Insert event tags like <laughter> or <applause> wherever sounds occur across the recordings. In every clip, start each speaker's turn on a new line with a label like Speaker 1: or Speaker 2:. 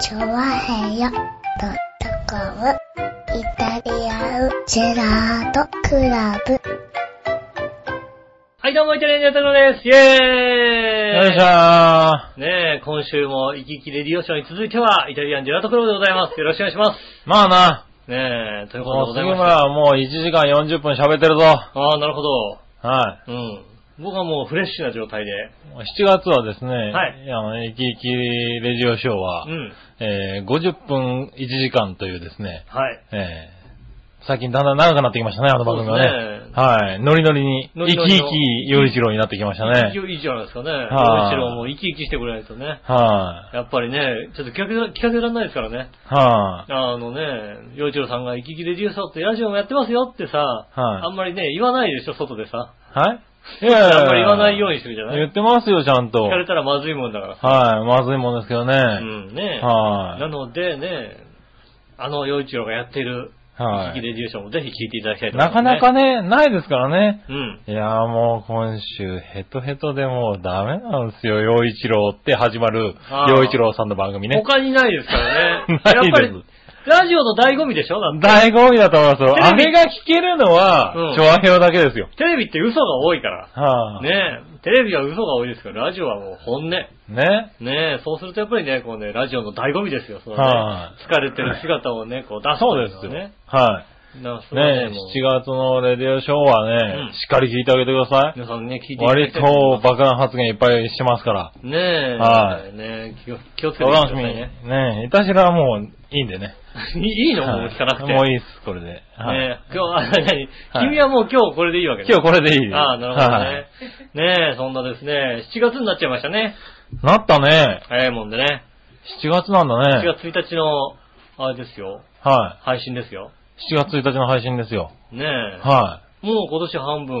Speaker 1: チョワヘヨドットコムイタリアンジェラートクラブ。
Speaker 2: はい、どうも、イタリアンジェラートクラブです。イェーイ
Speaker 3: よいしょー。
Speaker 2: ねえ、今週も、イキイキレディオショーに続いては、イタリアンジェラートクラブでございます。よろしくお願いしま
Speaker 3: まあな、
Speaker 2: す。ねえ、ということ
Speaker 3: も
Speaker 2: でございま
Speaker 3: う杉
Speaker 2: し
Speaker 3: 村
Speaker 2: て。
Speaker 3: はもう1時間40分喋ってるぞ。
Speaker 2: ああ、なるほど。
Speaker 3: は
Speaker 2: うん。僕はもうフレッシュな状態で。
Speaker 3: い。7月はですね、
Speaker 2: はい
Speaker 3: いやあの、生き生きレジオショーは、
Speaker 2: うん。
Speaker 3: えー50分1時間というですね、
Speaker 2: はい。
Speaker 3: えー最近だんだん長くなってきましたね、あの番組はね。
Speaker 2: そうですね
Speaker 3: はい。ノリノリに、
Speaker 2: ノ
Speaker 3: 生
Speaker 2: リ
Speaker 3: き
Speaker 2: ノリの
Speaker 3: 生き洋一郎になってきましたね。
Speaker 2: いいいじゃないですかね。む
Speaker 3: はい
Speaker 2: しろもう生き生きしてくれないとね。
Speaker 3: はい、
Speaker 2: やっぱりね、ちょっと聞かせ聞かせられないですからね。
Speaker 3: はい、
Speaker 2: あのね、洋一郎さんが生き生きレディオショーってラジオもやってますよってさ、あんまりね、言わないでしょ、外でさ。
Speaker 3: はいい
Speaker 2: あんまり言わないようにするじゃない
Speaker 3: 言ってますよ、ちゃんと。
Speaker 2: 聞か
Speaker 3: は
Speaker 2: れ
Speaker 3: い。
Speaker 2: たらまずいもんだからさ。
Speaker 3: まずいもんですけどね。
Speaker 2: うんね。
Speaker 3: はい
Speaker 2: なのでね、あの洋一郎がやってる、
Speaker 3: はい
Speaker 2: イキレディオショーもぜひ聞いていただきたいと思い
Speaker 3: な
Speaker 2: ます、
Speaker 3: か
Speaker 2: ね。
Speaker 3: なかね、ないですからね。
Speaker 2: うん。
Speaker 3: いやーもう今週ヘトヘトでもうダメなんですよ。洋一郎って始まる
Speaker 2: あ、ー
Speaker 3: 洋一郎さんの番組ね。。
Speaker 2: 他にないですからね
Speaker 3: <laughs> ない
Speaker 2: や
Speaker 3: です
Speaker 2: っぱり、ラジオの醍醐味でしょだって
Speaker 3: 醍醐味だと思いますよ。あ
Speaker 2: テレビ
Speaker 3: れが聞けるの
Speaker 2: う
Speaker 3: は
Speaker 2: ん、
Speaker 3: 調和表だけですよ。
Speaker 2: テレビって嘘が多いから。
Speaker 3: はあ、ね。
Speaker 2: ねえ、テレビは嘘が多いですから、ラジオはもう本音。ねえ、そうするとやっぱりね、こうね、ラジオの醍醐味ですよ。そのね
Speaker 3: は
Speaker 2: 疲れてる姿をね、こう出す
Speaker 3: そ
Speaker 2: とい
Speaker 3: うです
Speaker 2: のは
Speaker 3: よ。
Speaker 2: ね。
Speaker 3: は
Speaker 2: なんかそ
Speaker 3: い。
Speaker 2: れは
Speaker 3: ね
Speaker 2: もう
Speaker 3: 7月のレディオショーはね、
Speaker 2: うん
Speaker 3: しっかり聞いてあげてください。
Speaker 2: 皆さんね、聞いていただ
Speaker 3: 割
Speaker 2: きたい思い
Speaker 3: と
Speaker 2: ます
Speaker 3: 爆弾発言いっぱいしてますから。
Speaker 2: ねえ、。
Speaker 3: はい
Speaker 2: ねえ、気を気をつけて
Speaker 3: お
Speaker 2: くだ
Speaker 3: 楽
Speaker 2: さ
Speaker 3: し
Speaker 2: い
Speaker 3: みに。
Speaker 2: ね。
Speaker 3: ねいたしらはもういいんでね。
Speaker 2: <laughs> いいのもう聞かなくて。
Speaker 3: はいもう
Speaker 2: い。
Speaker 3: いいっす、これで。はい
Speaker 2: ねえ、今日、あ、何
Speaker 3: はい
Speaker 2: 君はもう今日これでいいわけね
Speaker 3: 今日これでいいです
Speaker 2: ああ、なるほど
Speaker 3: はい
Speaker 2: ね。ねえ、そんなですね、7月になっちゃいましたね。
Speaker 3: なったね。
Speaker 2: 早いもんでね。
Speaker 3: 7月なんだ
Speaker 2: 7
Speaker 3: ね。
Speaker 2: 月1日の、あれですよ、
Speaker 3: は
Speaker 2: 配信ですよ。
Speaker 3: い。7月1日の配信ですよ。
Speaker 2: ねえ。
Speaker 3: は
Speaker 2: もう今年半分、
Speaker 3: い。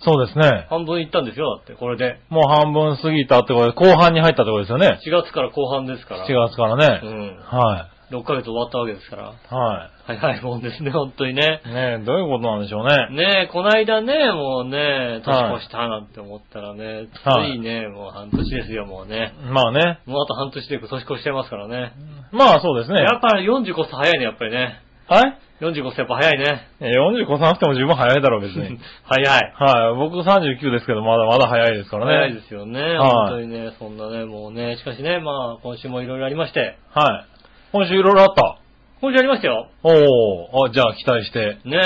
Speaker 3: そうですね。
Speaker 2: 半分いったんですよ、だって、これで。
Speaker 3: もう半分過ぎたってことで、後半に入ったってことですよね。
Speaker 2: 4月から後半ですから。
Speaker 3: 7月から
Speaker 2: う
Speaker 3: ね。
Speaker 2: ん。
Speaker 3: は
Speaker 2: 6ヶ月終わったわけですから。
Speaker 3: い。は
Speaker 2: 早いもんですね、本当にね。
Speaker 3: い。ねえ、どういうことなんでしょうね。
Speaker 2: ねえ、こないだね、もうね、年越したなんて思ったらね、
Speaker 3: はい
Speaker 2: ついね、もう半年ですよ、もうね。
Speaker 3: まあね。
Speaker 2: もうあと半年で年越しちゃいますからね。
Speaker 3: まあそうですね。
Speaker 2: やっぱり45歳早いね、やっぱりね。
Speaker 3: はい
Speaker 2: 45歳やっぱ早いね。
Speaker 3: いや ?45 歳なくても十分早いだろう、別に。
Speaker 2: <laughs> 早い。
Speaker 3: はい。僕39ですけど、まだまだ早いですからね。
Speaker 2: 早いですよね、
Speaker 3: い
Speaker 2: 本当にね、そんなね、もうね、しかしね、まあ、今週もいろいろありまして。
Speaker 3: はい。今週いろいろあった。
Speaker 2: 今週ありましたよ。
Speaker 3: おー。あ、じゃあ期待して、
Speaker 2: ね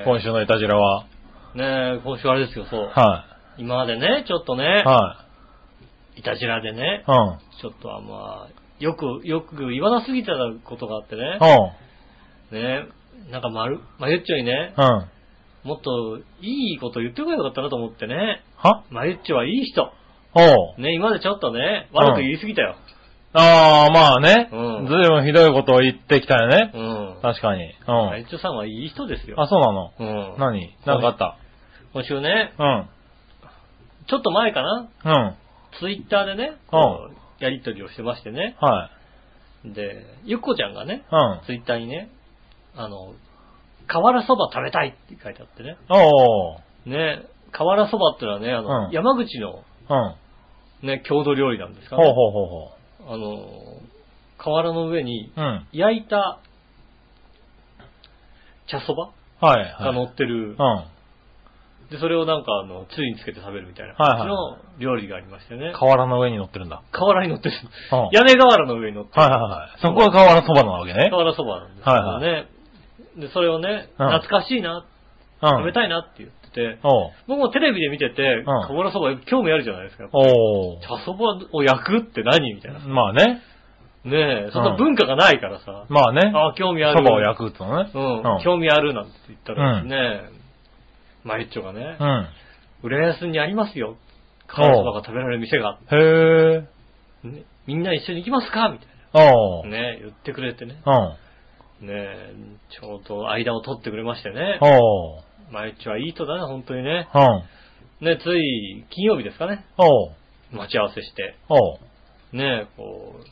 Speaker 2: え。
Speaker 3: 今週のいたじらは。
Speaker 2: ねえ、今週あれですよ、そう。
Speaker 3: は
Speaker 2: 今までね、ちょっと
Speaker 3: い。
Speaker 2: ね、
Speaker 3: はい
Speaker 2: たじらでね
Speaker 3: い。、うん。
Speaker 2: ちょっとあんま、よく、よく言わなすぎたことがあって
Speaker 3: <laughs>
Speaker 2: ね。
Speaker 3: うん。
Speaker 2: ねなんかまる、まゆっちょにね、
Speaker 3: うん。
Speaker 2: もっといいこと言ってこばよかったなと思ってね。
Speaker 3: は
Speaker 2: まゆっちょはいい人。
Speaker 3: おう。
Speaker 2: ね、今までちょっとね、悪く言いすぎたよ。
Speaker 3: ああ、まあね。
Speaker 2: うん
Speaker 3: ずいぶんひどいことを言ってきたよね。
Speaker 2: うん。
Speaker 3: 確かに。う
Speaker 2: まゆ
Speaker 3: ん。
Speaker 2: っちょさんはいい人ですよ。
Speaker 3: あ、そうなの。
Speaker 2: うん。
Speaker 3: 何なんかあった。
Speaker 2: 今週ね、
Speaker 3: うん。
Speaker 2: ちょっと前かな、
Speaker 3: うん。
Speaker 2: ツイッターでね、こうやりとりをしてましてね。
Speaker 3: はい。
Speaker 2: で、ゆっこちゃんがね、
Speaker 3: うん。
Speaker 2: ツイッターにね、あの、瓦そば食べたいって書いてあってね。
Speaker 3: おー。
Speaker 2: ね、瓦そばってのはね、あの、
Speaker 3: うん
Speaker 2: 山口の
Speaker 3: うん。
Speaker 2: ね、郷土料理なんですか
Speaker 3: ほう
Speaker 2: ね。
Speaker 3: ほうほうほ
Speaker 2: あの、瓦の上に
Speaker 3: う。うん。はい
Speaker 2: 焼いた茶そば
Speaker 3: はい。
Speaker 2: が乗ってる
Speaker 3: うん。。瓦
Speaker 2: で、それをなんかあの、つゆにつけて食べるみたいな
Speaker 3: は
Speaker 2: 感
Speaker 3: い
Speaker 2: じ
Speaker 3: は
Speaker 2: の料理がありましてね。
Speaker 3: の上に乗ってるんだ。
Speaker 2: 瓦に乗ってる。
Speaker 3: うん。はい
Speaker 2: 屋根瓦の上に乗ってる。
Speaker 3: はいはい。そこが瓦そばなわけね。
Speaker 2: 瓦そばなんですけどね。で、それをね、
Speaker 3: うん
Speaker 2: 懐かしいな、
Speaker 3: うん。
Speaker 2: 食べたいなって言ってて、
Speaker 3: おう。
Speaker 2: 僕もテレビで見てて、
Speaker 3: ん
Speaker 2: 瓦そば興味あるじゃないですか。
Speaker 3: おー。
Speaker 2: 茶そばを焼くって何みたいな。
Speaker 3: まあね。
Speaker 2: ねえ、そん
Speaker 3: う
Speaker 2: なん文化がないからさ。
Speaker 3: まあね。
Speaker 2: ああ、興味ある。
Speaker 3: そばを焼くってのね。
Speaker 2: うん、興味あるなんて言ったらですね、マリッチョがね、
Speaker 3: うん。
Speaker 2: 浦安にありますよ。瓦そばが食べられる店が、
Speaker 3: うん。へー。
Speaker 2: ねみんな一緒に行きますかみたい
Speaker 3: お
Speaker 2: な。
Speaker 3: ー。
Speaker 2: ね、言ってくれてね。
Speaker 3: うん。
Speaker 2: ねちょうど間を取ってくれましてね。
Speaker 3: おー。
Speaker 2: マリッチョはいい人だね、本当にね。
Speaker 3: うん。
Speaker 2: ね、つい金曜日ですかね。
Speaker 3: おう。
Speaker 2: 待ち合わせして。
Speaker 3: おう。
Speaker 2: ね、こう、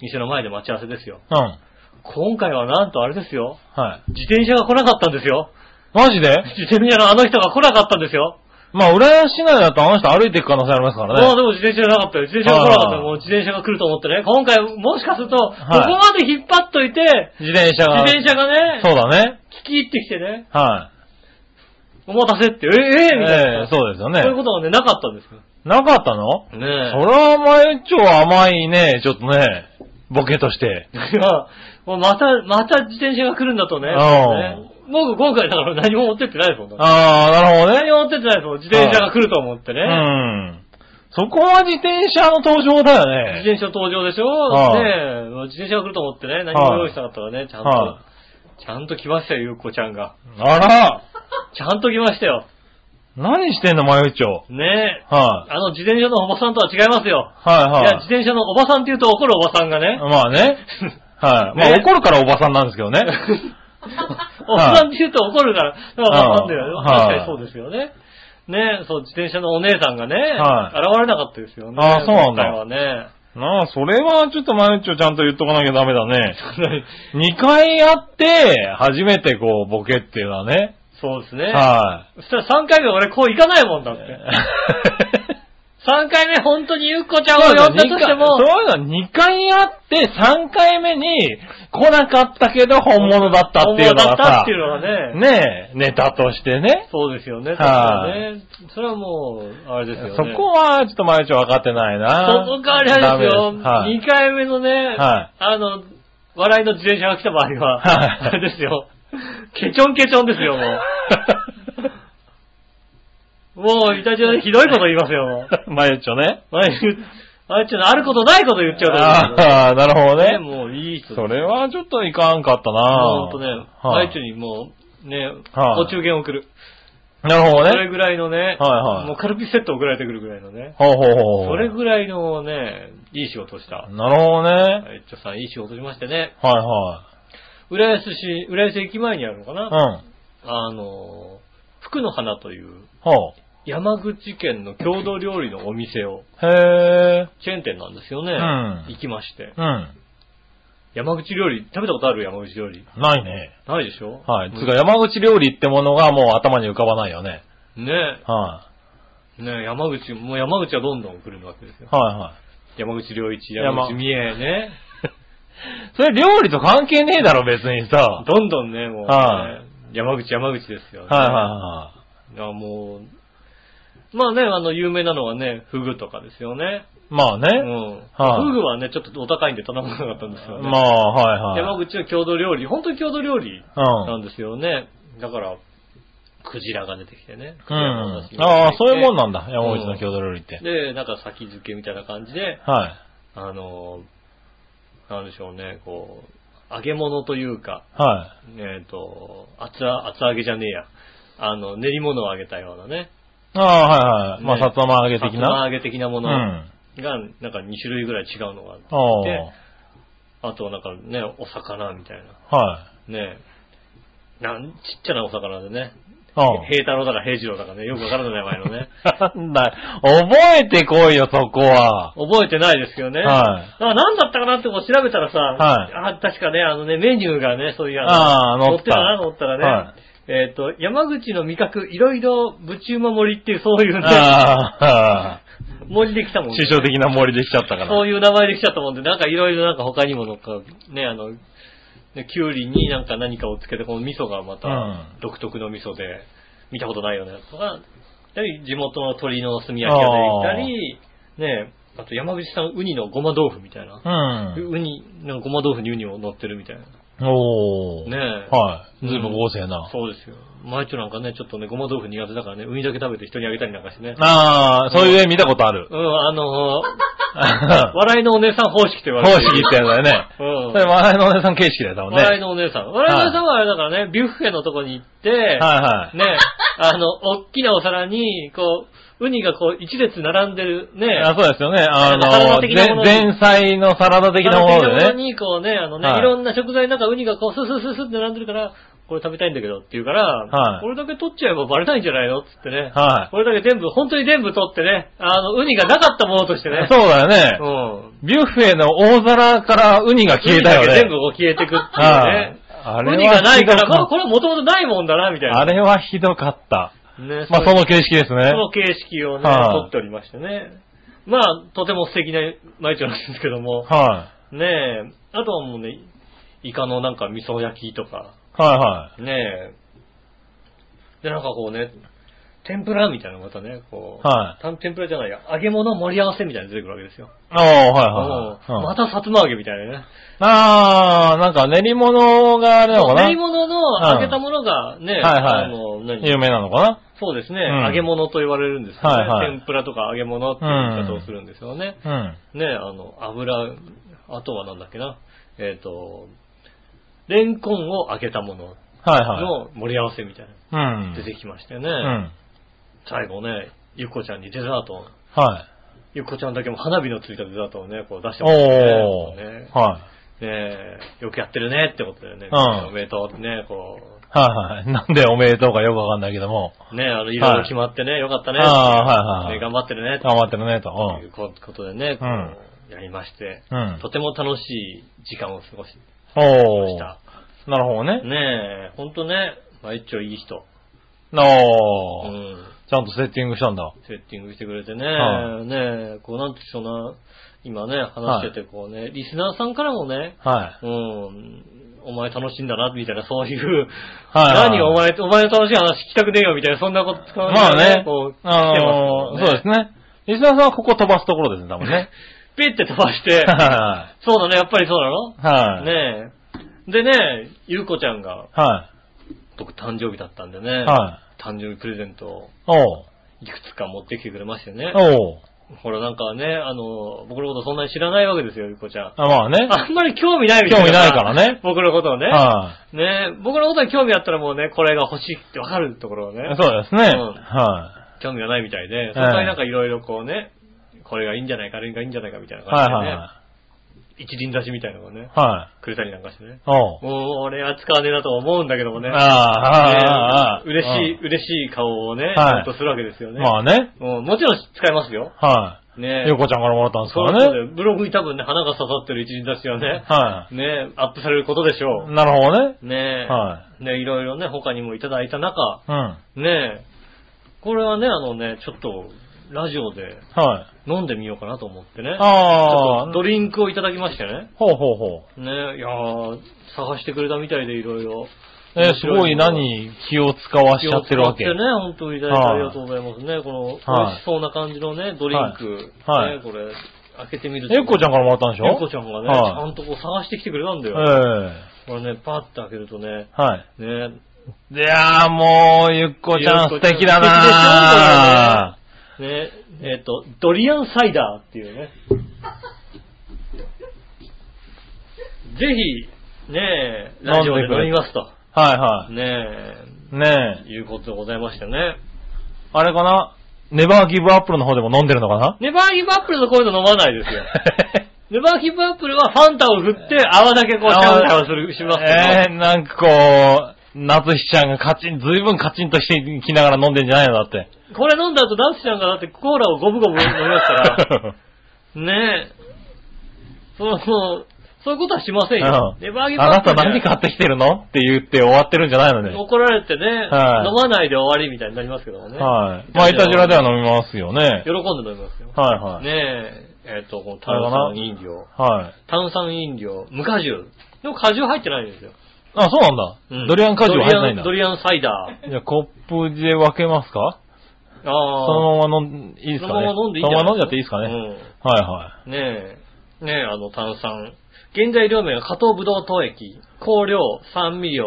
Speaker 2: 店の前で待ち合わせですよ。
Speaker 3: うん。
Speaker 2: 今回はなんとあれですよ。
Speaker 3: はい。
Speaker 2: 自転車が来なかったんですよ。
Speaker 3: マジで
Speaker 2: 自転車のあの人が来なかったんですよ。
Speaker 3: まあ、浦安市内だとあの人歩いていく可能性ありますからね。
Speaker 2: もうでも自転車じゃなかったよ。自転車が来なかった
Speaker 3: はい
Speaker 2: もう自転車が来ると思ってね。今回、もしかすると、ここ
Speaker 3: い
Speaker 2: まで引っ張っといて、
Speaker 3: 自転車が。
Speaker 2: 自転車がね、
Speaker 3: そうだね。
Speaker 2: 聞き入ってきてね、
Speaker 3: は
Speaker 2: お待たせって、ええええ
Speaker 3: い。
Speaker 2: みたいな。
Speaker 3: ええそうですよね
Speaker 2: そう。いうことがね、なかったんですよ。
Speaker 3: なかったの
Speaker 2: ね
Speaker 3: それはお前超甘いね、ちょっとね、ボケとして。
Speaker 2: え。いや、もうまた、また自転車が来るんだとね。ね僕今回だから何も持ってってないですもん。何
Speaker 3: ああ、なるほどね。
Speaker 2: も持ってってないですもん。自転車が来ると思ってね。
Speaker 3: うん。そこは自転車の登場だよ
Speaker 2: 自
Speaker 3: ね。
Speaker 2: 転車登場でしょ、
Speaker 3: はい
Speaker 2: ねえ、自転車が来ると思ってね、何も用意したかったらね、ちゃんと、
Speaker 3: は
Speaker 2: ちゃんと来ましたよ、ゆうこちゃんが。
Speaker 3: あら、
Speaker 2: ちゃんと来ましたよ。
Speaker 3: 何してんの、マヨイチョ。
Speaker 2: ねえ。
Speaker 3: はい、
Speaker 2: あの、自転車のおばさんとは違いますよ。い
Speaker 3: はい
Speaker 2: や、
Speaker 3: は
Speaker 2: 自転車のおばさんって言うと怒るおばさんが
Speaker 3: い。
Speaker 2: ね、
Speaker 3: まあね。はい、まあ
Speaker 2: ね
Speaker 3: 怒るからおばさんなんですけどね。
Speaker 2: <laughs> おばさんって言うと怒るから、だからおばさんだよ。
Speaker 3: はい
Speaker 2: 確かにそうですよね。ねえ、そう、自転車のお姉さんがね、
Speaker 3: は
Speaker 2: 現れなかったですよね。
Speaker 3: ああそうなん
Speaker 2: 今
Speaker 3: だ
Speaker 2: 回はね。 <laughs>
Speaker 3: なあ、それはちょっとマヨイチョちゃんと言っとかなきゃダメ
Speaker 2: <laughs>
Speaker 3: だね。2回会って、初めてこう、ボケっていうのはね。
Speaker 2: そうですね。
Speaker 3: は
Speaker 2: そしたら3回目俺こう行かないもんだって
Speaker 3: い、。 <laughs>
Speaker 2: 3回目本当にゆっこちゃんを
Speaker 3: そうだ
Speaker 2: 呼んだとしても
Speaker 3: 二、回そういうの2回あって、3回目に来なかったけど本物だったっていうの
Speaker 2: 本物だ
Speaker 3: が
Speaker 2: った
Speaker 3: さ
Speaker 2: っ、ていうのはね。
Speaker 3: ねえ、ネタとしてね。
Speaker 2: そうですよね。確かにね。それはもう、あれですよね。
Speaker 3: そこはちょっと毎日分かってないな。
Speaker 2: そこがあれなんですよ。
Speaker 3: ダメですはい
Speaker 2: 2回目のね、
Speaker 3: はい
Speaker 2: あの、笑いの自転車が来た場合は、
Speaker 3: はい
Speaker 2: あれですよ。ケチョンケチョンですよ、も
Speaker 3: <laughs>
Speaker 2: う。もう、いたちはひどいこと言いますよ、もう。
Speaker 3: マヨチョね。
Speaker 2: あいつあいつのあることないこと言っちゃうと
Speaker 3: ああ、なるほど
Speaker 2: ね、
Speaker 3: ね。
Speaker 2: もういい人です
Speaker 3: それはちょっといかんかった
Speaker 2: もう
Speaker 3: な。
Speaker 2: ほんとね、
Speaker 3: は
Speaker 2: あ
Speaker 3: い
Speaker 2: いつにもう、ね、
Speaker 3: はい
Speaker 2: お中元送る。
Speaker 3: なるほど
Speaker 2: それ
Speaker 3: ね。
Speaker 2: ぐらいのね、
Speaker 3: はい
Speaker 2: もうカルピスセット送られてくるぐらいのね、
Speaker 3: ほうほうほうほ。
Speaker 2: そうれぐらいのね、いい仕事をした。
Speaker 3: なるほどね。 <laughs>
Speaker 2: あいつさん、いい仕事しましてね、
Speaker 3: はいは
Speaker 2: 浦安市、浦安駅前にあるのか
Speaker 3: い。
Speaker 2: な、
Speaker 3: うん。
Speaker 2: あの、福の花という
Speaker 3: ほ
Speaker 2: 山口県の郷土料理のお店を、
Speaker 3: う。へえ。
Speaker 2: チェーン店なんですよね。
Speaker 3: ん
Speaker 2: 行きまして。
Speaker 3: うん。
Speaker 2: 山口料理、食べたことある山口料理。
Speaker 3: ないね。
Speaker 2: ないでしょ
Speaker 3: はい。
Speaker 2: も
Speaker 3: つ
Speaker 2: う
Speaker 3: うか山口料理ってものがもう頭に浮かばないよね。
Speaker 2: ね
Speaker 3: は
Speaker 2: ね山口、もう山口はどんどん来るわけです
Speaker 3: い。
Speaker 2: よ。
Speaker 3: はいは
Speaker 2: 山口良一、
Speaker 3: 山
Speaker 2: 山口美恵ね。
Speaker 3: い。それ料理と関係ねえだろ別にさ。はい
Speaker 2: どんどんね、もうね、
Speaker 3: は
Speaker 2: 山口山口ですよ、ね。
Speaker 3: はいはい
Speaker 2: や、もう、まあね、あの、有名なのはね、フグとかですよね。
Speaker 3: い。まあね。
Speaker 2: うん。
Speaker 3: はい
Speaker 2: フグはね、ちょっとお高いんで頼まなかったんですよね。
Speaker 3: まあ、はいはい。
Speaker 2: 山口の郷土料理、本当に郷土料理
Speaker 3: うん。
Speaker 2: なんですよね。だから、クジラが出てきてね。
Speaker 3: う
Speaker 2: クジ
Speaker 3: ん。
Speaker 2: ラの
Speaker 3: ああ
Speaker 2: 話、
Speaker 3: そういうもん
Speaker 2: が
Speaker 3: なんだ。山口の郷土料理っ
Speaker 2: 出て
Speaker 3: て。
Speaker 2: きてで、なんか先付けみたいな感じで、
Speaker 3: はい。
Speaker 2: あの、なんでしょうね、こう、揚げ物というか、
Speaker 3: は
Speaker 2: えっ、と、厚あ、厚揚げじゃねえや。あの、練り物を揚げたようなね。
Speaker 3: い。ああ、はいはい。まあ、
Speaker 2: ね
Speaker 3: さつま揚げ
Speaker 2: さ
Speaker 3: 的
Speaker 2: つま
Speaker 3: な。
Speaker 2: 揚げ的なも
Speaker 3: う
Speaker 2: の
Speaker 3: ん。
Speaker 2: が、なんか2種類ぐらい違うのがあって、
Speaker 3: ああ。はい。
Speaker 2: あとはなんかね、お魚みたいな。
Speaker 3: あ
Speaker 2: ねなん、ちっちゃなお魚でね。
Speaker 3: あ。
Speaker 2: 平太郎だか平次郎だかね、よくわからない名前のね。 <laughs>
Speaker 3: なんだ、覚えてこいよ、そこは。
Speaker 2: 覚えてないですけどね。
Speaker 3: はい
Speaker 2: だから何だったかなってこう調べたらさ、
Speaker 3: はい
Speaker 2: あ確かね、あのね、メニューがね、そういう
Speaker 3: ああ
Speaker 2: の、
Speaker 3: 載
Speaker 2: 載っ
Speaker 3: ってて
Speaker 2: た
Speaker 3: た
Speaker 2: なと思ったらね、
Speaker 3: は
Speaker 2: えっ、と、山口の味覚、いろいろ、ぶちうま盛りっていう、そういうね、
Speaker 3: ああ、
Speaker 2: 盛りでき <laughs> たもんね。
Speaker 3: 抽象的な森できちゃったから。
Speaker 2: そういう名前できちゃったもんで、なんかいろいろなんか他にもなんか、ね、あの、ねきゅうりになんか何かをつけて、この味噌がま
Speaker 3: うん
Speaker 2: た、独特の味噌で、見たことないようなやつとか、やはり地元の鶏の炭焼きが出てきたり、ね、あと山口産ウニのごま豆腐みたいな。
Speaker 3: うん。
Speaker 2: ウニ、なんかごま豆腐にウニを乗ってるみたいな。
Speaker 3: おー。
Speaker 2: ねえ
Speaker 3: はい。ずいぶん豪勢な。
Speaker 2: そうですよ。毎日なんかね、ちょっとね、ごま豆腐苦手だからね、ウニだけ食べて人にあげたりなんかして
Speaker 3: <laughs>
Speaker 2: ね。
Speaker 3: ああ、そういう絵見たことある。
Speaker 2: うん、あ
Speaker 3: <laughs>
Speaker 2: のー、
Speaker 3: 方
Speaker 2: 笑いのお姉さん方式って言われて
Speaker 3: 式っ
Speaker 2: る。
Speaker 3: てやつだよね。
Speaker 2: うん
Speaker 3: それ、笑いのお姉さん形式だよ、多分ね。は
Speaker 2: 笑い
Speaker 3: い
Speaker 2: のお姉さん。笑いのお姉さんはあれだからね、ビュッフェのとこに行って、
Speaker 3: はい。
Speaker 2: ね、あの、大きなお皿に、こう、ウニがこう、一列並んでる、ね、
Speaker 3: あそうですよね。あ
Speaker 2: サラダ
Speaker 3: の、
Speaker 2: 的なものに
Speaker 3: 前前菜のサラダ的なも
Speaker 2: 並んでる
Speaker 3: の
Speaker 2: とこ
Speaker 3: で
Speaker 2: ろ
Speaker 3: ね。
Speaker 2: に、こうね、あのね、
Speaker 3: はい
Speaker 2: い、ろんな食材の中、ウニがこう、ススススって並んでるから、これ食べたいんだけどって言うから、
Speaker 3: はい
Speaker 2: これだけ取っちゃえばバレないんじゃないのっつってね、
Speaker 3: は
Speaker 2: これだけ全部、本当に全部取ってね、あの、ウニがなかったものとして
Speaker 3: い。
Speaker 2: ね、
Speaker 3: <laughs> そうだよね。
Speaker 2: うん。
Speaker 3: ビュッフェの大皿からウニが消えた
Speaker 2: ウ
Speaker 3: よ
Speaker 2: ニだけ全
Speaker 3: ね
Speaker 2: 部。こう消えてくっていう
Speaker 3: はい
Speaker 2: ね。
Speaker 3: あ
Speaker 2: ウ
Speaker 3: れ
Speaker 2: ニ
Speaker 3: は
Speaker 2: がない
Speaker 3: ひど
Speaker 2: か
Speaker 3: か
Speaker 2: ら、
Speaker 3: っ
Speaker 2: これ
Speaker 3: た
Speaker 2: これはもともとないもんだな、みたいな。
Speaker 3: あれはひどかった。
Speaker 2: ね
Speaker 3: まあその形式ですね
Speaker 2: そ。の形式をね、
Speaker 3: はい
Speaker 2: 取っておりましてね。まあ、とても素敵な毎朝なんですけども、
Speaker 3: は
Speaker 2: ねえ、あとはもうね、イカのなんか味噌焼きとか、
Speaker 3: い。はいは
Speaker 2: ねえ、で、なんかこうね、天ぷらみたいなのがまたね、こう、
Speaker 3: はい
Speaker 2: た天ぷらじゃないや、揚げ物盛り合わせみたいなの出てくるわけですよ。
Speaker 3: い。ああ、はいはい
Speaker 2: うん
Speaker 3: は
Speaker 2: ま
Speaker 3: い。
Speaker 2: たさつま揚げみたいなね。
Speaker 3: ああ、なんか練り物があれなのかな
Speaker 2: 練り物の揚げたものがね、
Speaker 3: うんはいはい
Speaker 2: あの、何
Speaker 3: 有名なのかな
Speaker 2: そうですね、
Speaker 3: うん
Speaker 2: 揚げ物と言われるんですけどね、
Speaker 3: はいはい
Speaker 2: 天ぷらとか揚げ物っていう言い方をするんですよね。
Speaker 3: うん。
Speaker 2: ね、あの、油、あとはなんだっけな、えっ、と、レンコンを揚げたもの
Speaker 3: は
Speaker 2: の盛り合わせみたいな、
Speaker 3: いはい。うん。
Speaker 2: 出てきましたよね。
Speaker 3: うん。
Speaker 2: 最後ね、ゆっこちゃんにデザートを、
Speaker 3: はい。
Speaker 2: ゆっこちゃんだけも花火のついたデザートをね、こう出してました
Speaker 3: お
Speaker 2: よね。ね
Speaker 3: ー。はい。
Speaker 2: ねえよくやってるねってことだよね。
Speaker 3: うん
Speaker 2: おめでとうってね、こ
Speaker 3: はい <laughs> はい。なんでおめでとうかよくわかんないけども。
Speaker 2: う、ねあの、いろいろ決まってね、よかったね。
Speaker 3: あーはいはい
Speaker 2: ね頑張ってるねって
Speaker 3: 頑張ってるねと。
Speaker 2: いううことでね、こう
Speaker 3: うん
Speaker 2: やりまして、
Speaker 3: ん。うん。
Speaker 2: とても楽しい時間を過ごしま
Speaker 3: お
Speaker 2: し
Speaker 3: ー。
Speaker 2: た。
Speaker 3: なるほどね。
Speaker 2: ねえ、ほんとね、まあ一応いい人。う
Speaker 3: おー。
Speaker 2: ん。
Speaker 3: ちゃんとセッティングしたんだ。
Speaker 2: セッティングしてくれてね、
Speaker 3: は
Speaker 2: ねえ、こうなんてそんな、今ね、話しててこうね、リスナーさんからもね、
Speaker 3: はい。
Speaker 2: うん、お前楽しいんだな、みたいな、そういう、
Speaker 3: はいはい
Speaker 2: 何お前、お前の楽しい話聞きたくねえよ、みたいな、そんなこと、
Speaker 3: まあね
Speaker 2: こう、来て、ます
Speaker 3: あ
Speaker 2: から
Speaker 3: のー、そうですね。リスナーさんはここ飛ばすところですね、多分ね。
Speaker 2: <laughs> ピッて飛ばして、
Speaker 3: は
Speaker 2: そうだね、やっぱりそうだろ
Speaker 3: い。はい。。
Speaker 2: ねえ。でね、ゆうこちゃんが、
Speaker 3: は
Speaker 2: 僕誕生日だったんでね、
Speaker 3: い。はい。
Speaker 2: 誕生日プレゼントを
Speaker 3: おう。
Speaker 2: いくつか持ってきてくれましてね。
Speaker 3: おう。
Speaker 2: ほらなんかね、あの、僕のことそんなに知らないわけですよ、ゆうこちゃん。
Speaker 3: あまあね。
Speaker 2: あんまり興味ないみたいな。
Speaker 3: 興味ないからね
Speaker 2: 僕のことをね。
Speaker 3: は
Speaker 2: ね僕のことに興味あったらもうね、これが欲しいってわかるところをね
Speaker 3: い。。そうですね。
Speaker 2: うん
Speaker 3: は
Speaker 2: 興味がないみたいで、
Speaker 3: い。
Speaker 2: そこになんかいろいろこうね、これがいいんじゃないか、あれがいいんじゃないかみたいない
Speaker 3: はい
Speaker 2: 感じ
Speaker 3: は
Speaker 2: で
Speaker 3: い
Speaker 2: ね、一輪差しみたいなのがね、
Speaker 3: はい。はい。
Speaker 2: くれたりなんかしてね。
Speaker 3: おう。
Speaker 2: もう俺は使わねえなと思うんだけどもね。
Speaker 3: ああ、ああ、ああ。
Speaker 2: ね嬉しい、嬉しい顔をね、ちゃんとするわけですよ
Speaker 3: うん。
Speaker 2: ね。
Speaker 3: まあね。
Speaker 2: うんもちろん使いますよ。
Speaker 3: は
Speaker 2: ね
Speaker 3: い。ゆうこちゃんからもらったんです
Speaker 2: そ
Speaker 3: か
Speaker 2: う
Speaker 3: ら
Speaker 2: です
Speaker 3: ね。
Speaker 2: よね。ブログに多分ね、花が刺さってる一輪差しはね、
Speaker 3: は
Speaker 2: ね、アップされることでしょ
Speaker 3: い。なるほどね。
Speaker 2: う。ね
Speaker 3: は
Speaker 2: ね、いろいろね、他にもいただいた中、
Speaker 3: うん。は
Speaker 2: ねこれはね、あのね、ちょっと、ラジオで
Speaker 3: い。
Speaker 2: 飲んでみようかなと思ってね。ちょっ
Speaker 3: ああ
Speaker 2: と、ドリンクをいただきましてね。
Speaker 3: ほうほうほう。
Speaker 2: ねいやー探してくれたみたいでいろいろ。
Speaker 3: え、すごい何気を使わしちゃってるわけ。
Speaker 2: 気を使ってね、本当にいただいてありがとうございますね。この、美味しそうな感じのね、ドリンク。
Speaker 3: はいはい
Speaker 2: ね、これ、開けてみると。
Speaker 3: ゆっこちゃんからもらったんでしょ
Speaker 2: ゆっこちゃんがね、ちゃ
Speaker 3: はい。
Speaker 2: んとこう探してきてくれたんだ
Speaker 3: ええ
Speaker 2: よ。これね、パッて開けるとね、
Speaker 3: はい。
Speaker 2: ね、
Speaker 3: いやーもう、ゆっこちゃん素敵だ
Speaker 2: な
Speaker 3: な
Speaker 2: ね、えっ、と、ドリアンサイダーっていうね。ぜひ、ねラジオで飲みますと。
Speaker 3: ーはいは
Speaker 2: ね
Speaker 3: い。ねえ。
Speaker 2: いうことでございましたね。
Speaker 3: あれかなネバーギブアップルの方でも飲んでるのかな
Speaker 2: ネバーギブアップルのこういうの飲まない
Speaker 3: <laughs>
Speaker 2: ですよ。ネバーギブアップルはファンタを振って泡だけこうシャンシャンする、しますけど。
Speaker 3: えー、なんかこう、夏日ちゃんがカチン、ずいぶんカチンとしてきながら飲んでんじゃないのだって。
Speaker 2: これ飲んだ後ダンスちゃんがだってコーラをゴブゴブ飲みます
Speaker 3: <laughs>
Speaker 2: から。ねえ。そうそう。そういうことはしませんよ。
Speaker 3: うん
Speaker 2: ネバーギブ
Speaker 3: あ
Speaker 2: ア
Speaker 3: な
Speaker 2: ップ
Speaker 3: た
Speaker 2: ルじゃ
Speaker 3: 何買ってきてるのって言って終わってるんじゃないのね。
Speaker 2: 怒られてね、
Speaker 3: はい
Speaker 2: 飲まないで終わりみたいになりますけどもね。
Speaker 3: はい。まあ、いたじらでは飲みますよね
Speaker 2: 喜。んで飲みますよ。
Speaker 3: はいはい。
Speaker 2: ねえ、えっ、と、この炭酸飲料、
Speaker 3: はい。
Speaker 2: 炭酸飲料、無果汁。でも果汁入ってないんですよ。
Speaker 3: あ、そうなんだ。
Speaker 2: うん
Speaker 3: ドリアン果汁は入ってないんだ
Speaker 2: ド。リアンドリアンサイダー。
Speaker 3: じゃあ、コップで分けますか
Speaker 2: ああ。
Speaker 3: そのまま飲ん、いいで
Speaker 2: そ
Speaker 3: すかね
Speaker 2: のまま飲んでいいん
Speaker 3: そ
Speaker 2: じ
Speaker 3: の
Speaker 2: ゃ
Speaker 3: ま
Speaker 2: ない
Speaker 3: ま飲んじゃっていいですかね。
Speaker 2: うん
Speaker 3: はいは
Speaker 2: ねえ、ねえ、あの炭酸。原材料名は加糖ブドウ糖液、香料、酸味料、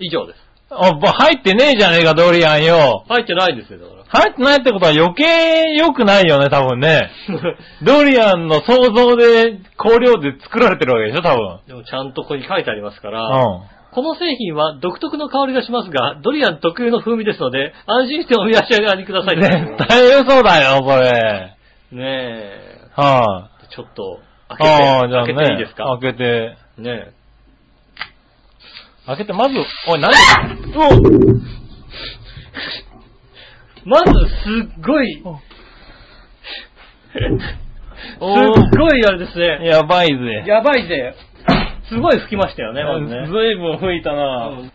Speaker 2: 以上です。
Speaker 3: い。あ、ば入ってねえじゃねえか、ドリアンよ。
Speaker 2: 入ってないんですよ、だか
Speaker 3: 入ってないってことは余計良くないよね、多分ね。 <laughs>
Speaker 2: ら。
Speaker 3: ドリアンの想像で、香料で作られてるわけでしょ、多分。
Speaker 2: でもちゃんとここに書いてありますか
Speaker 3: う
Speaker 2: ら、
Speaker 3: ん。
Speaker 2: この製品は独特の香りがしますが、ドリアン特有の風味ですので、安心してお召し上がりください
Speaker 3: 絶対嘘だよ、それ。
Speaker 2: ねえ、
Speaker 3: はい、
Speaker 2: ちょっと
Speaker 3: あ。
Speaker 2: 開けて、
Speaker 3: あー、じゃあね。
Speaker 2: 開けていいですか
Speaker 3: 開けて。
Speaker 2: ね
Speaker 3: 開けて、まず、おい、なんで、う
Speaker 2: え。まず、すっごい、 <laughs> すっ
Speaker 3: おー
Speaker 2: ごいあれです
Speaker 3: お
Speaker 2: ね。
Speaker 3: やばいぜ。
Speaker 2: やばいぜ。すごい吹きましたよね、まずね。
Speaker 3: ずいぶん吹いた
Speaker 2: う
Speaker 3: な、
Speaker 2: ん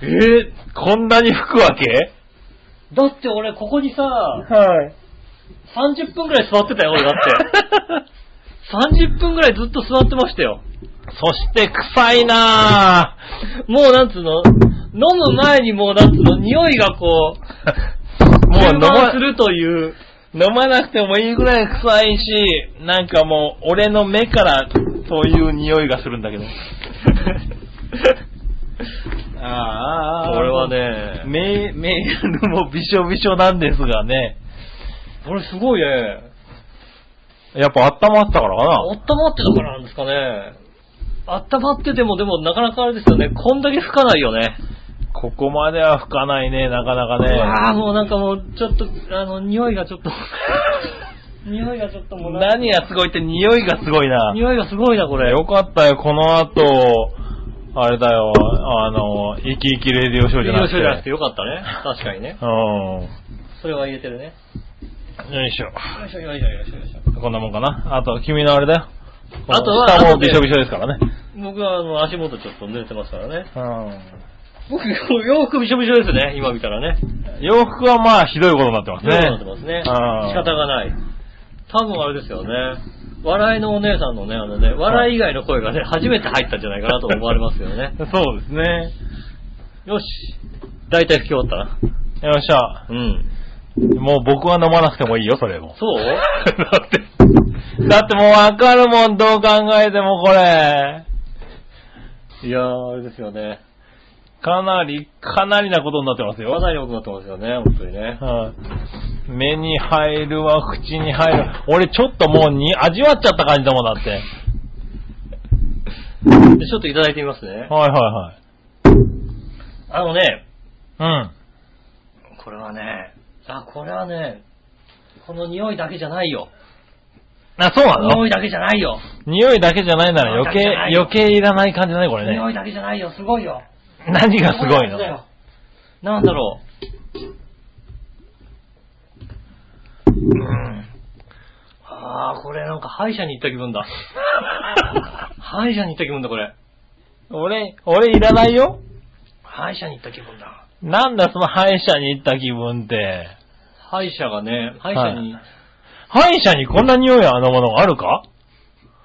Speaker 2: えー
Speaker 3: こんなに吹くわけ
Speaker 2: だって俺ここにさ、
Speaker 3: はい。
Speaker 2: 30分くらい座ってたよ、俺だっ
Speaker 3: <laughs>
Speaker 2: て。30分くらいずっと座ってましたよ。
Speaker 3: そして臭いな
Speaker 2: もうなんつうの、飲む前にもうなんつうの、匂いがこ
Speaker 3: ぁ。
Speaker 2: う、
Speaker 3: もう飲
Speaker 2: 充満、
Speaker 3: ます
Speaker 2: るという、
Speaker 3: 飲まなくてもいいぐらい臭いし、なんかもう俺の目からそういう匂いがする
Speaker 2: <laughs>
Speaker 3: んだけど。あーあー、
Speaker 2: これは。ね、
Speaker 3: メーメールもびしょびしょなんですがね。
Speaker 2: これすごいね、
Speaker 3: やっぱ温まったからかな。
Speaker 2: 温まってたからなんですかね。温まっててもでもなかなかあれですよね、こんだけ吹かないよね。
Speaker 3: ここまでは吹かないね、なかなかね。
Speaker 2: ああ、もうなんかもう、ちょっと、あの、匂いがち <laughs> ょっと、匂いがちょっともうなんか
Speaker 3: 何がすごいって匂いがすごいな。
Speaker 2: 匂いがすごいな、これ。
Speaker 3: よかったよ、この後、あれだよ、あの、生き生きレディオショーじゃなくて。
Speaker 2: じゃなくてよかったね。確かにね。
Speaker 3: う
Speaker 2: それは言えてるね。
Speaker 3: ん。よいしょ。
Speaker 2: よいしょよいしょよいしょよいしょ。
Speaker 3: こんなもんかな。あと、君のあれだよ。
Speaker 2: あとは
Speaker 3: 下も
Speaker 2: 後で
Speaker 3: びしょびしょですからね。
Speaker 2: 僕はあの足元ちょっと濡れてますからね。
Speaker 3: う
Speaker 2: 僕、洋服びしょびしょですね、今見たらね。
Speaker 3: ん。洋服はまあ、ひどいことになってます
Speaker 2: そうなってま
Speaker 3: ね。
Speaker 2: すね。仕
Speaker 3: あー
Speaker 2: 方がない。多分あれですよね。笑いのお姉さんのね、あのね、笑い以外の声がね、初めて入ったんじゃないかなと思われますよ <laughs> ね。
Speaker 3: そうですね。
Speaker 2: よし。大体吹き終わったな。
Speaker 3: よっしゃ。
Speaker 2: うん。
Speaker 3: もう僕は飲まなくてもいいよ、それも。
Speaker 2: そう
Speaker 3: だって、 <laughs> だってもうわかるもん、どう考えてもこれ。
Speaker 2: いやー、あれですよね。
Speaker 3: かなり、かなりなことになってますよ。
Speaker 2: かなり多くなってますよね、本当にね。
Speaker 3: はい目に入るわ、口に入る。俺ちょっともうに味わっちゃった感じだもんだって。
Speaker 2: でちょっといただいてみますね。
Speaker 3: はいは
Speaker 2: あのね、
Speaker 3: いはい。
Speaker 2: これはね、あ、これはね、この匂いだけじゃないよ。
Speaker 3: うん。あ、そうな
Speaker 2: 匂
Speaker 3: の
Speaker 2: いだけじゃないよ。
Speaker 3: 匂いだけじゃないなら余計
Speaker 2: 匂いだけじゃない、よ
Speaker 3: 余計いらない感じだね、これ
Speaker 2: 匂
Speaker 3: ね。
Speaker 2: いだけじゃないよ、すごいよ。
Speaker 3: 何がすごいの
Speaker 2: だよなんだろう。うん。ああ、これなんか歯医者に行った気分
Speaker 3: <laughs>
Speaker 2: だ。歯医者に行った気分だ、これ。
Speaker 3: 俺、俺いらないよ
Speaker 2: 歯医者に行った気分だ。
Speaker 3: なんだその歯医者に行った気分って。
Speaker 2: 歯医者がね、歯医者に、
Speaker 3: 歯医者にこんな匂いあのものがあるか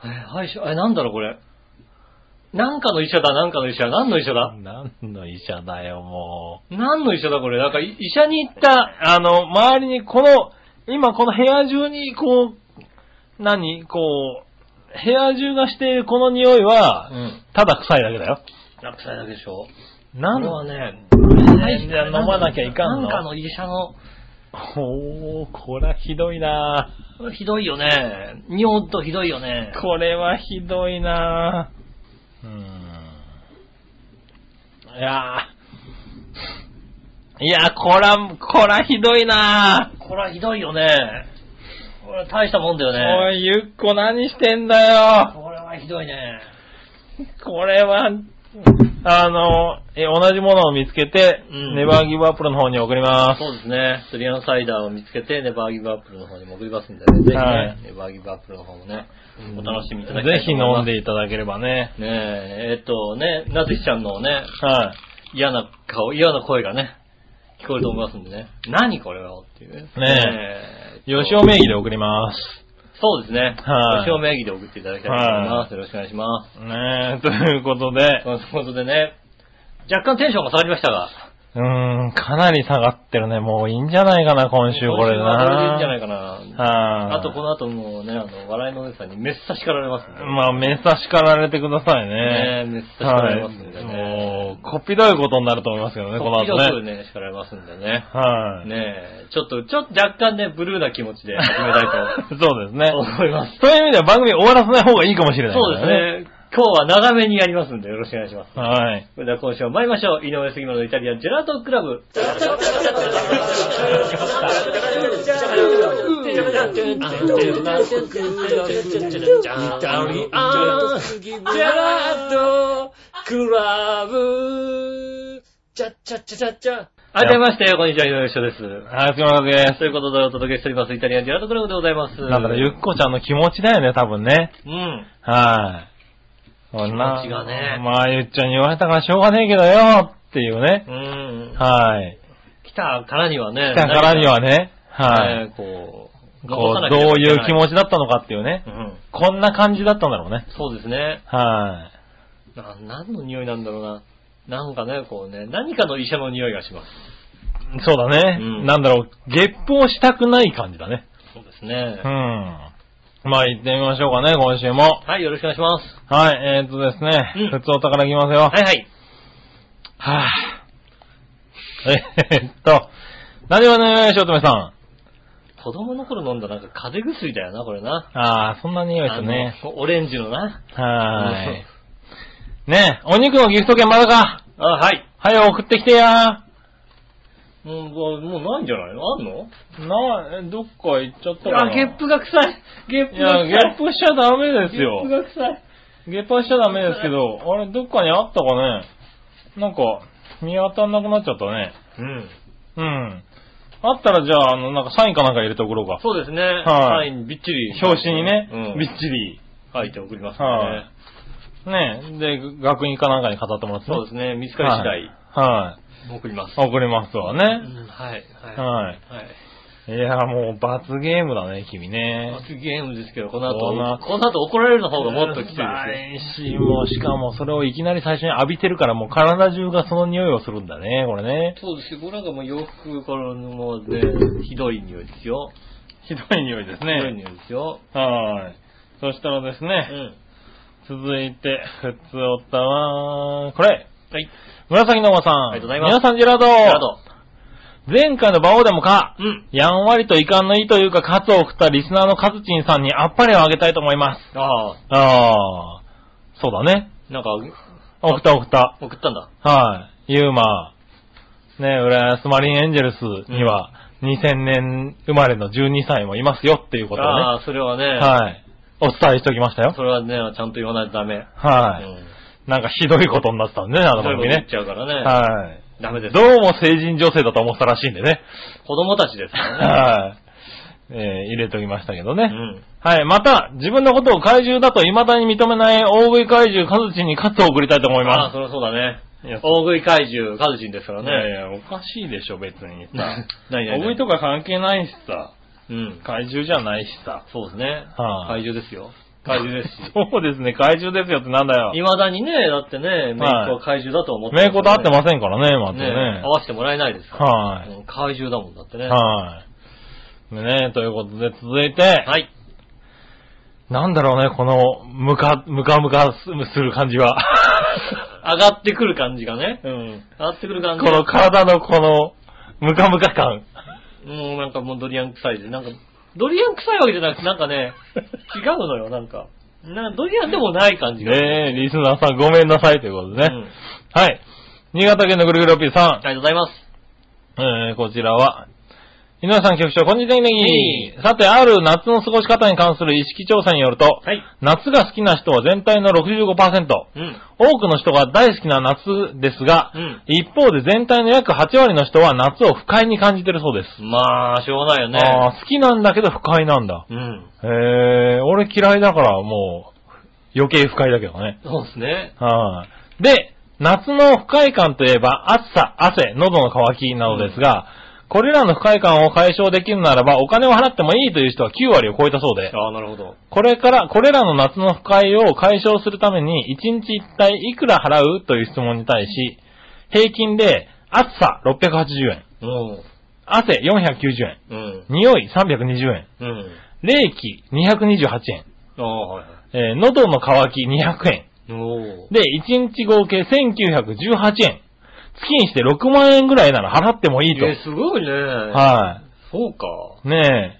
Speaker 2: えー歯医者、え、なんだろう、これ。なんかの医者だ、なんかの医者。何の医者だ
Speaker 3: 何の医者だよ、もう。
Speaker 2: 何の医者だ、これ。なんか、い医者に行った、
Speaker 3: あの、周りにこの、今この部屋中に、こう、何こう、部屋中がしているこの匂いは、
Speaker 2: ん。
Speaker 3: ただ臭いだけだよ。
Speaker 2: 落栽だけでしょ。
Speaker 3: な
Speaker 2: これ
Speaker 3: の
Speaker 2: はね、
Speaker 3: いや飲まなきゃいかんの
Speaker 2: なんかの医者の、
Speaker 3: おー、これはひどいな
Speaker 2: ひどいよね。尿とひどいよね。
Speaker 3: これはひどいなうーん。いやーいやー、こら、こらひどいなー
Speaker 2: これはひどいよね。これは大したもんだよ
Speaker 3: お
Speaker 2: ね。
Speaker 3: い、ゆっこ何してんだよ
Speaker 2: これはひどいね。
Speaker 3: これは、あの、え、同じものを見つけて、
Speaker 2: うん
Speaker 3: ネバーギブアップルの方に送ります。
Speaker 2: そうですね。スリアンサイダーを見つけて、ネバーギブアップルの方にも送りますんでね。ぜひね、
Speaker 3: はい
Speaker 2: ネバーギブアップルの方もね、お楽しみいただきた
Speaker 3: ぜ
Speaker 2: い
Speaker 3: ひ
Speaker 2: と思い
Speaker 3: 飲
Speaker 2: ま
Speaker 3: ん
Speaker 2: す。
Speaker 3: でいただければね。
Speaker 2: ねえ、えっとね、なつきちゃんのね、
Speaker 3: は
Speaker 2: 嫌な顔、嫌な声がね、聞こえると思いますんでね。何これはっていうね。ね
Speaker 3: い。吉尾名義で送ります。
Speaker 2: そうですね。
Speaker 3: はい
Speaker 2: 吉尾名義で送っていただきたいと思います。よろしくお願いします。
Speaker 3: ねえ、ということで
Speaker 2: と、いうことでね、若干テンションが下がりましたが、
Speaker 3: うーん、かなり下がってるね。もういいんじゃないかな、今週こ
Speaker 2: 今
Speaker 3: れ
Speaker 2: 週はこれでいいんじゃな
Speaker 3: な。
Speaker 2: いかな。
Speaker 3: は
Speaker 2: あとこの後もうね、あの、笑いのお姉さんにめっさ叱られますんで。
Speaker 3: まあ、めっさ叱られてください
Speaker 2: ね
Speaker 3: ね。
Speaker 2: めっさ叱ら
Speaker 3: は
Speaker 2: れ
Speaker 3: い。
Speaker 2: ますんでね。
Speaker 3: もう、こっぴどいことになると思いますけどね、この
Speaker 2: 時
Speaker 3: 後
Speaker 2: 々
Speaker 3: ね。
Speaker 2: ね、叱られますんでね。
Speaker 3: はい。
Speaker 2: ねえ、ちょっと、ちょっと若干ね、ブルーな気持ちで始めたいと <laughs>
Speaker 3: そうですね。
Speaker 2: 思います。
Speaker 3: <laughs> そういう意味では番組終わらせない方がいいかもしれない、
Speaker 2: そうです。ね。今日は長めにやりますんでよろしくお願いします。
Speaker 3: はい。
Speaker 2: それでは今週も参りましょう。井上杉村のイタリアンジェラートクラブ。あ、出ましたよ。こんにちは、井上翔です。
Speaker 3: はい、すみませんで
Speaker 2: ということでお届けしております。イタリアンジェラートクラブでございます。
Speaker 3: す。なんだろう、ゆっこちゃんの気持ちだよね、多分ね。
Speaker 2: うん。
Speaker 3: はい。こんな
Speaker 2: 気持ちがね
Speaker 3: まあ、ゆっちゃんに言われたからしょうがねえけどよ、っていうね。
Speaker 2: うん。
Speaker 3: はい。
Speaker 2: き来たからにはね。
Speaker 3: 来たからにはね、はい。
Speaker 2: 何かねこう、
Speaker 3: こう、どういう気持ちだったのかっていうね
Speaker 2: う。ん。
Speaker 3: こんな感じだったんだろうね。
Speaker 2: そうですね。
Speaker 3: は
Speaker 2: な、何の匂いなんだろうな。なんかね、こうね、何かの医者の匂いがします。
Speaker 3: い。そうだね。
Speaker 2: うん
Speaker 3: なんだろう、ゲップをしたくない感じだね。
Speaker 2: そうですね
Speaker 3: うん。。まあ行ってみましょうかね、今週も。
Speaker 2: はい、よろしくお願いします。
Speaker 3: はい、えー、っとですね、
Speaker 2: うん
Speaker 3: 普通お宝いきますよ。
Speaker 2: はいはい。
Speaker 3: はぁ、えーっと、何はね、しおとめさん。
Speaker 2: 子供の頃飲んだなんか風邪薬だよな、これな。
Speaker 3: あー、そんな匂いですね。
Speaker 2: あのオレンジのな。
Speaker 3: はーい。ねえお肉のギフト券まだか
Speaker 2: <laughs> あ、はい。
Speaker 3: 早く送ってきてや
Speaker 2: もう、もうもうないんじゃないのあんの
Speaker 3: なえ、どっか行っちゃっ
Speaker 2: あ、ゲップが臭い。ゲップ
Speaker 3: いや、
Speaker 2: が臭い。
Speaker 3: ゲップしちゃダメですよ
Speaker 2: ゲップ。が臭い。
Speaker 3: ゲップはしちゃダメですけど、あれ、どっかにあったかねなんか、見当たんなくなっちゃったね。
Speaker 2: うん。
Speaker 3: うん。あったらじゃあ、あの、なんかサインかなんか入れておこうか。
Speaker 2: そうですね。
Speaker 3: はい
Speaker 2: サインびっちり。
Speaker 3: 表紙にね、
Speaker 2: うん
Speaker 3: びっちり。
Speaker 2: 書いて送ります
Speaker 3: はい
Speaker 2: ね。
Speaker 3: ねで、学院かなんかに飾ってもらってね、
Speaker 2: そうですね。見つかり次
Speaker 3: はい
Speaker 2: 第、
Speaker 3: はい、
Speaker 2: 送ります。
Speaker 3: 送りますわね。
Speaker 2: うんはい。は。
Speaker 3: はい
Speaker 2: はい。
Speaker 3: い。いや、もう罰ゲームだね、君ね。
Speaker 2: 罰ゲームですけど、この
Speaker 3: そうな
Speaker 2: 後、この後怒られるの方がもっときついですよ。
Speaker 3: すし、もうしかもそれをいきなり最初に浴びてるから、もう体中がその匂いをするんだね、これね。
Speaker 2: そうですよ。これなんかもう洋服からのもうね、ひどい匂いですよ。
Speaker 3: ひどい匂いです
Speaker 2: ひどい
Speaker 3: ね。
Speaker 2: 匂いですよ。
Speaker 3: はい。そしたらです
Speaker 2: う
Speaker 3: ね、
Speaker 2: ん。
Speaker 3: 続いて、ふつおたは、これ
Speaker 2: はい。
Speaker 3: 紫のおばさん。
Speaker 2: ありがとうございます
Speaker 3: 皆さん、ジェラード
Speaker 2: なるほど。
Speaker 3: 前回のバオでもか、
Speaker 2: うん。
Speaker 3: やんわりと遺憾の意というか、カツを送ったリスナーのカズチンさんにあっぱれをあげたいと思います。
Speaker 2: ああ、
Speaker 3: ああ、そうだね。
Speaker 2: なんか、
Speaker 3: 送った送った。
Speaker 2: 送ったんだ。
Speaker 3: はい。ユーマね、浦安マリンエンジェルスには、2000年生まれの12歳もいますよっていうことをね、
Speaker 2: ああ、それはね、
Speaker 3: はい。お伝えしておきましたよ。
Speaker 2: それはね、ちゃんと言わないとダメ。
Speaker 3: はい。なんかひどいことになってたんでね、あ
Speaker 2: う
Speaker 3: の
Speaker 2: ん。そういうこと
Speaker 3: 番組
Speaker 2: 言っ
Speaker 3: ね。
Speaker 2: ちゃうからね。
Speaker 3: はい。
Speaker 2: ダメです
Speaker 3: ど。うも成人女性だと思ってたらしいんでね。
Speaker 2: 子供たちですからね。
Speaker 3: はい。えー入れておきましたけどね。
Speaker 2: うん。
Speaker 3: はい。また、自分のことを怪獣だと未だに認めない大食い怪獣カズチンに勝つを送りたいと思い
Speaker 2: ああ、
Speaker 3: ま
Speaker 2: そりゃそうだね
Speaker 3: いや。
Speaker 2: 大食い怪獣、カズチンですから
Speaker 3: す。
Speaker 2: ね。
Speaker 3: いや、おかしいでしょ、別に
Speaker 2: なないないない
Speaker 3: 大食いとか関係ないしさ、
Speaker 2: うん。
Speaker 3: 怪獣じゃないしさ。
Speaker 2: そうですね。
Speaker 3: は
Speaker 2: 怪
Speaker 3: い
Speaker 2: 獣ですよ。怪獣ですし。
Speaker 3: そうですね、怪獣ですよってなんだ
Speaker 2: <laughs>
Speaker 3: よ。
Speaker 2: 未だにね、だってね、メイクは怪獣だと思って、
Speaker 3: 名古と合って
Speaker 2: す
Speaker 3: ませんからね、まず
Speaker 2: ね
Speaker 3: ね
Speaker 2: 合。わせてもらえないですから。
Speaker 3: はい
Speaker 2: うん怪獣だもんだってね。
Speaker 3: はい。ねということで続いて、
Speaker 2: はい。 <laughs>
Speaker 3: なんだろうね、この、ムカ、ムカムカすする感じは。
Speaker 2: 上がってくる感じがね。
Speaker 3: うん。
Speaker 2: 上がってくる感じ
Speaker 3: <laughs> この体のこの、ムカムカ感。
Speaker 2: もうなんかもうドリアン臭いです。なんか、ドリアン臭いわけじゃなくて、なんかね、
Speaker 3: <laughs>
Speaker 2: 違うのよ、なんか。なドリアンでもない感じが。
Speaker 3: ねえ、リスナーさんごめんなさいということで
Speaker 2: う
Speaker 3: ね。
Speaker 2: ん
Speaker 3: はい。新潟県のぐるぐるおっぴーさ
Speaker 2: ありがとうございます。
Speaker 3: ん。えー、こちらは、井上さん局長、こんにちは、ネギ
Speaker 2: い
Speaker 3: さて、ある夏の過ごし方に関する意識調査によると、
Speaker 2: はい。
Speaker 3: 夏が好きな人は全体の65%、
Speaker 2: うん。
Speaker 3: 多くの人が大好きな夏ですが、
Speaker 2: うん
Speaker 3: 一方で全体の約8割の人は夏を不快に感じてるそうです。
Speaker 2: まあ、しょうがないよね。
Speaker 3: あー好きなんだけど不快なんだ。
Speaker 2: うん。
Speaker 3: へえ、俺嫌いだからもう余計不快だけどね。
Speaker 2: そうですね。
Speaker 3: はい。で、夏の不快感といえば暑さ、汗、喉の渇きなどですが、これらの不快感を解消できるならばお金を払ってもいいという人は9割を超えたそうで、
Speaker 2: ああ、なるほど。
Speaker 3: これから、これらの夏の不快を解消するために、1日一体いくら払うという質問に対し、平均で、暑さ680円、
Speaker 2: うん。
Speaker 3: 汗490円、
Speaker 2: うん。
Speaker 3: 匂い320円、
Speaker 2: うん。
Speaker 3: 冷気228円、
Speaker 2: ああ、はいは
Speaker 3: えー喉の渇き200円、
Speaker 2: い。おー
Speaker 3: で、1日合計1918円、月にして6万円ぐらいなら払ってもいいと。
Speaker 2: え、すごいね。
Speaker 3: は
Speaker 2: そうか。
Speaker 3: い。ねえ、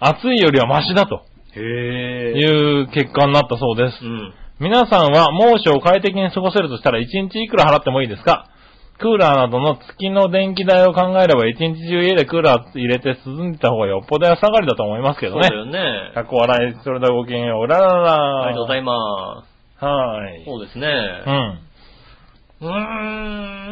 Speaker 3: 暑いよりはマシだと
Speaker 2: へ
Speaker 3: い
Speaker 2: え。
Speaker 3: う結果になったそうです
Speaker 2: う。ん。
Speaker 3: 皆さんは猛暑を快適に過ごせるとしたら1日いくら払ってもいいですかクーラーなどの月の電気代を考えれば1日中家でクーラー入れて涼んでた方がよっぽど安上がりだと思いますけ
Speaker 2: そ
Speaker 3: ど
Speaker 2: う
Speaker 3: ね
Speaker 2: だ。よね。
Speaker 3: かっこ笑い、それではごきげんよう。うらららら。
Speaker 2: ありがとうござ
Speaker 3: い
Speaker 2: いま
Speaker 3: ます。は
Speaker 2: す。
Speaker 3: い。
Speaker 2: そうですね。
Speaker 3: うん。
Speaker 2: うー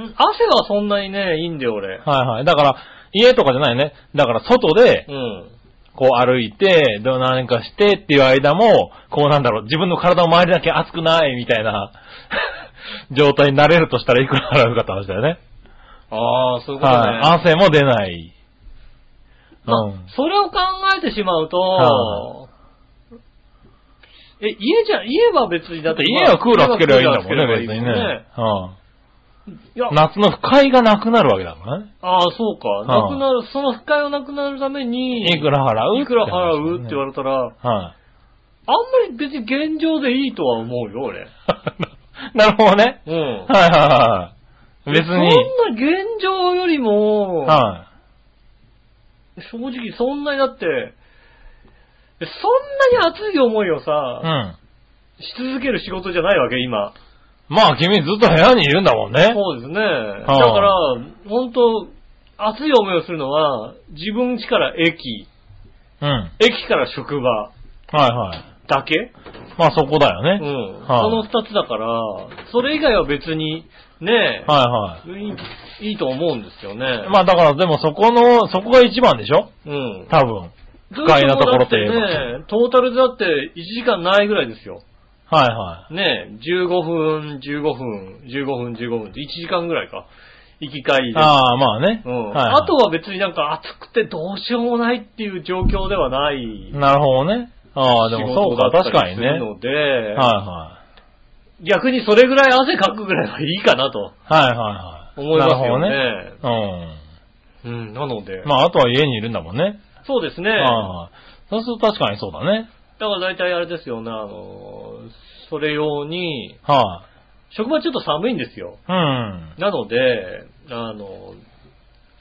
Speaker 2: ん。汗はそんなにね、いいんだよ、俺。
Speaker 3: はいはい。だから、家とかじゃないね。だから外で、
Speaker 2: うん。
Speaker 3: こう歩いて、どう何かしてっていう間も、こうなんだろう、自分の体の周りだけ <laughs> 熱くないみたいな状態になれるとしたらいくら払うかって話だよね。
Speaker 2: ああ、そういうことね。
Speaker 3: はい。汗も出ない。う
Speaker 2: まあ
Speaker 3: ん。
Speaker 2: それを考えてしまうと、
Speaker 3: は
Speaker 2: え、家じゃ、家は別に、だって、
Speaker 3: 家はクーラーつければいいんだもんね、別にね。はあ、夏の不快がなくなるわけだからね。
Speaker 2: ああ、そうか。
Speaker 3: は
Speaker 2: ないくなる、その不快をなくなるために、
Speaker 3: いくら払う
Speaker 2: いくら払うって言わ
Speaker 3: れ
Speaker 2: れたら、
Speaker 3: て。は
Speaker 2: あんまり別に現状でいいとは思うよ、俺。
Speaker 3: い。 <laughs> なるほどね。
Speaker 2: うん。
Speaker 3: はいはいはい。別
Speaker 2: そん
Speaker 3: に。
Speaker 2: な現状よりも、
Speaker 3: は
Speaker 2: 正直そんなにだって、そんなに熱い思いを
Speaker 3: い。
Speaker 2: さ
Speaker 3: う、ん。
Speaker 2: し続ける仕事じゃないわけ、今。
Speaker 3: まあ君ずっと部屋にいるんだもんね。
Speaker 2: そうですね。だから、本当熱い思いをするのは、自分家から駅、
Speaker 3: うん。はい
Speaker 2: 駅から職場
Speaker 3: はい。
Speaker 2: だけ
Speaker 3: まあそこだよ
Speaker 2: うん。
Speaker 3: ね。
Speaker 2: そ
Speaker 3: はい
Speaker 2: の二つだから、それ以外は別に、ね
Speaker 3: はい
Speaker 2: いいと思うんですよね
Speaker 3: い。。まあだからでもそこの、そこが一番でしょ
Speaker 2: うん。
Speaker 3: 多分。
Speaker 2: 不
Speaker 3: 快なところといえば
Speaker 2: ね、トータルでだって1時間ないぐらいですよ。
Speaker 3: はいは
Speaker 2: ね、15分、15分、15分、15分って1時間ぐらいか。行き帰り
Speaker 3: い。
Speaker 2: で。
Speaker 3: ああ、まあね。
Speaker 2: うん
Speaker 3: はいはい
Speaker 2: あとは別になんか暑くてどうしようもないっていう状況ではない。
Speaker 3: なるほどね。ああ、でもそうか、確かにね。
Speaker 2: な
Speaker 3: はい
Speaker 2: ので、
Speaker 3: は
Speaker 2: 逆にそれぐらい汗かくぐらいはいいかなと
Speaker 3: い。はいはいはい。
Speaker 2: 思いますよね。
Speaker 3: なるほどね。
Speaker 2: うん、なので、
Speaker 3: うん。まああとは家にいるんだもんね。
Speaker 2: そうですね。
Speaker 3: ああ。そうすると確かにそうだね。
Speaker 2: だから大体あれですよね、あの、それ用に、
Speaker 3: は
Speaker 2: 職場ちょっと寒いんですよ。
Speaker 3: い。うん。
Speaker 2: なので、あの、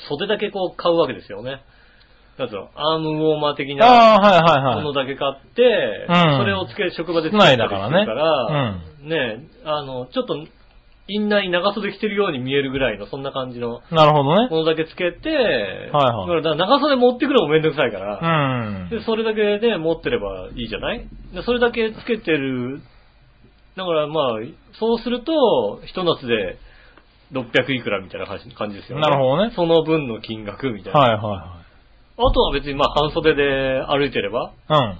Speaker 2: 袖だけこう買うわけですよね。なんつうのアームウォーマー的
Speaker 3: あ
Speaker 2: な
Speaker 3: あ、はいは
Speaker 2: も
Speaker 3: い
Speaker 2: の
Speaker 3: はい。
Speaker 2: だけ買って、
Speaker 3: うん
Speaker 2: それをつけ、職場でつ
Speaker 3: 室
Speaker 2: けたりする
Speaker 3: 内だ
Speaker 2: か、
Speaker 3: かららね。
Speaker 2: ねえ、あの、ちょっと、院内長袖着てるように見えるぐらいの、そんな感じの
Speaker 3: うん。なるほどね。
Speaker 2: ものだけつけて、はい
Speaker 3: は
Speaker 2: だ
Speaker 3: い
Speaker 2: から長袖持ってくるのもめんどくさいから、
Speaker 3: う
Speaker 2: で、それだけで、持ってればいいじゃないでそれだけつけてる、だからまあ、そうすると、一夏で600いくらみたいな感じ感じですよね。
Speaker 3: なるほどね
Speaker 2: その分の金額みたい
Speaker 3: ん。
Speaker 2: な。
Speaker 3: はいは
Speaker 2: あとは別にまあ、半袖で歩いてれば、
Speaker 3: いは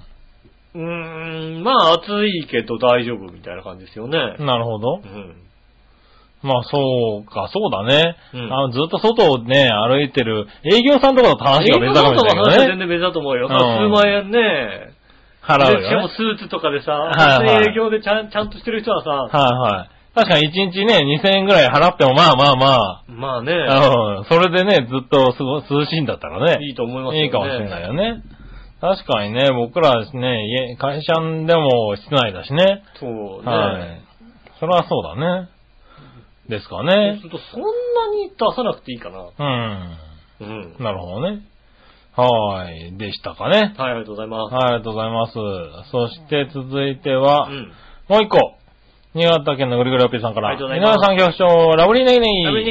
Speaker 2: うーん、まあ暑いけど大丈夫みたいな感じですよね。
Speaker 3: い。うん。なるほど
Speaker 2: う。ん。
Speaker 3: まあそうか、そうだね。
Speaker 2: うん
Speaker 3: あのずっと外をね、歩いてる、営業さんとかの話
Speaker 2: 映
Speaker 3: が
Speaker 2: 画
Speaker 3: 別だかもしれないけど
Speaker 2: 全
Speaker 3: ね。
Speaker 2: 然別だと思うよ。
Speaker 3: うん
Speaker 2: まあ数万円ね。
Speaker 3: 払う
Speaker 2: でしか
Speaker 3: よ
Speaker 2: も
Speaker 3: ね。
Speaker 2: スーツとかでさ、
Speaker 3: はいはい
Speaker 2: 本当に営業でちゃんちゃんとしてる人はさ、
Speaker 3: はいはい。確かに一日ね、2000円ぐらい払ってもまあまあま
Speaker 2: まあね、
Speaker 3: あ、うん、それでね、ずっとすご涼しいんだったらね、
Speaker 2: いいと思いますよね。
Speaker 3: いいかもしれないよね。確かにね、僕らね、家会社でも室内だしね。
Speaker 2: そうね。
Speaker 3: はい。それはそうだね。ですか
Speaker 2: そう
Speaker 3: ね
Speaker 2: す。るとそんなに出さなくていいかな。
Speaker 3: うん。
Speaker 2: うん。
Speaker 3: なるほどね。はい。でしたかね。
Speaker 2: はい、ありがとうございます。
Speaker 3: はい、ありがとうございます。そして続いては、
Speaker 2: うん。
Speaker 3: もう一個。新潟県のぐるぐるおっぴーさんか
Speaker 2: あ
Speaker 3: ら。
Speaker 2: りがとうございます
Speaker 3: 井上さん局長、ラブリーネギ
Speaker 2: ラブ
Speaker 3: ネ
Speaker 2: リ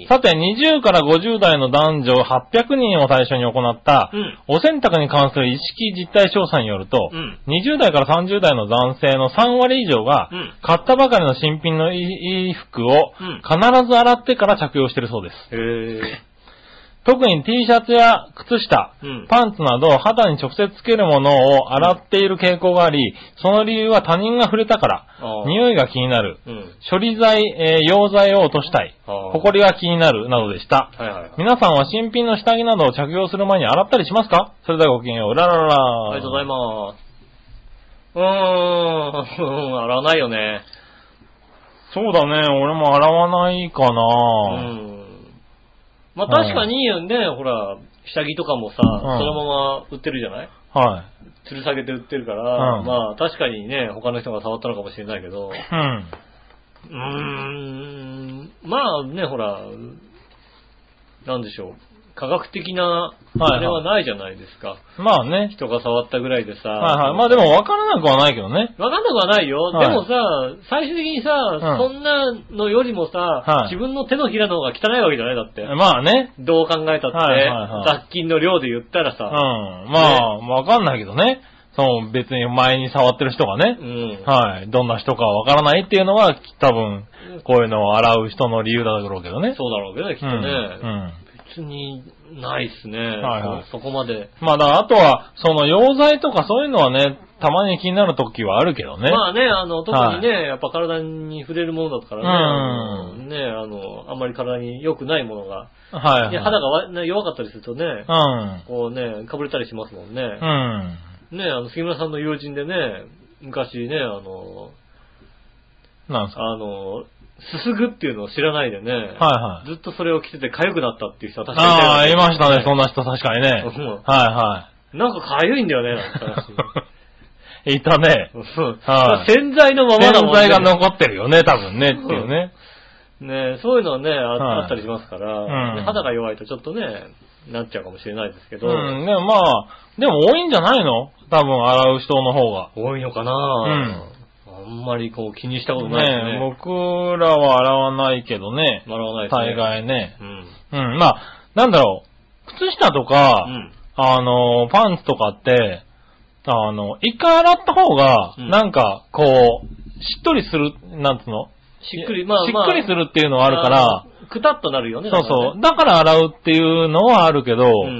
Speaker 2: ネギ
Speaker 3: さて、20から50代の男女800人を対象に行った、
Speaker 2: うん
Speaker 3: お洗濯に関する意識実態調査によると、
Speaker 2: うん
Speaker 3: 20代から30代の男性の3割以上が、
Speaker 2: うん
Speaker 3: 買ったばかりの新品の衣服を
Speaker 2: うん
Speaker 3: 必ず洗ってから着用しているそうです。
Speaker 2: へえ。
Speaker 3: 特に T シャツや靴下、
Speaker 2: うん
Speaker 3: パンツなど肌に直接つけるものを洗っている傾向があり、その理由は他人が触れたから、
Speaker 2: あー
Speaker 3: 匂いが気になる、
Speaker 2: うん。
Speaker 3: 処理剤、えー溶剤を落としたい、
Speaker 2: あー
Speaker 3: 埃が気になるなどでした。
Speaker 2: はいはいはい。
Speaker 3: 皆さんは新品の下着などを着用する前に洗ったりしますかそれではごきげんよう。ラララ
Speaker 2: あ
Speaker 3: ラ。
Speaker 2: りがとうござい
Speaker 3: ま
Speaker 2: ます。うーん、 <laughs> 洗わないよね。
Speaker 3: す。そうだね、俺も洗わないか
Speaker 2: う
Speaker 3: な、
Speaker 2: ん。まあ
Speaker 3: はい
Speaker 2: 確かにね、ほら、下着とかもさ、そのまま売ってるじゃない
Speaker 3: はい。
Speaker 2: 吊る下げて売ってるから、
Speaker 3: うん
Speaker 2: まあ確かにね、他の人が触ったのかもしれないけど、
Speaker 3: うん。
Speaker 2: うーん、まあね、ほら、なんでしょう、科学的な、
Speaker 3: はい
Speaker 2: あれはないじゃないですか。
Speaker 3: まあね。
Speaker 2: 人が触ったぐらいでさ、
Speaker 3: はいはい。まあでも分からなくはないけどね。
Speaker 2: わかんなくはないよ。
Speaker 3: はい
Speaker 2: でもさ、最終的にさ、そんなのよりもさ、
Speaker 3: はい
Speaker 2: 自分の手のひらの方が汚いわけじゃないだって。
Speaker 3: まあね。
Speaker 2: どう考えたって、
Speaker 3: はいはいはい
Speaker 2: 雑菌の量で言ったら
Speaker 3: うん
Speaker 2: さ、。
Speaker 3: まあ、わかんないけどね。その別に前に触ってる人がね
Speaker 2: う。ん。
Speaker 3: はい。どんな人かわからないっていうのは、き多分、こういうのを洗う人の理由だろうけどね。
Speaker 2: そうだろうけどね、きっと
Speaker 3: う
Speaker 2: ね
Speaker 3: ん。うん。
Speaker 2: 別に、ないっすね、
Speaker 3: はいはい
Speaker 2: そ。そこまで。
Speaker 3: まあだからあとは、その溶剤とかそういうのはね、たまに気になる時はあるけどね。
Speaker 2: まあね、あの、特にね、やっぱ体に触れるものだからね、あ
Speaker 3: う
Speaker 2: のね、あの、あんまり体に良くないものが、
Speaker 3: はい、
Speaker 2: ね、肌がわね弱かったりするとね、
Speaker 3: が。
Speaker 2: こうね、かぶれたりしますもんね。
Speaker 3: うん。うん。
Speaker 2: ね、あの、杉村さんの友人でね、昔ね、あの、
Speaker 3: なんですか
Speaker 2: あの、すすぐっていうのを知らないでね、
Speaker 3: はいはい。
Speaker 2: ずっとそれを着てて痒くなったっていう人は確かに
Speaker 3: ああ、いましたね、そ
Speaker 2: の
Speaker 3: んな人確かにね。はい
Speaker 2: うん
Speaker 3: は
Speaker 2: なんか痒いんだよ
Speaker 3: <laughs>
Speaker 2: ね、なんか話
Speaker 3: い。いたね。
Speaker 2: うん
Speaker 3: はい
Speaker 2: 洗剤のまま
Speaker 3: 洗
Speaker 2: だもん
Speaker 3: 剤が残ってるよね、多分ね、っていうね。
Speaker 2: ねそういうのはね、あ,、
Speaker 3: はい
Speaker 2: ったりしますから、
Speaker 3: うん
Speaker 2: 肌が弱いとちょっとね、なっちゃうかもしれないですけど、
Speaker 3: うん、でもまあ、でも多いんじゃないの多分洗う人の方が。
Speaker 2: 多いのかな、あんまりこう気にしたことないですね。
Speaker 3: ね僕らは洗わないけどね。
Speaker 2: ならないですね。
Speaker 3: 大。概ね。
Speaker 2: うん。
Speaker 3: うん、まあ、なんだろう。靴下とか、
Speaker 2: うん。
Speaker 3: あの、パンツとかって、あの、一回洗った方が、
Speaker 2: うん
Speaker 3: なんか、こう、しっとりする、なんつうの
Speaker 2: しっくり、まあ、
Speaker 3: し
Speaker 2: まあ
Speaker 3: っくりするっていうのはあるから、、
Speaker 2: くたっとなるよね。
Speaker 3: そうそう。だから洗うっていうのはあるけど、
Speaker 2: う
Speaker 3: うん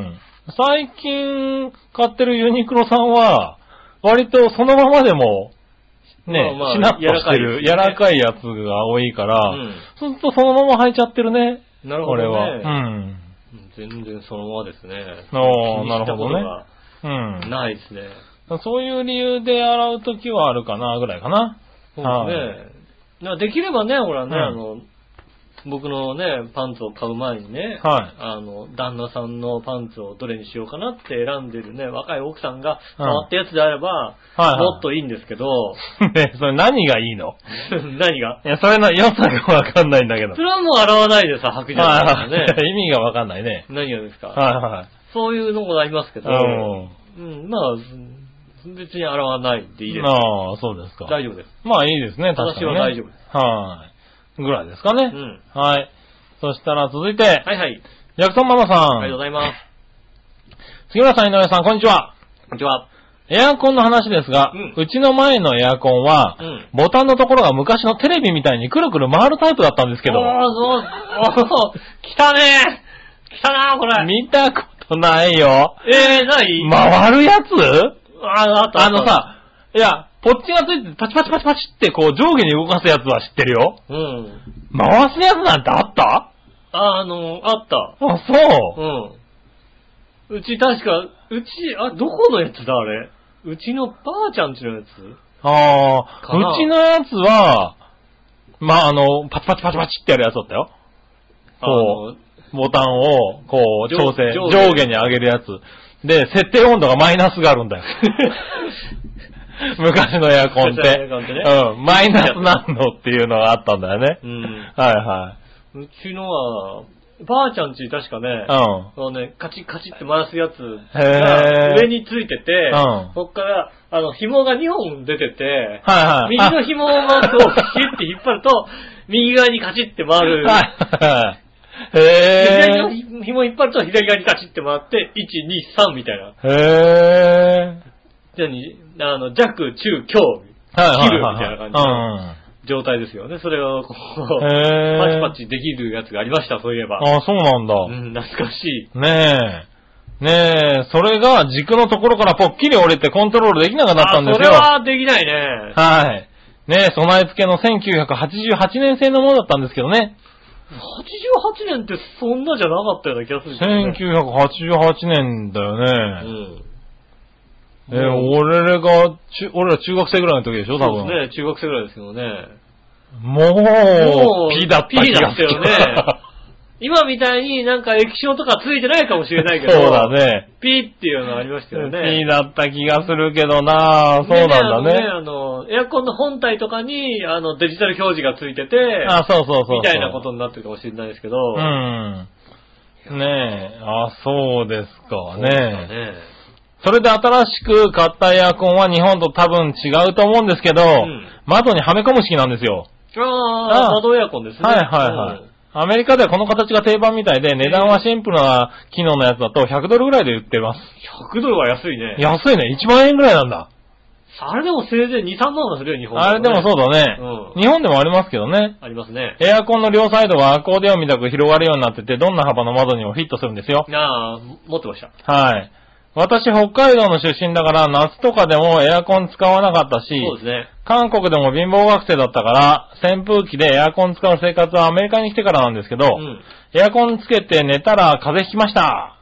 Speaker 3: ん。。最近買ってるユニクロさんは、割とそのままでも、ね、
Speaker 2: まあまあ
Speaker 3: しなっとしてる柔
Speaker 2: 柔ら
Speaker 3: ら
Speaker 2: か
Speaker 3: かいやつが多いから、
Speaker 2: うん
Speaker 3: そうするとそのまま履いちゃってるね、
Speaker 2: なるほど、
Speaker 3: 俺
Speaker 2: ね。
Speaker 3: は。うん。
Speaker 2: 全然そのままですね。
Speaker 3: おー
Speaker 2: 気にしたことが
Speaker 3: うん。
Speaker 2: ないですね。
Speaker 3: そういう理由で洗うときはあるかな、ぐらいかな。 <laughs>
Speaker 2: そうです
Speaker 3: はい
Speaker 2: ね。だからできればね、ほらね、
Speaker 3: うん
Speaker 2: あの、僕のね、パンツを買う前にね、
Speaker 3: はい
Speaker 2: あの、旦那さんのパンツをどれにしようかなって選んでるね、若い奥さんが
Speaker 3: うん
Speaker 2: 触ったやつであれば、
Speaker 3: はいはい
Speaker 2: もっといいんですけど、 <laughs>
Speaker 3: ね、それ何がいいの
Speaker 2: 何が
Speaker 3: いや、それの良さがわかんないんだけど。
Speaker 2: それはもう洗わないでさ、履くじゃない
Speaker 3: は
Speaker 2: で
Speaker 3: い
Speaker 2: すか
Speaker 3: は
Speaker 2: ね。
Speaker 3: い意味がわかんないね。
Speaker 2: 何がですか
Speaker 3: はいはい。
Speaker 2: そういうのもありますけど、
Speaker 3: うん
Speaker 2: うん、まあ、別に洗わないでいいです。
Speaker 3: ああ、そうですか。
Speaker 2: 大丈夫です。
Speaker 3: まあいいですね、確かに、ね。
Speaker 2: 私は大丈夫で
Speaker 3: はい。ぐらいですかね。
Speaker 2: うん
Speaker 3: はい。そしたら続いて、
Speaker 2: はいはい。
Speaker 3: ジャクソンママさ
Speaker 2: あ
Speaker 3: ん。
Speaker 2: りがとうございます。
Speaker 3: 杉村さん、井上さん、こんにちは。
Speaker 2: こんにちは。
Speaker 3: エアコンの話ですが、
Speaker 2: うん
Speaker 3: ちの前のエアコンは、
Speaker 2: うん
Speaker 3: ボタンのところが昔のテレビみたいにくるくる回るタイプだったんですけど、
Speaker 2: おー、そう、おー、来たねー来たなー、これ。
Speaker 3: 見たことないよ。
Speaker 2: えー、ない
Speaker 3: 回るやつ
Speaker 2: あの、あった。
Speaker 3: あの、さ、いや、ポッチがついててパチパチパチパチってこう上下に動かすやつは知ってるよ。
Speaker 2: うん。
Speaker 3: 回すやつなんてあった
Speaker 2: あ、あの、あった。
Speaker 3: あ、そう。
Speaker 2: うん。うち確か、うち、あ、どこのやつだ、あれ。うちのばあちゃんちのやつ
Speaker 3: あ
Speaker 2: かな
Speaker 3: あ、うちのやつは、まあ、あの、パチパチパチパチってやるやつだったよ。
Speaker 2: あの
Speaker 3: こう、ボタンを、こう、
Speaker 2: 上
Speaker 3: 調整、
Speaker 2: 上
Speaker 3: 上
Speaker 2: 下
Speaker 3: 下に上げるやつ。で、設定温度がマイナスがある
Speaker 2: <laughs>
Speaker 3: んだよ。昔のエアコンっ
Speaker 2: 昔のエ
Speaker 3: て。
Speaker 2: アコンってね
Speaker 3: うん、マイナス何度っていうのがあったんだよね。
Speaker 2: うん。
Speaker 3: はいは
Speaker 2: うちのは、ばあちゃんち確かね、
Speaker 3: い。
Speaker 2: そうね、カチッカチッって回すやつ
Speaker 3: へ
Speaker 2: が
Speaker 3: ー
Speaker 2: 上についてて、
Speaker 3: うん
Speaker 2: そっから、あの、紐が2本出てて、
Speaker 3: はいはい
Speaker 2: 右の紐を回すと、ヒュッて引っ張る
Speaker 3: <laughs>
Speaker 2: と、右側にカチッって回
Speaker 3: う
Speaker 2: る
Speaker 3: ん。。はいはい。へ
Speaker 2: 左の紐を引っ張ると、左側にカチッって回って、1、2、3みたいな。
Speaker 3: ぇー。へぇー。
Speaker 2: 何あの、弱、中、強、
Speaker 3: はいはい
Speaker 2: 切るみたいな
Speaker 3: は
Speaker 2: 感
Speaker 3: い。
Speaker 2: じ状態ですよね。それを、こう、
Speaker 3: へー
Speaker 2: パチパチできるやつがありました、そういえば。
Speaker 3: うん。あ、そうなんだ。
Speaker 2: うん、懐かしい。
Speaker 3: ねえ。ねえ、それが軸のところからぽっきり折れてコントロールできなくなったんで
Speaker 2: あ、そ
Speaker 3: す
Speaker 2: れ
Speaker 3: よ。
Speaker 2: はできないね。
Speaker 3: はい。ねえ、備え付けの1988年製のものだったんですけどね。
Speaker 2: 88年ってそんなじゃなかったような気がするけどね
Speaker 3: 1988年だよね。
Speaker 2: うん。
Speaker 3: えー
Speaker 2: もう
Speaker 3: 俺らが、ちゅ俺ら中学生ぐらいの時でしょ、多
Speaker 2: そう
Speaker 3: 分。
Speaker 2: ですね、中学生ぐらいですけどね。も
Speaker 3: も
Speaker 2: う
Speaker 3: う、ピーだった気がする
Speaker 2: P だったよね今みたいになんか液晶とかついてないかもしれないけど、
Speaker 3: <laughs> そうだ。ね。
Speaker 2: ピーっていうのありました
Speaker 3: ピ
Speaker 2: よね。
Speaker 3: ーだった気がするけどなぁ、そうなんだ
Speaker 2: であのね、
Speaker 3: ね。
Speaker 2: あの、エアコンの本体とかに、あの、デジタル表示がついてて、
Speaker 3: あ、そうそうそうそう。
Speaker 2: みたいなことになってるかもしれないですけど、
Speaker 3: うん。ねえ、あ、そうですか
Speaker 2: そうですか
Speaker 3: ね。
Speaker 2: ね。
Speaker 3: それで新しく買ったエアコンは日本と多分違うと思うんですけど、
Speaker 2: ん
Speaker 3: 窓にはめ込む式なんですよ。
Speaker 2: ああ、
Speaker 3: あ
Speaker 2: 窓エアコンですね。
Speaker 3: はいはいはい。
Speaker 2: うん
Speaker 3: アメリカではこの形が定番みたいで、値段はシンプルな機能のやつだと100ドルぐらいで売ってます。
Speaker 2: 100ドルは安いね。
Speaker 3: 安いね。1万円ぐらいなんだ。
Speaker 2: あれでもせいぜい2、3万はするよ、日本
Speaker 3: あれでもそう
Speaker 2: う。
Speaker 3: だね、
Speaker 2: うん
Speaker 3: 日本でもありますけどね。
Speaker 2: ありますね。
Speaker 3: エアコンの両サイドがアコーディオンみたく広がるようになってて、どんな幅の窓にもフィットするんですよ。
Speaker 2: なあ、持ってました。
Speaker 3: はい。私、北海道の出身だから、夏とかでもエアコン使わなかったし、
Speaker 2: そうですね。
Speaker 3: 韓国でも貧乏学生だったから、扇風機でエアコン使う生活はアメリカに来てからなんですけど、
Speaker 2: うん。
Speaker 3: エアコンつけて寝たら風邪ひきました。
Speaker 2: あ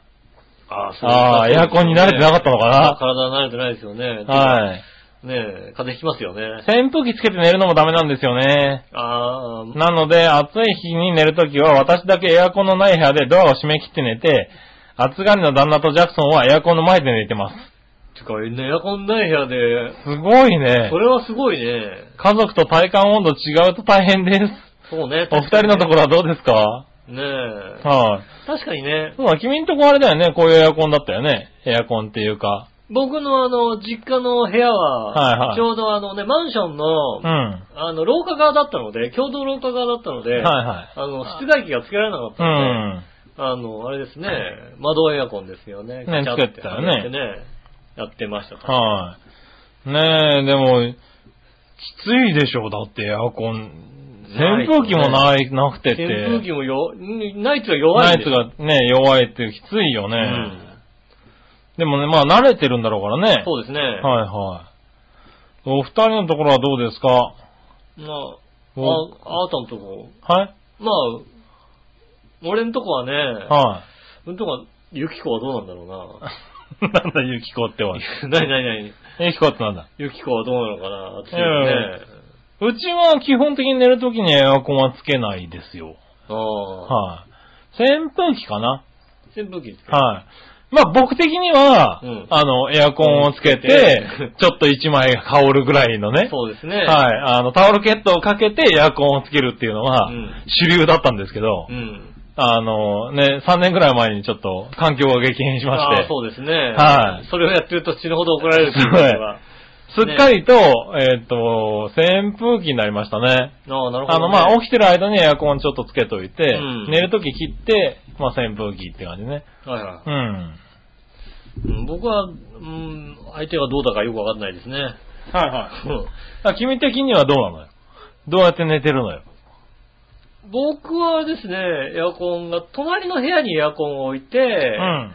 Speaker 2: あ、
Speaker 3: ああエアコンに慣れてなかったのかな
Speaker 2: 体慣れてないですよね。
Speaker 3: はい。
Speaker 2: い。ねえ、風邪ひきますよね。
Speaker 3: 扇風機つけて寝るのもダメなんですよね。
Speaker 2: ああ、
Speaker 3: なので、暑い日に寝るときは、私だけエアコンのない部屋でドアを閉め切って寝て、暑がりの旦那とジャクソンはエアコンの前で寝てます。
Speaker 2: てか、ね、エアコンない部屋で、
Speaker 3: すごいね
Speaker 2: そ。れはすごいね。
Speaker 3: 家族と体感温度違うと大変です。
Speaker 2: そうね。
Speaker 3: お二人のところはどうですかは
Speaker 2: ねえ
Speaker 3: い、。
Speaker 2: 確かにね、
Speaker 3: そうだ、君んとこあれだよね。こういうエアコンだったよね。エアコンっていうか。
Speaker 2: 僕のあの、実家の部屋は、
Speaker 3: はいはい
Speaker 2: ちょうどあのね、マンションの、
Speaker 3: うん。は
Speaker 2: あの、廊下側だったので、共同廊下側だったので、
Speaker 3: いは
Speaker 2: あの、室外機がつけられなかっ
Speaker 3: い。う
Speaker 2: たので、
Speaker 3: ん。
Speaker 2: あの、あれですね、窓エアコンですよね。
Speaker 3: ね
Speaker 2: カチャ
Speaker 3: つけてたよね
Speaker 2: はめてやってましたから。
Speaker 3: はい。ねえ、でも、きついでしょう。だってエアコン。扇風機も
Speaker 2: い。
Speaker 3: ない、なくてって。
Speaker 2: 扇風機もよ、んナイツが弱いんです
Speaker 3: ナイツがね、弱いってきついよね。
Speaker 2: うん
Speaker 3: でもね、まあ慣れてるんだろうからね。
Speaker 2: そうですね。
Speaker 3: はいはい。お二人のところはどうですか
Speaker 2: まあ、
Speaker 3: お
Speaker 2: あ、あなたのとこ、
Speaker 3: はい
Speaker 2: まあ、俺のとこはね、
Speaker 3: は
Speaker 2: 俺のとこは、ゆきこはどうなんだろう <laughs> な。
Speaker 3: い。なんだ、ゆきこ <laughs> っては。
Speaker 2: なに <laughs> なになに
Speaker 3: ゆきこってなんだ。
Speaker 2: ゆきこはどうなのかなって
Speaker 3: いやいや
Speaker 2: いうね。
Speaker 3: うちは基本的に寝るときにエアコンはつけないですよ。
Speaker 2: ああ。
Speaker 3: はい。扇風機かな
Speaker 2: 扇風機ですか
Speaker 3: はい。まあ僕的には、
Speaker 2: うん
Speaker 3: あの、エアコンをつけて
Speaker 2: つけて、
Speaker 3: <laughs> ちょっと一枚が羽織るぐらいのね。
Speaker 2: そうですね。
Speaker 3: はい。あの、タオルケットをかけてエアコンをつけるっていうのが
Speaker 2: うん
Speaker 3: 主流だったんですけど、
Speaker 2: うん。
Speaker 3: あのね、3年ぐらい前にちょっと環境が激変しまし
Speaker 2: ああ、
Speaker 3: て、
Speaker 2: そうですね。
Speaker 3: はい
Speaker 2: それをやってると死ぬほど怒られるというのは。
Speaker 3: すっかりと、えっ、と、扇風機になりましたね。
Speaker 2: ああ、なるほど、ね。
Speaker 3: あの、まあ、
Speaker 2: お
Speaker 3: 起きてる間にエアコンちょっとつけといて、
Speaker 2: うん
Speaker 3: 寝るとき切って、まあ、扇風機って感じね。
Speaker 2: はいは
Speaker 3: うん。
Speaker 2: いうん。僕は、うん、相手がどうだかよくわかんないですね。
Speaker 3: はいはい。君的にはどうなのよどうやって寝てるのよ
Speaker 2: 僕はですね、エアコンが、隣の部屋にエアコンを置いて、
Speaker 3: うん。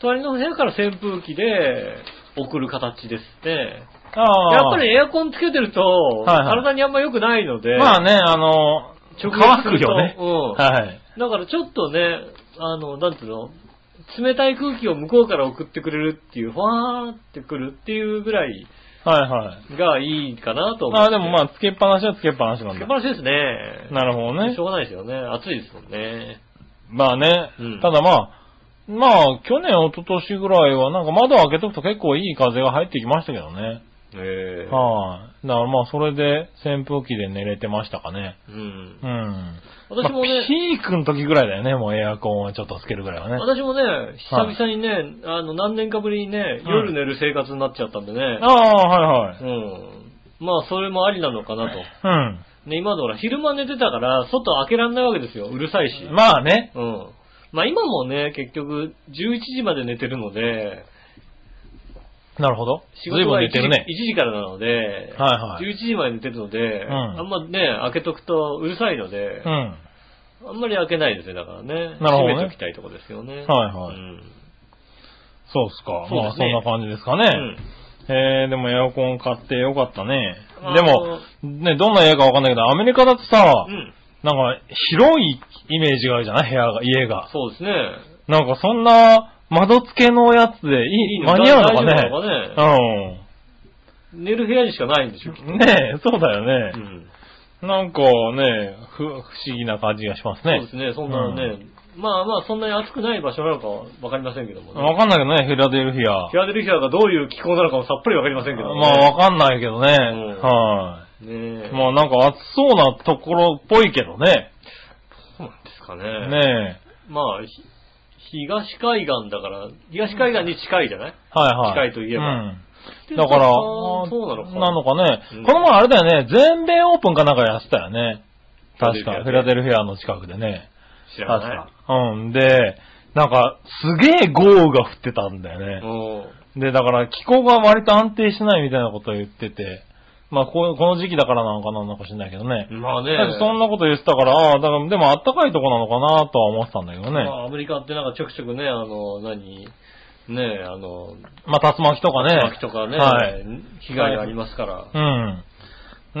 Speaker 2: 隣の部屋から扇風機で送る形ですね。
Speaker 3: ああ。
Speaker 2: やっぱりエアコンつけてると、
Speaker 3: いはい
Speaker 2: 体にあんま良くないので、
Speaker 3: まあね、あの、
Speaker 2: 直
Speaker 3: 乾
Speaker 2: す
Speaker 3: く
Speaker 2: ると
Speaker 3: よね。
Speaker 2: うん。
Speaker 3: はい。
Speaker 2: だからちょっとね、あの、なんていうの、冷たい空気を向こうから送ってくれるっていう、ふわーってくるっていうぐらい
Speaker 3: はいはい。
Speaker 2: がいいかなと思って。
Speaker 3: ああ、でもま
Speaker 2: あ、
Speaker 3: あ、つけっぱなしはつけっぱなしなん
Speaker 2: 素晴
Speaker 3: だ。
Speaker 2: らしいですね。
Speaker 3: なるほどね
Speaker 2: しょ。うがないですよね。暑いですもんね。
Speaker 3: まあね、
Speaker 2: うん
Speaker 3: ただまあ、まあ、去年、一昨年ぐらいは、なんか窓開けとくと結構いい風が入ってきましたけどね。
Speaker 2: ええ
Speaker 3: はい、だからまあ、それで扇風機で寝れてましたかね。
Speaker 2: うん
Speaker 3: う。ん。
Speaker 2: 私も
Speaker 3: まあ
Speaker 2: ね、
Speaker 3: ピークの時ぐらいだよね、もうエアコンをちょっとつけるぐらいはね。
Speaker 2: 私もね、久々にね、あの、何年かぶりにね、
Speaker 3: うん
Speaker 2: 夜寝る生活になっちゃったんでね。
Speaker 3: ああ、はいは
Speaker 2: う
Speaker 3: い。
Speaker 2: ん。まあ、それもありなのかなと。
Speaker 3: うん。
Speaker 2: ね、今のほら、昼間寝てたから、外開けられないわけですよ。うるさいし。
Speaker 3: まあね。
Speaker 2: うん。まあ今もね、結局、11時まで寝てるので、
Speaker 3: なるほど。
Speaker 2: 仕事
Speaker 3: 随分
Speaker 2: は
Speaker 3: 寝
Speaker 2: 1
Speaker 3: て
Speaker 2: 時
Speaker 3: るね。
Speaker 2: 1時からなので、
Speaker 3: はいはい
Speaker 2: 11時まで寝てるので、
Speaker 3: ん
Speaker 2: あんまね、開けとくとうるさいので
Speaker 3: う、ん。
Speaker 2: あんまり開けないですね、だからね。
Speaker 3: なるほどね
Speaker 2: 閉めときたいとこですよね。
Speaker 3: はいはい
Speaker 2: うん
Speaker 3: そうっすか。
Speaker 2: そう
Speaker 3: ま
Speaker 2: で
Speaker 3: あ、
Speaker 2: す
Speaker 3: そ
Speaker 2: ね
Speaker 3: んな感じですかね。えー、でもエアコン買ってよかったね
Speaker 2: あー。
Speaker 3: でも、ね、どんな家かわかんないけど、アメリカだとさ、
Speaker 2: うん。うん。
Speaker 3: なんか、広いイメージがあるじゃない部屋が、家が。
Speaker 2: そうですね。
Speaker 3: なんかそんな、窓付けのやつでいい、
Speaker 2: いいの
Speaker 3: 間に合うのか
Speaker 2: 大丈夫なのか
Speaker 3: ね。
Speaker 2: 寝る部屋にしかないんでしょ、きっと。
Speaker 3: うん。ねえ、そうだよ
Speaker 2: う
Speaker 3: ね。
Speaker 2: ん。
Speaker 3: なんかね、ふ、不思議な感じがします
Speaker 2: そう
Speaker 3: ね
Speaker 2: で。すね、そんなね。まあまあ、そんなに暑くない場所なのかわかりませんけどもね。
Speaker 3: わかんないけどね、フィラデルフィア。
Speaker 2: フィアデルフィアがどういう気候なのかもさっぱりわかりませんけどもね
Speaker 3: まあわかんないけどね。
Speaker 2: ん
Speaker 3: は
Speaker 2: ねえ。
Speaker 3: い。まあなんか暑そうなところっぽいけどね。
Speaker 2: そうなんですかね。
Speaker 3: ねえ。
Speaker 2: まあ、ひ東海岸だから、東海岸に近いじゃない
Speaker 3: はいはい。
Speaker 2: 近いといえば
Speaker 3: うん。だから、
Speaker 2: あーそうなのか。
Speaker 3: なのかね
Speaker 2: うん。
Speaker 3: この前あれだよね、全米オープンかなんかやってたよね。確か、
Speaker 2: フ
Speaker 3: フ
Speaker 2: ィラ
Speaker 3: ィラ
Speaker 2: デ
Speaker 3: デルフィアの近くでね。
Speaker 2: 知ら
Speaker 3: 確
Speaker 2: ない
Speaker 3: か。。うん。で、なんか、すげえ豪雨が降ってたんだよね。
Speaker 2: おー
Speaker 3: で、だから気候が割と安定しないみたいなことを言ってて、まあこう、この時期だからなのかなのかもしれないけどね。
Speaker 2: まあね
Speaker 3: だけどそんなこと言ってたから、ああ、だから、でもあったかいとこなのかなとは思ってたんだけど
Speaker 2: ま
Speaker 3: ね。
Speaker 2: あアメリカってなんかちょくちょくね、あの、何、ねえ、あの、
Speaker 3: まあ、竜巻とかね。
Speaker 2: 巻とかね、
Speaker 3: はい。
Speaker 2: 被害がありますから。
Speaker 3: うん。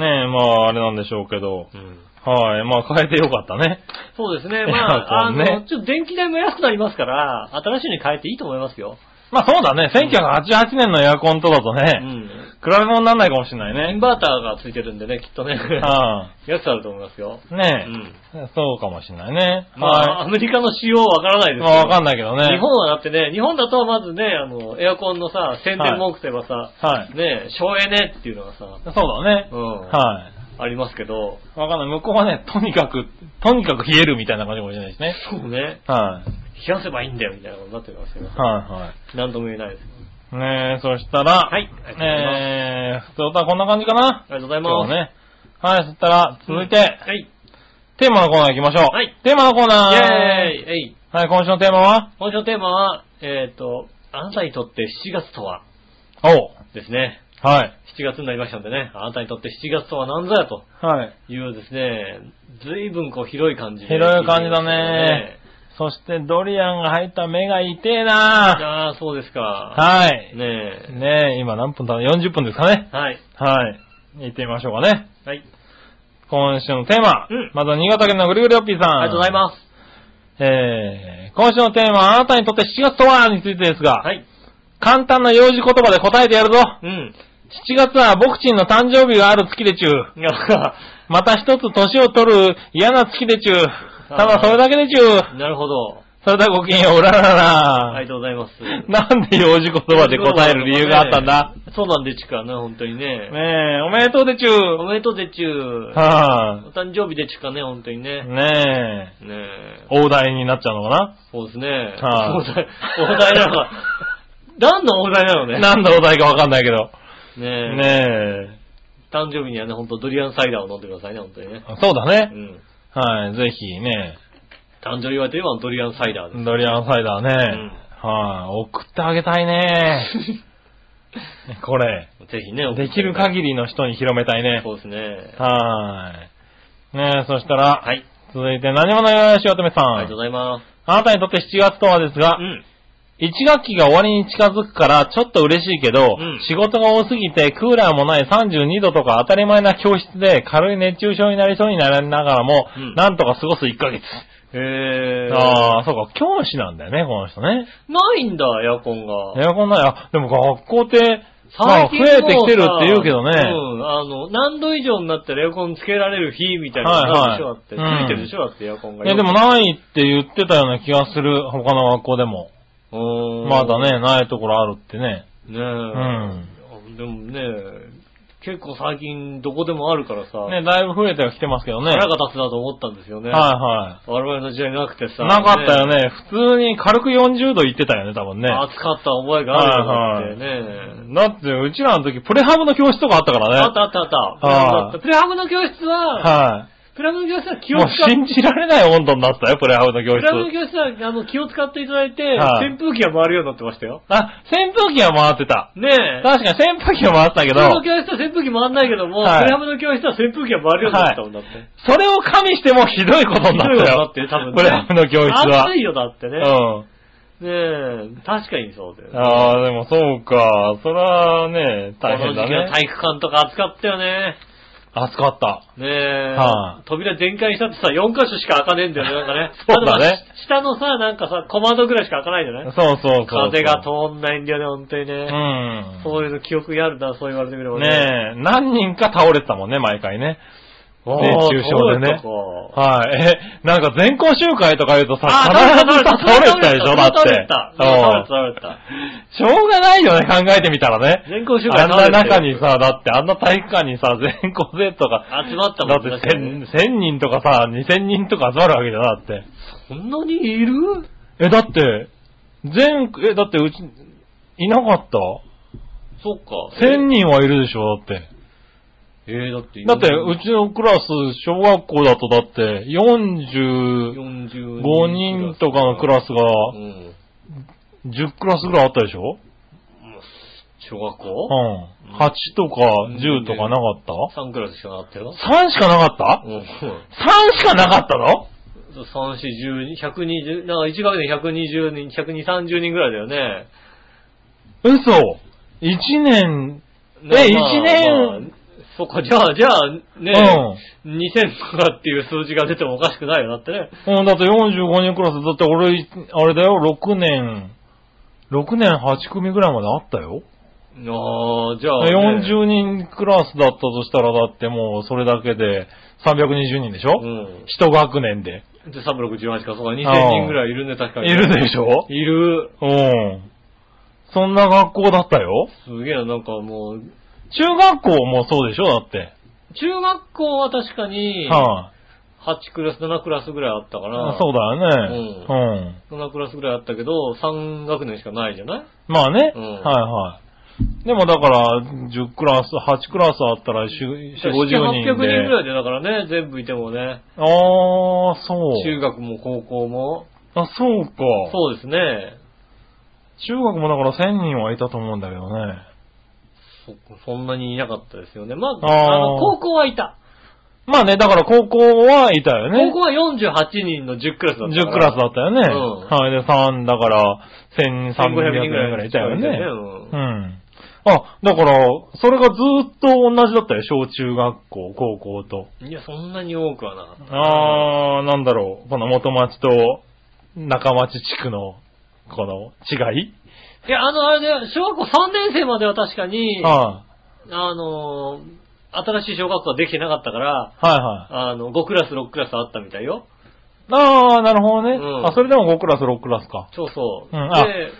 Speaker 3: ねえ、まあ、あれなんでしょうけど。
Speaker 2: うん
Speaker 3: はい。まあ、変えてよかったね。
Speaker 2: そうです
Speaker 3: <laughs>
Speaker 2: ね。
Speaker 3: いや
Speaker 2: まあ、あ
Speaker 3: そうね
Speaker 2: の、ちょっと電気代も安くなりますから、新しいに変えていいと思いますよ。
Speaker 3: まあ、そうだね。1988年のエアコンとだと
Speaker 2: う
Speaker 3: ね、
Speaker 2: ん。
Speaker 3: 比べ物にならないかもしれない
Speaker 2: イ
Speaker 3: ね
Speaker 2: ン。バーターがついてるんでね、きっとね。
Speaker 3: あ
Speaker 2: 安くなると思いますよ。
Speaker 3: あ。
Speaker 2: う
Speaker 3: ねえ。
Speaker 2: ん。
Speaker 3: そうかもしれないね。
Speaker 2: まあ、
Speaker 3: は
Speaker 2: アメリカの仕様はわからない
Speaker 3: い。
Speaker 2: です
Speaker 3: まあ、わかん
Speaker 2: ない。
Speaker 3: ないけどね。
Speaker 2: 日本はだってね、日本だとまずね、あの、エアコンのさ、宣伝文句といえばさ、
Speaker 3: はい。
Speaker 2: ねえ、省エネっていうのがさ、
Speaker 3: そうだね
Speaker 2: う。ん、
Speaker 3: は
Speaker 2: ありますけど、
Speaker 3: い。わかんない。向こうはね、とにかく、とにかく冷えるみたいな感じかもしれないしね。
Speaker 2: そうね、
Speaker 3: はい。
Speaker 2: 冷やせばいいんだよみたいなことになってますけど、
Speaker 3: は
Speaker 2: 何とも言えないです。
Speaker 3: いはい。ねえ、そしたら、
Speaker 2: はいありがとうございます
Speaker 3: えー、普通はこんな感じかな。
Speaker 2: ありがとうござい
Speaker 3: 今日
Speaker 2: ま
Speaker 3: は
Speaker 2: す。
Speaker 3: ね。はい、そしたら、続いて、
Speaker 2: はい。
Speaker 3: テーマのコーナー行きましょう。
Speaker 2: はい。
Speaker 3: テーマのコーナー。
Speaker 2: イェーイえい
Speaker 3: はい、今週のテーマは
Speaker 2: 今週のテーマは、えっ、と、あなたにとって7月とは
Speaker 3: おう
Speaker 2: ですね。
Speaker 3: はい。
Speaker 2: 7月になりましたんでね、あなたにとって7月とは何ぞやと
Speaker 3: はい。
Speaker 2: いうですね、ずいぶんこう広い感じで。
Speaker 3: 広い感じだね。そして、ドリアンが入った目が痛えな
Speaker 2: ああ、そうですか。
Speaker 3: はい。
Speaker 2: ねえ。
Speaker 3: ねえ、今何分だ ?40 分ですかね。
Speaker 2: はい。
Speaker 3: はい。行ってみましょうかね。
Speaker 2: はい。
Speaker 3: 今週のテーマ。
Speaker 2: うん
Speaker 3: まずは新潟県のぐるぐるよっぴーさん。
Speaker 2: ありがとうございます。
Speaker 3: す。えー、今週のテーマはあなたにとって7月とはについてですが、
Speaker 2: はい。
Speaker 3: 簡単な用事言葉で答えてやるぞ。
Speaker 2: うん。 <laughs>
Speaker 3: 7月は僕ちんの誕生日がある月でちゅう。
Speaker 2: いや、
Speaker 3: また一つ年を取る嫌な月でちゅう。ただそれだけでちゅう。
Speaker 2: なるほど。
Speaker 3: それではごきげんよう、うらららら。
Speaker 2: ありがとうございます。
Speaker 3: なんで用事言葉で答える理由があったんだ。
Speaker 2: ね。そうなんでちゅかね、本当にね。
Speaker 3: ねえ、おめでとうでちゅ
Speaker 2: お
Speaker 3: う。
Speaker 2: めでとうでちゅう。
Speaker 3: は
Speaker 2: お誕生日でちゅかね、本当に
Speaker 3: い。
Speaker 2: ね。
Speaker 3: ねえ、
Speaker 2: ねえ。
Speaker 3: 大台になっちゃうのか
Speaker 2: そうですね。
Speaker 3: はい
Speaker 2: 大台、大台なのか。何の大台なのね。
Speaker 3: ななんで大台かわかんないけど。
Speaker 2: ねえ。
Speaker 3: ねえ、
Speaker 2: 誕生日にはね、本当ドリアンサイダーを飲んでくださいね、本当にね。
Speaker 3: そうだ
Speaker 2: う
Speaker 3: ね。
Speaker 2: ん。
Speaker 3: はい、ぜひね、
Speaker 2: 誕生日はといえばドリアンサイダーです。
Speaker 3: ドリアンサイダーね、はい、送ってあげたいね。
Speaker 2: <laughs>
Speaker 3: これ、
Speaker 2: ぜひね、
Speaker 3: できる限
Speaker 2: り。
Speaker 3: りの人に広めたいね。
Speaker 2: そうですね。
Speaker 3: はい。ねえ、そしたら、
Speaker 2: はい。
Speaker 3: 続いて何者よよしおとめさん。
Speaker 2: ありがとうございます。
Speaker 3: あなたにとって7月とはですが、
Speaker 2: うん。
Speaker 3: 1学期が終わりに近づくからちょっと嬉しいけど、
Speaker 2: うん
Speaker 3: 仕事が多すぎてクーラーもない32度とか当たり前な教室で軽い熱中症になりそうになりながらも、
Speaker 2: うん
Speaker 3: なんとか過ごす1ヶ月。
Speaker 2: へえ。
Speaker 3: ああ、そうか、教師なんだよね、この人ね。
Speaker 2: ないんだ、エアコンが。
Speaker 3: エアコンない。あ、でも学校って、まあ増えてきてるって言うけどね。
Speaker 2: うん、あの、何度以上になったらエアコンつけられる日みたいなのがあるでしょ、
Speaker 3: はいはい
Speaker 2: だって。つ
Speaker 3: うん
Speaker 2: いてるでしょ、だってエアコンが。
Speaker 3: いや、でもないって言ってたような気がする、他の学校でも。
Speaker 2: うーん
Speaker 3: まだ。ね、ないところあるってね。
Speaker 2: ねえ。うん。でもね、結構最近どこでもあるからさ、
Speaker 3: ね、だいぶ増えてはきてますけどね。
Speaker 2: 腹が立つなと思ったんですよね。
Speaker 3: はいは
Speaker 2: 我々の時代なくて
Speaker 3: い。
Speaker 2: さ。
Speaker 3: なかったよ。ね。普通に軽く40度いってたよね、多分ね。
Speaker 2: 暑かった覚えがあるんだってね。
Speaker 3: だって、うちらの時、プレハブの教室とかあったからね。
Speaker 2: あったあったあった。プレハブの教室は、
Speaker 3: は。
Speaker 2: プレハブの教室はい気を
Speaker 3: も
Speaker 2: 使
Speaker 3: う
Speaker 2: って
Speaker 3: 信じられない温度になったよ、プレハブの教
Speaker 2: クラブの
Speaker 3: 室。
Speaker 2: 教室は、あの、気を使っていただいて、
Speaker 3: はい
Speaker 2: 扇風機が回るようになってましたよ。
Speaker 3: あ、扇風機は回ってた。
Speaker 2: ねえ。
Speaker 3: <laughs> 確かに扇風機は回っ
Speaker 2: 普
Speaker 3: てたけ
Speaker 2: 通の
Speaker 3: ど、
Speaker 2: 教室は扇風機回んないけども、
Speaker 3: はい
Speaker 2: クラブの教室は扇風機が回るようになったもんだって。
Speaker 3: それを加味してもひどいことになった
Speaker 2: ひどいこと
Speaker 3: よ。
Speaker 2: になってる多分ね
Speaker 3: プレハブの教室は。
Speaker 2: 暑いよだってね。
Speaker 3: うん。
Speaker 2: ねえ、確かにそうだよ、ね。
Speaker 3: ああ、でもそうか。それはね、大変だ
Speaker 2: この時期は体
Speaker 3: ね。
Speaker 2: 育館とか暑かったよね。
Speaker 3: 暑かった。
Speaker 2: ねえ、
Speaker 3: はい。
Speaker 2: 扉全開にしたってさ、4箇所しか開かねえんだよね、なんかね
Speaker 3: <laughs> そうだね
Speaker 2: あとまあし下のさ、なんかさ、小窓ぐらいしか開かないんじゃない
Speaker 3: そうそうそうそう。
Speaker 2: 風が通んないんだよね、本当にね。
Speaker 3: うん。
Speaker 2: そういうの記憶にあるな、そう言われてみれば
Speaker 3: ねえ、何人か倒れてたもんね、毎回ね。
Speaker 2: あー
Speaker 3: 熱中症でね
Speaker 2: そうか
Speaker 3: はい。え、なんか全校集会とか言うとさ、
Speaker 2: あ
Speaker 3: 必ずさ倒れてたでしょ、だっ
Speaker 2: 倒れ
Speaker 3: て
Speaker 2: てた。。倒れてた、倒れてた。
Speaker 3: うんしょうがないよね、考えてみたらね。
Speaker 2: 全校集会
Speaker 3: あんな中に
Speaker 2: 集
Speaker 3: さ、だってあんな体育館にさ、全校生徒が、
Speaker 2: まった
Speaker 3: だ
Speaker 2: もん
Speaker 3: っ
Speaker 2: 確
Speaker 3: て
Speaker 2: かにね
Speaker 3: 1000 1000人とかさ、2000人とか集まるわけじゃなくて。
Speaker 2: そんなにいる
Speaker 3: え、だって、全、え、だってうち、いなかった
Speaker 2: そっか。
Speaker 3: ?1000人はいるでしょ、だって。
Speaker 2: えー、だって、
Speaker 3: だって、うちのクラス、小学校だとだって、45
Speaker 2: 45
Speaker 3: 人とかのクラスが、
Speaker 2: うん。
Speaker 3: 10クラスぐらいあったでしょ
Speaker 2: 小学
Speaker 3: う
Speaker 2: 校
Speaker 3: ん。8とか10とかなかった
Speaker 2: サンクラスしかなかったよ。
Speaker 3: ?3 しかなか
Speaker 2: う
Speaker 3: っ
Speaker 2: ん。
Speaker 3: た ?3 しかなかったの
Speaker 2: 3、4、10、120、なんか1学年120人、120、30人ぐらいだよね。
Speaker 3: 嘘 !1 年、え
Speaker 2: まあ
Speaker 3: 一年
Speaker 2: まあそっか、じゃあ、じゃあ、ね、2000とかっていう数字が出てもおかしくないよ、だってね。
Speaker 3: うん、だって45人クラス、だって俺、あれだよ、6年、6年8組ぐらいまであったよ。
Speaker 2: ああ、じゃあ、ね、
Speaker 3: 40人クラスだったとしたら、だってもうそれだけで320人でしょ、
Speaker 2: うん。
Speaker 3: 一学年で。
Speaker 2: で、368か、そうか、2000
Speaker 3: あー
Speaker 2: 人ぐらいいるね、確かに。
Speaker 3: いるでしょ
Speaker 2: いる。
Speaker 3: うん。そんな学校だったよ。
Speaker 2: すげえな、なんかもう、
Speaker 3: 中学校もそうでしょだって。
Speaker 2: 中学校は確かに、
Speaker 3: は
Speaker 2: 8クラス、7クラスぐらいあったか
Speaker 3: い、
Speaker 2: ら、
Speaker 3: そうだよね、
Speaker 2: う
Speaker 3: うん。
Speaker 2: 7クラスぐらいあったけど、3学年しかないじゃない
Speaker 3: まあね、
Speaker 2: うん
Speaker 3: はいはい。でもだから、10クラス、8クラスあったら4、50人で。
Speaker 2: 800人ぐらいで、だからね、全部いてもね、
Speaker 3: ああ、そう。
Speaker 2: 中学も高校も、
Speaker 3: あ、そうか。
Speaker 2: そうですね。
Speaker 3: 中学もだから1000人はいたと思うんだけどね。
Speaker 2: そ、そんなにいなかったですよね。まあ、
Speaker 3: あー
Speaker 2: あの、高校はいた。
Speaker 3: まあね、だから高校はいたよね。
Speaker 2: 高校は48人の10クラスだったから。
Speaker 3: 10クラスだったよね。
Speaker 2: うん
Speaker 3: はい。で、3だから、
Speaker 2: 1500人
Speaker 3: 1300 300人
Speaker 2: ぐら
Speaker 3: ぐら
Speaker 2: い
Speaker 3: い
Speaker 2: ぐらい
Speaker 3: いたよね。
Speaker 2: う
Speaker 3: うん。あ、だから、それがずーっと同じだったよ。小中学校、高校と。
Speaker 2: いや、そんなに多くはなかった。
Speaker 3: あー、なんだろう。この元町と中町地区の、この違い
Speaker 2: いや、あの、あれだよ、小学校3年生までは確かに、あ
Speaker 3: あ
Speaker 2: のー、新しい小学校はできてなかったから、
Speaker 3: あ、はいはい。
Speaker 2: あの、5クラス、6クラスあったみたいよ。
Speaker 3: あー、なるほどね。
Speaker 2: うん
Speaker 3: あ、それでも5クラス、6クラスか。
Speaker 2: そうそう。
Speaker 3: うんあ
Speaker 2: で、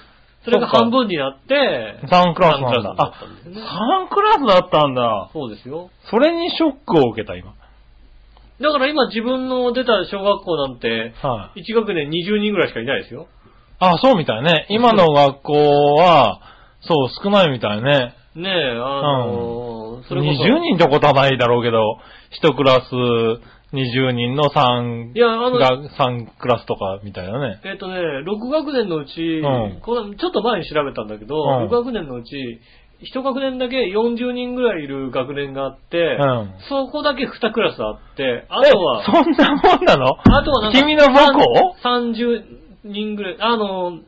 Speaker 2: それが
Speaker 3: そっか
Speaker 2: 半分になって、
Speaker 3: 3クラ
Speaker 2: 三ク
Speaker 3: スな
Speaker 2: ラ
Speaker 3: ん
Speaker 2: ス
Speaker 3: だ
Speaker 2: に。な
Speaker 3: あ
Speaker 2: ったんです、ね
Speaker 3: 3クラスだったんだ。
Speaker 2: そうですよ。
Speaker 3: それにショックを受けた、今。
Speaker 2: だから今自分の出た小学校なんて、
Speaker 3: はい。
Speaker 2: 1学年20人ぐらいしかいないですよ。
Speaker 3: あ、そうみたいね。今の学校は、そう、少ないみたいね。
Speaker 2: ねえ、あのーそれこそ。
Speaker 3: 20人ってことはないだろうけど、1クラス20人の3、
Speaker 2: いや、あの、
Speaker 3: が3クラスとかみたいなね。
Speaker 2: えっ、とね、6学年のうち、
Speaker 3: ん
Speaker 2: このちょっと前に調べたんだけど、
Speaker 3: うん
Speaker 2: 6学年のうち、1学年だけ40人ぐらいいる学年があって、
Speaker 3: ん
Speaker 2: そこだけ2クラスあって、あ
Speaker 3: え
Speaker 2: とは、
Speaker 3: そんなもんなの
Speaker 2: あとはなんか、
Speaker 3: 君の母校
Speaker 2: ?30 人ぐらい、あの、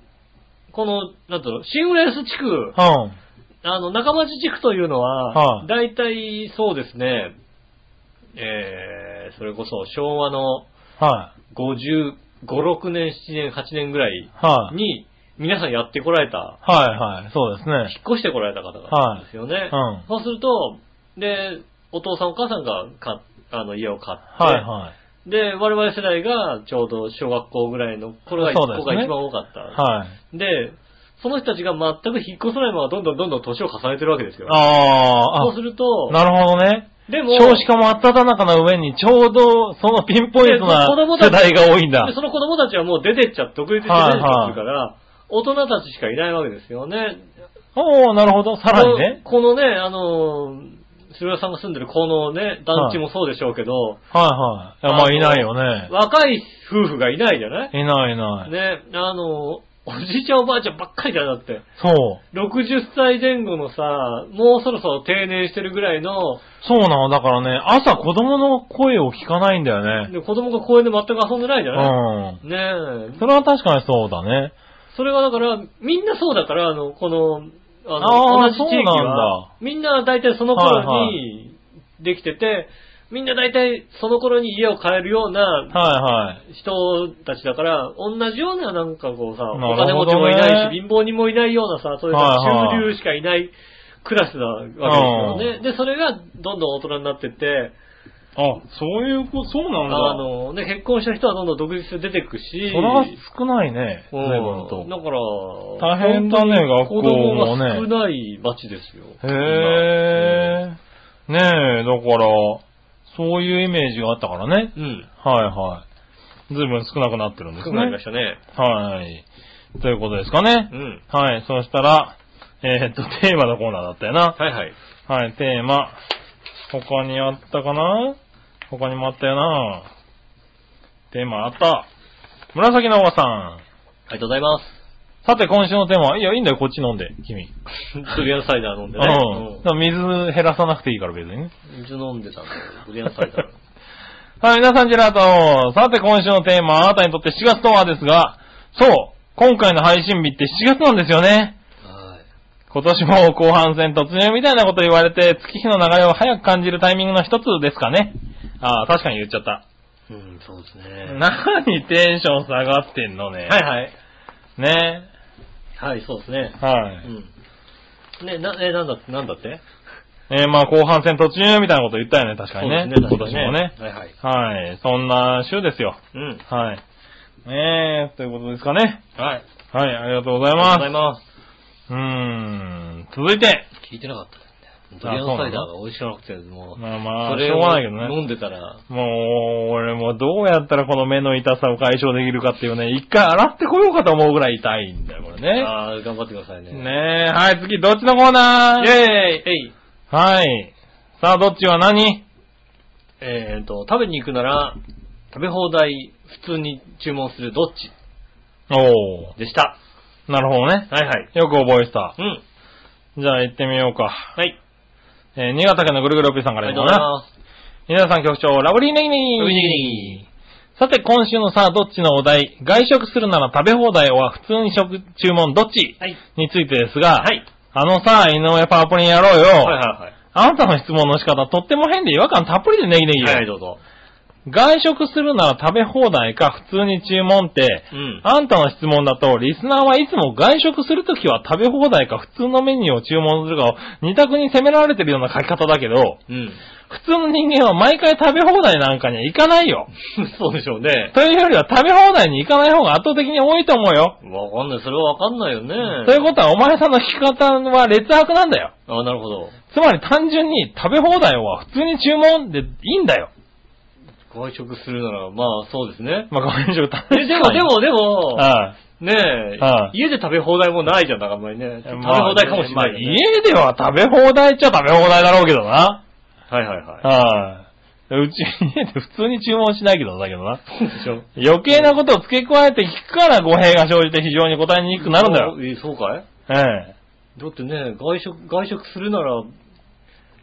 Speaker 2: この、なんだろうの、新浦安地区、
Speaker 3: うん。
Speaker 2: あの、中町地区というの
Speaker 3: は
Speaker 2: は、
Speaker 3: い
Speaker 2: だいたいそうですね、えー、それこそ昭和の
Speaker 3: は
Speaker 2: 55、6年、7年、8年ぐらい
Speaker 3: い。はい。
Speaker 2: に、皆さんやってこられた、
Speaker 3: はいはい。そうですね。
Speaker 2: 引っ越してこられた方が
Speaker 3: はい
Speaker 2: ですよね。
Speaker 3: うん
Speaker 2: そうすると、で、お父さんお母さんがかあの家を買って、
Speaker 3: はいはい。
Speaker 2: で、我々世代がちょうど小学校ぐらいの頃が、
Speaker 3: そうですね
Speaker 2: 子が一番多かった。
Speaker 3: はい。
Speaker 2: で、その人たちが全く引っ越さないままどんどんどんどん年を重ねてるわけですよ。
Speaker 3: あ
Speaker 2: そう
Speaker 3: ー
Speaker 2: すると
Speaker 3: あ、、なるほどね。
Speaker 2: でも、
Speaker 3: 少子化も真っ只中の上に、ちょうどそのピンポイントな
Speaker 2: で子供たち
Speaker 3: 世代が多いんだ
Speaker 2: で。その子供たちはもう出てっちゃ、独立して出てっちゃってるから、大人たちしかいないわけですよね。
Speaker 3: おー、なるほど。さらにね。
Speaker 2: このこのね、あのー、鶴屋さんが住んでるこのね、団地もそうでしょうけど、
Speaker 3: はいはい。いやまあ、いないよね。
Speaker 2: 若い夫婦がいないじゃない
Speaker 3: いないいない。
Speaker 2: ね、あのー、おじいちゃんおばあちゃんばっかりじゃんだって。
Speaker 3: そう。
Speaker 2: 60歳前後のさ、もうそろそろ定年してるぐらいの、
Speaker 3: そうなの。だからね、朝子供の声を聞かないんだよね。
Speaker 2: で子供が公園で全く遊んでないじゃない、
Speaker 3: うん。
Speaker 2: ねえ
Speaker 3: そ。れは確かにそうだね。
Speaker 2: それはだから、みんなそうだから、あの、この、あの、
Speaker 3: あー
Speaker 2: 同じ地域
Speaker 3: そうなん
Speaker 2: は
Speaker 3: だ、
Speaker 2: みんな大体その頃
Speaker 3: はい
Speaker 2: にできてて、みんな大体その頃に家を買えるような
Speaker 3: は
Speaker 2: 人たちだから、同じようななんかこうさ、お
Speaker 3: な
Speaker 2: 金
Speaker 3: る
Speaker 2: 持
Speaker 3: ほ
Speaker 2: ち
Speaker 3: どね
Speaker 2: もいないし、貧乏人もいないようなさ、そういうさ
Speaker 3: はいはい
Speaker 2: 中流しかいないクラスなわけですよね。で、それがどんどん大人になってって、
Speaker 3: いはい。あ、そういうこと、そうな
Speaker 2: あの、ね、結婚した人はどんどん独立して出てくし、
Speaker 3: それは少ないね。随
Speaker 2: うん
Speaker 3: 分と。
Speaker 2: だから、
Speaker 3: 大変だね
Speaker 2: 本当に
Speaker 3: 学校もね
Speaker 2: 子供が少ない町ですよ。
Speaker 3: へえ。ねえ、だから、そういうイメージがあったからね。
Speaker 2: 今。うん。
Speaker 3: はいはい。ずいぶん少なくなってるんです
Speaker 2: 少
Speaker 3: ね。
Speaker 2: くなりましたね。
Speaker 3: はい。ということですかね
Speaker 2: う。ん。
Speaker 3: はい。そしたら、えーっと、テーマのコーナーだったよな。
Speaker 2: はいはい。
Speaker 3: はい、テーマ。他にあったかな他にもあったよなテーマあった。紫のおばさん。
Speaker 2: ありがとうございます。
Speaker 3: さて、今週のテーマは、いや、いいんだよ、こっち飲んで、君。
Speaker 2: ドリアンサイダー飲ん
Speaker 3: う
Speaker 2: で
Speaker 3: ん。
Speaker 2: ね
Speaker 3: だ。から水減らさなくていいから、別にね。
Speaker 2: うん水飲んでたんだけどドリアンサ
Speaker 3: <laughs>
Speaker 2: イダー。
Speaker 3: はい、皆さん、ジェラート。さて、今週のテーマ、あなたにとって7月とはですが、そう今回の配信日って7月なんですよね。
Speaker 2: はい。
Speaker 3: 今年も後半戦突入みたいなこと言われて、月日の流れを早く感じるタイミングの一つですかね。ああ、確かに言っちゃった。
Speaker 2: うん、そうですね。
Speaker 3: 何テンション下がってんのね。
Speaker 2: はいはい。
Speaker 3: い。ね。
Speaker 2: はい、そうですね。
Speaker 3: は
Speaker 2: う
Speaker 3: い。
Speaker 2: ん。ね、な、え、なんだ、なんだって
Speaker 3: えーまあ後半戦突入みたいなこと言ったよね、確かにね。
Speaker 2: そうで
Speaker 3: 今
Speaker 2: す
Speaker 3: 年
Speaker 2: ね
Speaker 3: もね。
Speaker 2: はいはい。
Speaker 3: はい。そんな週ですよ。
Speaker 2: うん。
Speaker 3: はい。ねえ、ということですかね。
Speaker 2: はい。
Speaker 3: はい、ありがとうござい
Speaker 2: ありがとう
Speaker 3: ま
Speaker 2: ござい
Speaker 3: す。
Speaker 2: ます。
Speaker 3: うーん、続いて。
Speaker 2: 聞いてなかったんだ
Speaker 3: あ
Speaker 2: よね。ドリアンサイダー
Speaker 3: そ
Speaker 2: が美味しくなくて、もう、
Speaker 3: まあま
Speaker 2: そ
Speaker 3: あ、
Speaker 2: れ
Speaker 3: しょう
Speaker 2: を
Speaker 3: がないけどね。
Speaker 2: 飲んでたら、
Speaker 3: もう、俺もどうやったらこの目の痛さを解消できるかっていうね、一回洗ってこようかと思うぐらい痛いんだよ、これね。
Speaker 2: ああ、頑張ってくださいね。
Speaker 3: ねえ、はい、次、どっちのコーナー
Speaker 2: イェーイえい
Speaker 3: はい。さあ、どっちは何
Speaker 2: えーと、食べに行くなら、食べ放題、普通に注文するどっち
Speaker 3: お
Speaker 2: でした。
Speaker 3: ー、なるほどね。
Speaker 2: はいはい。
Speaker 3: よく覚えてた。
Speaker 2: うん。
Speaker 3: じゃあ行ってみようか。
Speaker 2: はい。
Speaker 3: えー、新潟県のぐるぐるおっぴーさんからいこう
Speaker 2: ありがと
Speaker 3: な。皆さん局長、ラブリーネギネギ
Speaker 2: うございます。
Speaker 3: さて、今週のさあ、どっちのお題、外食するなら食べ放題は普通に食、注文どっち
Speaker 2: はい。
Speaker 3: についてですが、
Speaker 2: はい。
Speaker 3: あのさあ、井上パワポリンやろうよ。
Speaker 2: はいはいはい。
Speaker 3: あなたの質問の仕方、とっても変で違和感たっぷりでネギネギよ、
Speaker 2: はいはい、どうぞ。
Speaker 3: 外食するなら食べ放題か普通に注文って、
Speaker 2: うん。
Speaker 3: あんたの質問だと、リスナーはいつも外食するときは食べ放題か普通のメニューを注文するかを二択に責められてるような書き方だけど、
Speaker 2: うん。 <laughs>
Speaker 3: 普通の人間は毎回食べ放題なんかには行かないよ。
Speaker 2: そうでしょうね。
Speaker 3: というよりは食べ放題に行かない方が圧倒的に多いと思うよ。
Speaker 2: わかんない。それはわかんないよね。
Speaker 3: ということはお前さんの聞き方は劣悪なんだよ。
Speaker 2: とあなるほど。
Speaker 3: つまり単純に食べ放題は普通に注文でいいんだよ。
Speaker 2: 外食するなら、まあそうですね。
Speaker 3: まあ、ごめんなさい確か
Speaker 2: え
Speaker 3: に
Speaker 2: でも、でも、でも、
Speaker 3: ああ
Speaker 2: ねえ
Speaker 3: ああ、
Speaker 2: 家で食べ放題もないじゃん、だからあんまりね。食べ放題かもしれないよね、
Speaker 3: まあ家では食べ放題っちゃ食べ放題だろうけどな。
Speaker 2: はいはいはい。
Speaker 3: はい。うち、家で普通に注文しないけど、だけどな。
Speaker 2: そうでしょ。
Speaker 3: 余計なことを付け加えて聞くから語弊が生じて非常に答えにくくなるんだよ。
Speaker 2: えそうかい
Speaker 3: え
Speaker 2: だってね、外食、外食するなら、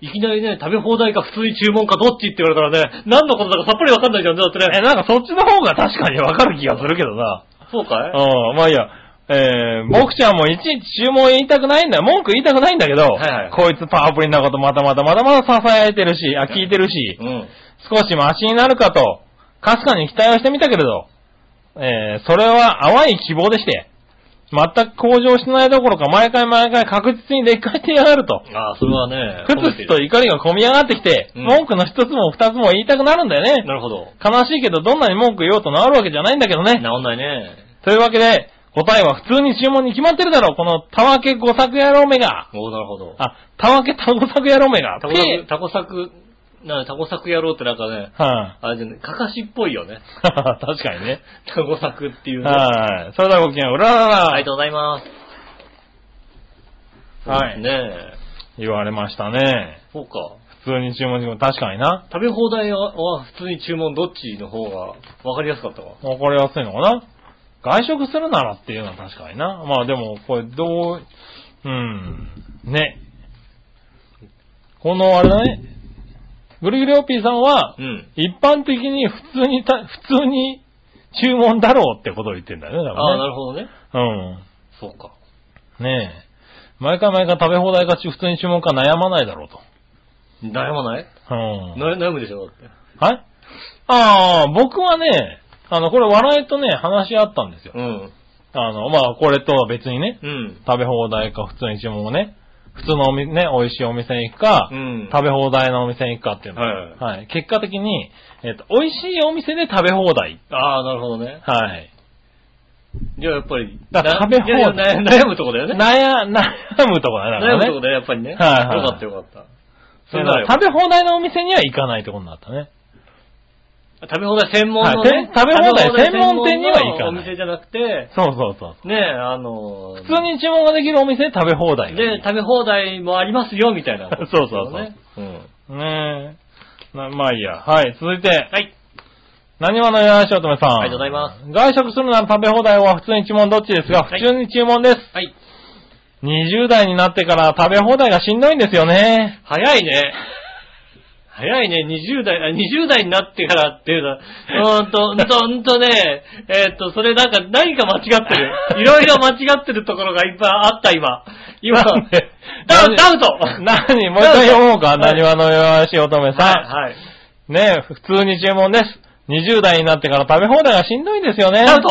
Speaker 2: いきなりね、食べ放題か普通に注文かどっちって言われたらね、何のことだかさっぱりわかんないじゃん、だって
Speaker 3: え。
Speaker 2: ね。
Speaker 3: え、なんかそっちの方が確かにわかる気がするけどな。
Speaker 2: そうかい
Speaker 3: うん、まあいいや。えー、僕ちゃんもいちいち注文言いたくないんだよ。文句言いたくないんだけど、
Speaker 2: いはい
Speaker 3: こいつパワープリンなことまたまたまだまだ囁いてるし、あ、聞いてるし
Speaker 2: う、ん。
Speaker 3: 少しマシになるかと、かすかに期待をしてみたけれど、えー、それは淡い希望でして、全く向上してないどころか毎回毎回確実に劣化してやがると、
Speaker 2: ああ、それはね、
Speaker 3: ふ
Speaker 2: 褒め
Speaker 3: つ
Speaker 2: て
Speaker 3: ふつ
Speaker 2: る
Speaker 3: と怒りが込み上がってきて、
Speaker 2: うん
Speaker 3: 文句の一つも二つも言いたくなるんだよね。
Speaker 2: なるほど。
Speaker 3: 悲しいけどどんなに文句言おうと治るわけじゃないんだけどね
Speaker 2: 治ん。ないね。
Speaker 3: というわけで、答えは普通に注文に決まってるだろう。このたわけ五作野郎めが。
Speaker 2: おおなるほど。
Speaker 3: あ、たわけたご作野郎めが。
Speaker 2: タコ
Speaker 3: ペー
Speaker 2: 作、タコ作、な、タコ作野郎ってなんかね、
Speaker 3: はい、
Speaker 2: あれじゃね、かかしっぽいよね。
Speaker 3: <laughs> 確かにね。
Speaker 2: <laughs> タコ作っていうね。あ
Speaker 3: はい、それではごきげんよう。うららら。
Speaker 2: りがとうございます。
Speaker 3: はい
Speaker 2: そうですねえ。
Speaker 3: 言われましたね。
Speaker 2: そうか。
Speaker 3: 普通に注文に決まって確かにな。
Speaker 2: 食べ放題はは普通に注文どっちの方が分かりやすかったか。
Speaker 3: わかりやすいのかな。外食するならっていうのは確かにな。まあでも、これどう、うん、ね。このあれだね。ぐりぐりおっぴーさんは、
Speaker 2: うん。
Speaker 3: 一般的に普通にた、普通に注文だろうってことを言ってんだよね、だか
Speaker 2: ああ、な
Speaker 3: らね。
Speaker 2: るほどね。そうか。
Speaker 3: うん。ねえ。毎回毎回食べ放題か普通に注文か悩まないだろうと。
Speaker 2: 悩まない
Speaker 3: うん。
Speaker 2: な悩むでしょだって。
Speaker 3: はいああ、僕はね、あの、これ笑いとね、話し合ったんですよ。
Speaker 2: うん。
Speaker 3: あの、まあ、これとは別にね、
Speaker 2: うん。
Speaker 3: 食べ放題か普通に注文をね、普通のお店、ね、美味しいお店に行くか、
Speaker 2: うん。
Speaker 3: 食べ放題のお店に行くかっていうの。
Speaker 2: はいはい
Speaker 3: はい。結果的に、えっと、美味しいお店で食べ放題。
Speaker 2: ああ、なるほどね。
Speaker 3: はい。
Speaker 2: じゃあやっぱり、
Speaker 3: だから
Speaker 2: な
Speaker 3: 食べ放題
Speaker 2: いやいや悩悩むとこだよね。
Speaker 3: 悩、悩むとこだ
Speaker 2: 悩
Speaker 3: ね。だ
Speaker 2: む
Speaker 3: か
Speaker 2: と
Speaker 3: ら
Speaker 2: こ
Speaker 3: ね
Speaker 2: だよ、やっぱりね。
Speaker 3: はいはい
Speaker 2: よかったよかった。そ
Speaker 3: そう
Speaker 2: れ
Speaker 3: だ
Speaker 2: な
Speaker 3: からら食べ放題のお店には行かないってことになったね。
Speaker 2: 食べ放題専門のね。
Speaker 3: はいせん食べ放題専門店には行かない
Speaker 2: 食べ放題専門のお店じゃなくて、
Speaker 3: そうそうそう。
Speaker 2: ねえ、あの、
Speaker 3: 普通に注文ができるお店で食べ放題。
Speaker 2: で、食べ放題もありますよ、みたい <laughs> なことですよね。
Speaker 3: そうそ
Speaker 2: う
Speaker 3: う
Speaker 2: ん。
Speaker 3: ねえ。なまあいいや。はい、続いて。
Speaker 2: はい。
Speaker 3: 何話のよしおとめさん。。
Speaker 2: ありがとうございます
Speaker 3: 外食するなら食べ放題は普通に注文どっちですが、
Speaker 2: は
Speaker 3: 普
Speaker 2: い
Speaker 3: 通に注文です。
Speaker 2: はい。
Speaker 3: 20代になってから食べ放題がしんどいんですよね。
Speaker 2: 早いね。早いね、20代、あ、20代になってからっていうのは、うーんと、うん <laughs> と、うんとね、 <laughs> えーっと、それなんか、何か間違ってる。いろいろ間違ってるところがいっぱいあった、今。今、
Speaker 3: なんで
Speaker 2: ダウ
Speaker 3: 何
Speaker 2: ダウト
Speaker 3: 何もう一回読もうか。
Speaker 2: はい
Speaker 3: 何話の弱し乙女さ
Speaker 2: はい。
Speaker 3: ん。ねえ、普通に注文です。20代になってから食べ放題がしんどいんですよね。
Speaker 2: ダウ <laughs> ト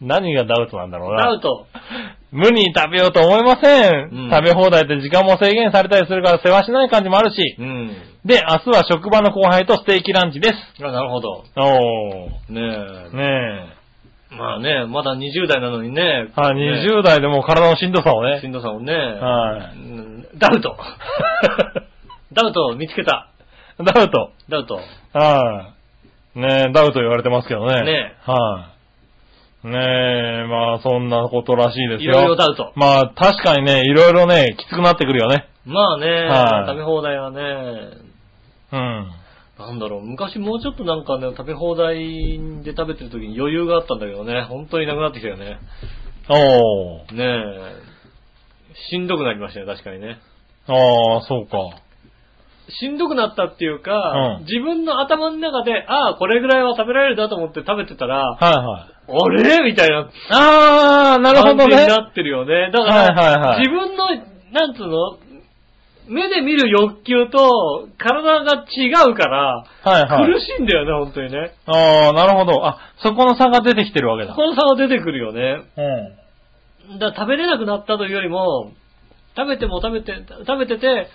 Speaker 3: 何がダウトなんだろうな。
Speaker 2: ダウト
Speaker 3: 無に食べようと思いません。
Speaker 2: うん
Speaker 3: 食べ放題って時間も制限されたりするから世話しない感じもあるし
Speaker 2: う。ん。
Speaker 3: で、明日は職場の後輩とステーキランチです。
Speaker 2: あ、なるほど。
Speaker 3: おー。
Speaker 2: ねえ。
Speaker 3: ね
Speaker 2: まあね、まだ20代なのにね。
Speaker 3: え。はい、
Speaker 2: ね
Speaker 3: 20代でもう体のしんどさを
Speaker 2: し
Speaker 3: ね。
Speaker 2: んどさんをね。
Speaker 3: は
Speaker 2: うんダウ
Speaker 3: <laughs>
Speaker 2: トダウトを見つけた。
Speaker 3: い。ダウト。
Speaker 2: ダウト。
Speaker 3: はい。ねえ、ダウト言われてますけどね。
Speaker 2: ね
Speaker 3: はい。ねえ、まあそんなことらしいです
Speaker 2: い
Speaker 3: よ。
Speaker 2: ろいろダウト。
Speaker 3: まあ確かにね、いろいろね、きつくなってくるよね。
Speaker 2: まあね、
Speaker 3: はい
Speaker 2: 食べ放題はね、
Speaker 3: うん。
Speaker 2: なんだろう、昔もうちょっとなんかね、食べ放題で食べてる時に余裕があったんだけどね、本当になくなってきたよね。
Speaker 3: おー。
Speaker 2: ねえ、しんどくなりましたね、確かにね。
Speaker 3: ああ、そうか。
Speaker 2: しんどくなったっていうか、
Speaker 3: うん
Speaker 2: 自分の頭の中で、ああ、これぐらいは食べられるだと思って食べてたら、
Speaker 3: はいはい。
Speaker 2: あれみたいな
Speaker 3: ああ、なるほ
Speaker 2: 感じ
Speaker 3: ど
Speaker 2: に
Speaker 3: ね。
Speaker 2: なってるよね。だか
Speaker 3: はいはいは
Speaker 2: ら、
Speaker 3: い
Speaker 2: 自分の、なんつうの、目で見る欲求と体が違うから、
Speaker 3: はいはい。
Speaker 2: 苦しいんだよね、本当にね。
Speaker 3: ああ、なるほど。あ、そこの差が出てきてるわけだ。
Speaker 2: この差は出てくるよね。
Speaker 3: うん。
Speaker 2: だから食べれなくなったというよりも、食べても食べて、食べてて、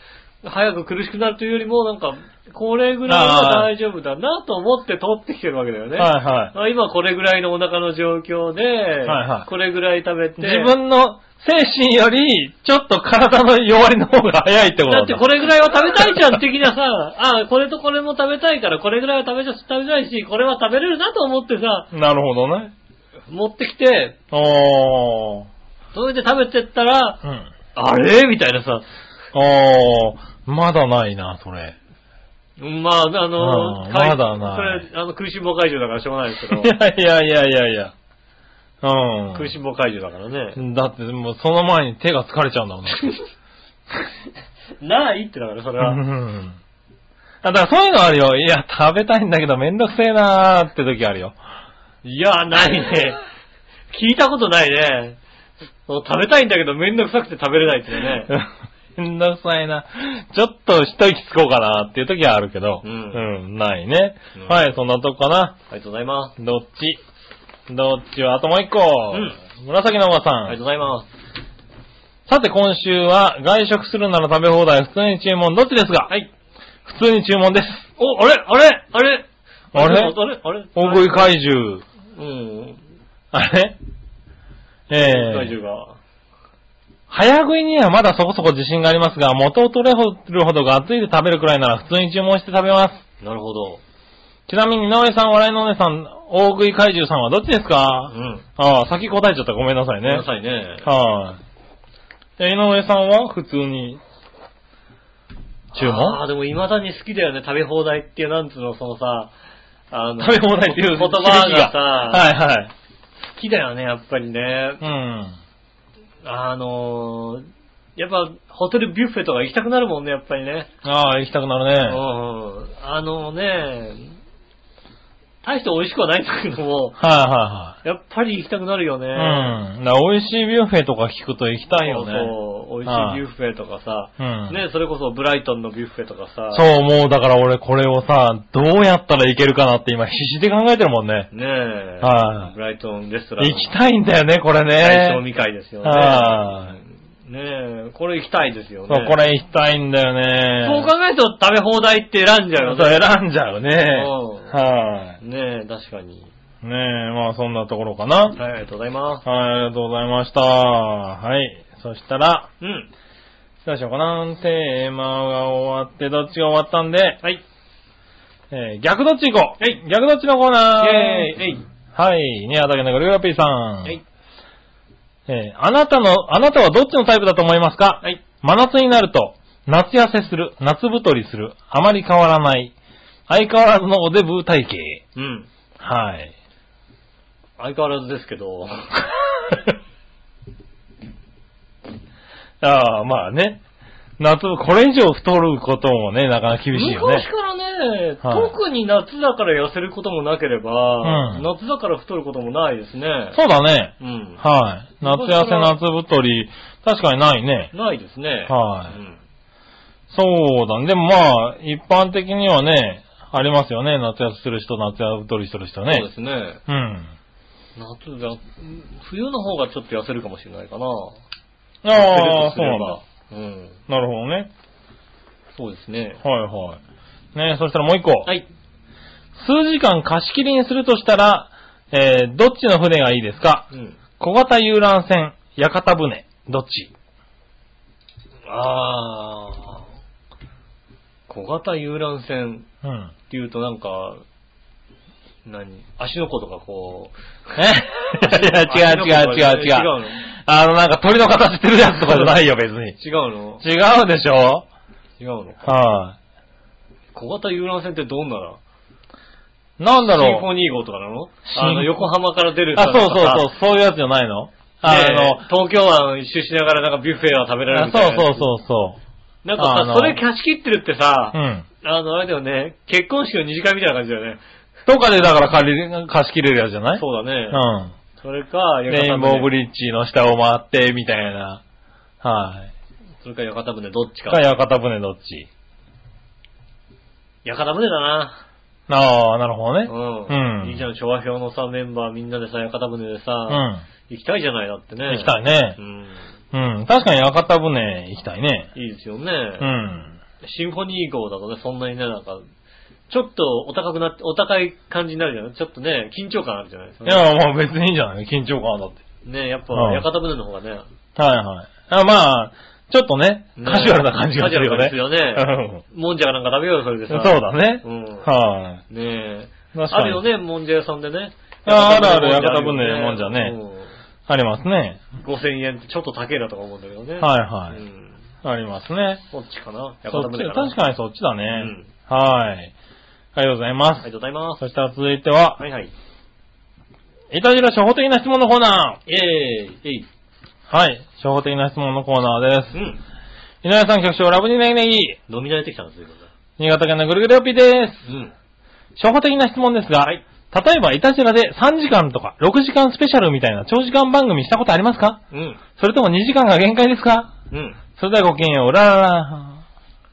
Speaker 2: 早く苦しくなるというよりも、なんか、これぐらいは大丈夫だなと思って取ってきてるわけだよね。
Speaker 3: はいは
Speaker 2: あ今これぐらいのお腹の状況で、
Speaker 3: いはい
Speaker 2: これぐらい食べて、
Speaker 3: い。自分の精神より、ちょっと体の弱りの方が早いってこと
Speaker 2: だ
Speaker 3: だ。
Speaker 2: ってこれぐらいは食べたいじゃん的なさ、あこれとこれも食べたいから、これぐらいは食べちゃ食べたいし、これは食べれるなと思ってさ、
Speaker 3: なるほどね。
Speaker 2: 持ってきて、
Speaker 3: おー。
Speaker 2: それで食べてったら、
Speaker 3: うん。
Speaker 2: あれみたいなさ、
Speaker 3: おー。まだないな、それ。
Speaker 2: まあ、あの、
Speaker 3: うん
Speaker 2: 会
Speaker 3: まだな
Speaker 2: それ、あの、食いしん坊会場だからしょうがないですけど
Speaker 3: い、やいやいやいやいや。うん。
Speaker 2: 食いしん坊会場だからね。
Speaker 3: だってもうその前に手が疲れちゃうんだもんね。
Speaker 2: ないってだから、それ
Speaker 3: う
Speaker 2: は。
Speaker 3: ん。あ、だからそういうのあるよ。いや、食べたいんだけどめんどくせえなーって時あるよ。
Speaker 2: いや、ないね。聞いたことないね。その食べたいんだけどめんどくさくて食べれないってね。
Speaker 3: <laughs> めんどくさいな。ちょっと一息つこうかなっていう時はあるけど。
Speaker 2: うん
Speaker 3: んないね、
Speaker 2: うん
Speaker 3: はい、そんなとこかな。
Speaker 2: ありがとうございます。
Speaker 3: どっちどっちはあともう一個。
Speaker 2: ん
Speaker 3: 紫のおばさん
Speaker 2: あ、りがとうございます。
Speaker 3: さて今週は外食するなら食べ放題、普通に注文どっちですが
Speaker 2: はい。
Speaker 3: 普通に注文です。
Speaker 2: お、あれあれあれ
Speaker 3: あ
Speaker 2: あ
Speaker 3: れ
Speaker 2: れあれ
Speaker 3: 大食い怪獣。
Speaker 2: うん。
Speaker 3: あれ
Speaker 2: 大
Speaker 3: え
Speaker 2: 丈
Speaker 3: え
Speaker 2: 夫が。
Speaker 3: 早食いにはまだそこそこ自信がありますが、元を取れるほどがっついて食べるくらいなら普通に注文して食べます。
Speaker 2: なるほど。
Speaker 3: ちなみに、井上さん、笑いのお姉さん、大食い怪獣さんはどっちです
Speaker 2: う
Speaker 3: か、
Speaker 2: ん。
Speaker 3: ああ、先答えちゃった。ごめんなさ
Speaker 2: ごめ
Speaker 3: い
Speaker 2: ん
Speaker 3: ね
Speaker 2: な。さいね。
Speaker 3: はい、え井上さんは普通に、注
Speaker 2: ああ、
Speaker 3: 文
Speaker 2: でも未だに好きだよね。食べ放題っていう、なんつうの、そのさ、あの、
Speaker 3: 食べ放題ってい
Speaker 2: 言
Speaker 3: う
Speaker 2: 葉がさ、
Speaker 3: はいはい。
Speaker 2: 好きだよね、やっぱりね。
Speaker 3: うん。
Speaker 2: あのー、やっぱ、ホテルビュッフェとか行きたくなるもんね、やっぱりね。
Speaker 3: ああ、行きたくな
Speaker 2: う
Speaker 3: るね。
Speaker 2: ん。あのね、大して美味しくはないんだけども、
Speaker 3: は
Speaker 2: やっぱり行きたくなるよね。
Speaker 3: いはいはい。うん。だから美味しいビュッフェとか聞くと行きたいよ
Speaker 2: そ
Speaker 3: ね。
Speaker 2: うそう、美味しいビュッフェとかさ、
Speaker 3: うん
Speaker 2: ね、それこそブライトンのビュッフェとかさ、
Speaker 3: そう、もうだから俺これをさ、どうやったらいけるかなって今必死で考えてるもんね。
Speaker 2: ねえ、
Speaker 3: はい
Speaker 2: ブライトンレストラン
Speaker 3: 行きたいんだよね、これ
Speaker 2: 大
Speaker 3: ね。
Speaker 2: 賞みたいですよね。
Speaker 3: は
Speaker 2: ねえ、これ行きたいですよ
Speaker 3: そう、
Speaker 2: ね。
Speaker 3: これ行きたいんだよね。
Speaker 2: そう考えると食べ放題って選んじゃうよ
Speaker 3: そう
Speaker 2: ね。
Speaker 3: 選んじゃうね。
Speaker 2: うん
Speaker 3: は
Speaker 2: ねえ、確かに。
Speaker 3: い。ねえ、まあそんなところかな。はい、
Speaker 2: はい、ありがとうございます。
Speaker 3: ありがとうございました。はい。そしたら、
Speaker 2: うん。
Speaker 3: どうしようかな。テーマが終わって、どっちが終わったんで、
Speaker 2: はい。
Speaker 3: えー逆どっち行こう。
Speaker 2: はい
Speaker 3: 逆どっちのコーナー。
Speaker 2: イェーイえい
Speaker 3: はい。ねえ、あたけのグルーピーさん。
Speaker 2: はい。
Speaker 3: えーあなたの、あなたはどっちのタイプだと思いますか
Speaker 2: はい。
Speaker 3: 真夏になると、夏痩せする、夏太りする、あまり変わらない、相変わらずのおデブ体型。
Speaker 2: うん。
Speaker 3: はい。
Speaker 2: 相変わらずですけ
Speaker 3: <laughs>
Speaker 2: ど。
Speaker 3: ああ、まあね。夏、これ以上太ることもね、なかなか厳しいよ
Speaker 2: 昔
Speaker 3: ね。
Speaker 2: からね、ね、特に夏だから痩せることもなければ、
Speaker 3: うん
Speaker 2: 夏だから太ることもないですね。
Speaker 3: そうだね。
Speaker 2: うん。
Speaker 3: はい。夏痩せ、夏太り、確かにないね。
Speaker 2: ないですね。
Speaker 3: はい
Speaker 2: うん
Speaker 3: そうだね。でもまあ、一般的にはね、ありますよね。夏痩せする人、夏太りする人ね。
Speaker 2: そうですね。
Speaker 3: うん。
Speaker 2: 夏だ、冬の方がちょっと痩せるかもしれないかな。
Speaker 3: ああ、
Speaker 2: 痩せるとす
Speaker 3: そう
Speaker 2: れ
Speaker 3: なん
Speaker 2: ば
Speaker 3: だ。
Speaker 2: うん。
Speaker 3: なるほどね。
Speaker 2: そうですね。
Speaker 3: はいはい。ねそしたらもう一個。
Speaker 2: はい。
Speaker 3: 数時間貸し切りにするとしたら、えー、どっちの船がいいですか
Speaker 2: うん。
Speaker 3: 小型遊覧船、屋形船、どっち
Speaker 2: ああ。小型遊覧船
Speaker 3: うん。
Speaker 2: っていうとなんか、何足の子とかこう。
Speaker 3: えいや <laughs> 違う違う違う違う
Speaker 2: 違うの
Speaker 3: あの、なんか鳥の形してるやつとかじゃないよ、別に。
Speaker 2: 違うの
Speaker 3: 違うでしょ
Speaker 2: 違うの
Speaker 3: は
Speaker 2: 小型遊覧船ってどんなの
Speaker 3: い。なんだ
Speaker 2: シンフ
Speaker 3: ろ
Speaker 2: ォ
Speaker 3: う。
Speaker 2: ニー号とかなの
Speaker 3: シン
Speaker 2: あの、横浜から
Speaker 3: <laughs>
Speaker 2: 出る
Speaker 3: あ、そうそう
Speaker 2: さ
Speaker 3: そう、そういうやつじゃないのあ
Speaker 2: ねえ
Speaker 3: の、
Speaker 2: 東京湾一周しながらなんかビュッフェが食べられる
Speaker 3: あ
Speaker 2: みたいな。
Speaker 3: そうそうそうそ
Speaker 2: なんかさ
Speaker 3: あ、の
Speaker 2: それ貸し切ってるってさ
Speaker 3: う。う、ん。
Speaker 2: あの、あれだよね、結婚式の二次会みたいな感じだよね。
Speaker 3: とかでだから借り、貸し切れるやつじゃない
Speaker 2: そうだね。
Speaker 3: うん。
Speaker 2: それか、
Speaker 3: レインボーブ
Speaker 2: リ
Speaker 3: リッジの下を回って、みたいな。はい。
Speaker 2: それか屋形船どっちか
Speaker 3: か、。屋形船どっち
Speaker 2: 屋形船だな。
Speaker 3: ああ、なるほどね。
Speaker 2: うん。
Speaker 3: うん
Speaker 2: いいじゃん、昭和表のさ、メンバーみんなでさ、屋形船で
Speaker 3: う
Speaker 2: さ、
Speaker 3: ん。
Speaker 2: 行きたいじゃないだってね。
Speaker 3: 行きたいうね。
Speaker 2: ん。
Speaker 3: うん。確かに屋形船行きたいね。
Speaker 2: いいですよね。
Speaker 3: うん。
Speaker 2: シンフォニー号だとね、そんなにね、なんか、ちょっとお高くなって、お高い感じになるじゃないちょっとね、緊張感あるじゃないですか、
Speaker 3: いや、まあ別にいいんじゃない緊張感だって。
Speaker 2: ね、やっぱ
Speaker 3: うん
Speaker 2: 屋形船の方がね、
Speaker 3: はいはい。あまあ、ちょっとね、
Speaker 2: ね
Speaker 3: カジュアルな感じがするよね。
Speaker 2: カジュアルな感もんじゃがなんか食べようよ、それで
Speaker 3: うん
Speaker 2: さ。
Speaker 3: そうだね
Speaker 2: う。ん。
Speaker 3: はい。
Speaker 2: ねえ。
Speaker 3: 確か
Speaker 2: あ
Speaker 3: に
Speaker 2: るよね、もんじゃ屋さんでね。
Speaker 3: あ
Speaker 2: 屋形
Speaker 3: ー
Speaker 2: 船
Speaker 3: あるある屋形船もんじゃね
Speaker 2: う
Speaker 3: ありますね。
Speaker 2: ん5000円ってちょっと高いなとか思うんだけどね。
Speaker 3: はいはい
Speaker 2: うん
Speaker 3: ありますね。
Speaker 2: そっちかな
Speaker 3: そ
Speaker 2: 屋
Speaker 3: っ
Speaker 2: 形
Speaker 3: ち、
Speaker 2: 船
Speaker 3: 確
Speaker 2: に。
Speaker 3: かにそっちだね
Speaker 2: うん。
Speaker 3: はい。ありがとうござい
Speaker 2: あ
Speaker 3: ま
Speaker 2: り
Speaker 3: す。
Speaker 2: がとうございます。
Speaker 3: そしたら続いては、
Speaker 2: はいはい。
Speaker 3: いたじら初歩的な質問のコーナ
Speaker 2: えええい。
Speaker 3: ー。はい。初歩的な質問のコーナーです
Speaker 2: う。ん。
Speaker 3: 井上さん局長、ラブニーネギネギ。
Speaker 2: 飲み慣れてきたんですよ、こ
Speaker 3: 新潟県のぐるぐるおっぴーです。
Speaker 2: れうん。
Speaker 3: 初歩的な質問ですが、
Speaker 2: はい
Speaker 3: 例えば、いたじらで3時間とか6時間スペシャルみたいな長時間番組したことありますか
Speaker 2: うん。
Speaker 3: それとも2時間が限界ですか
Speaker 2: うん。
Speaker 3: それではごきげんよう、うららら。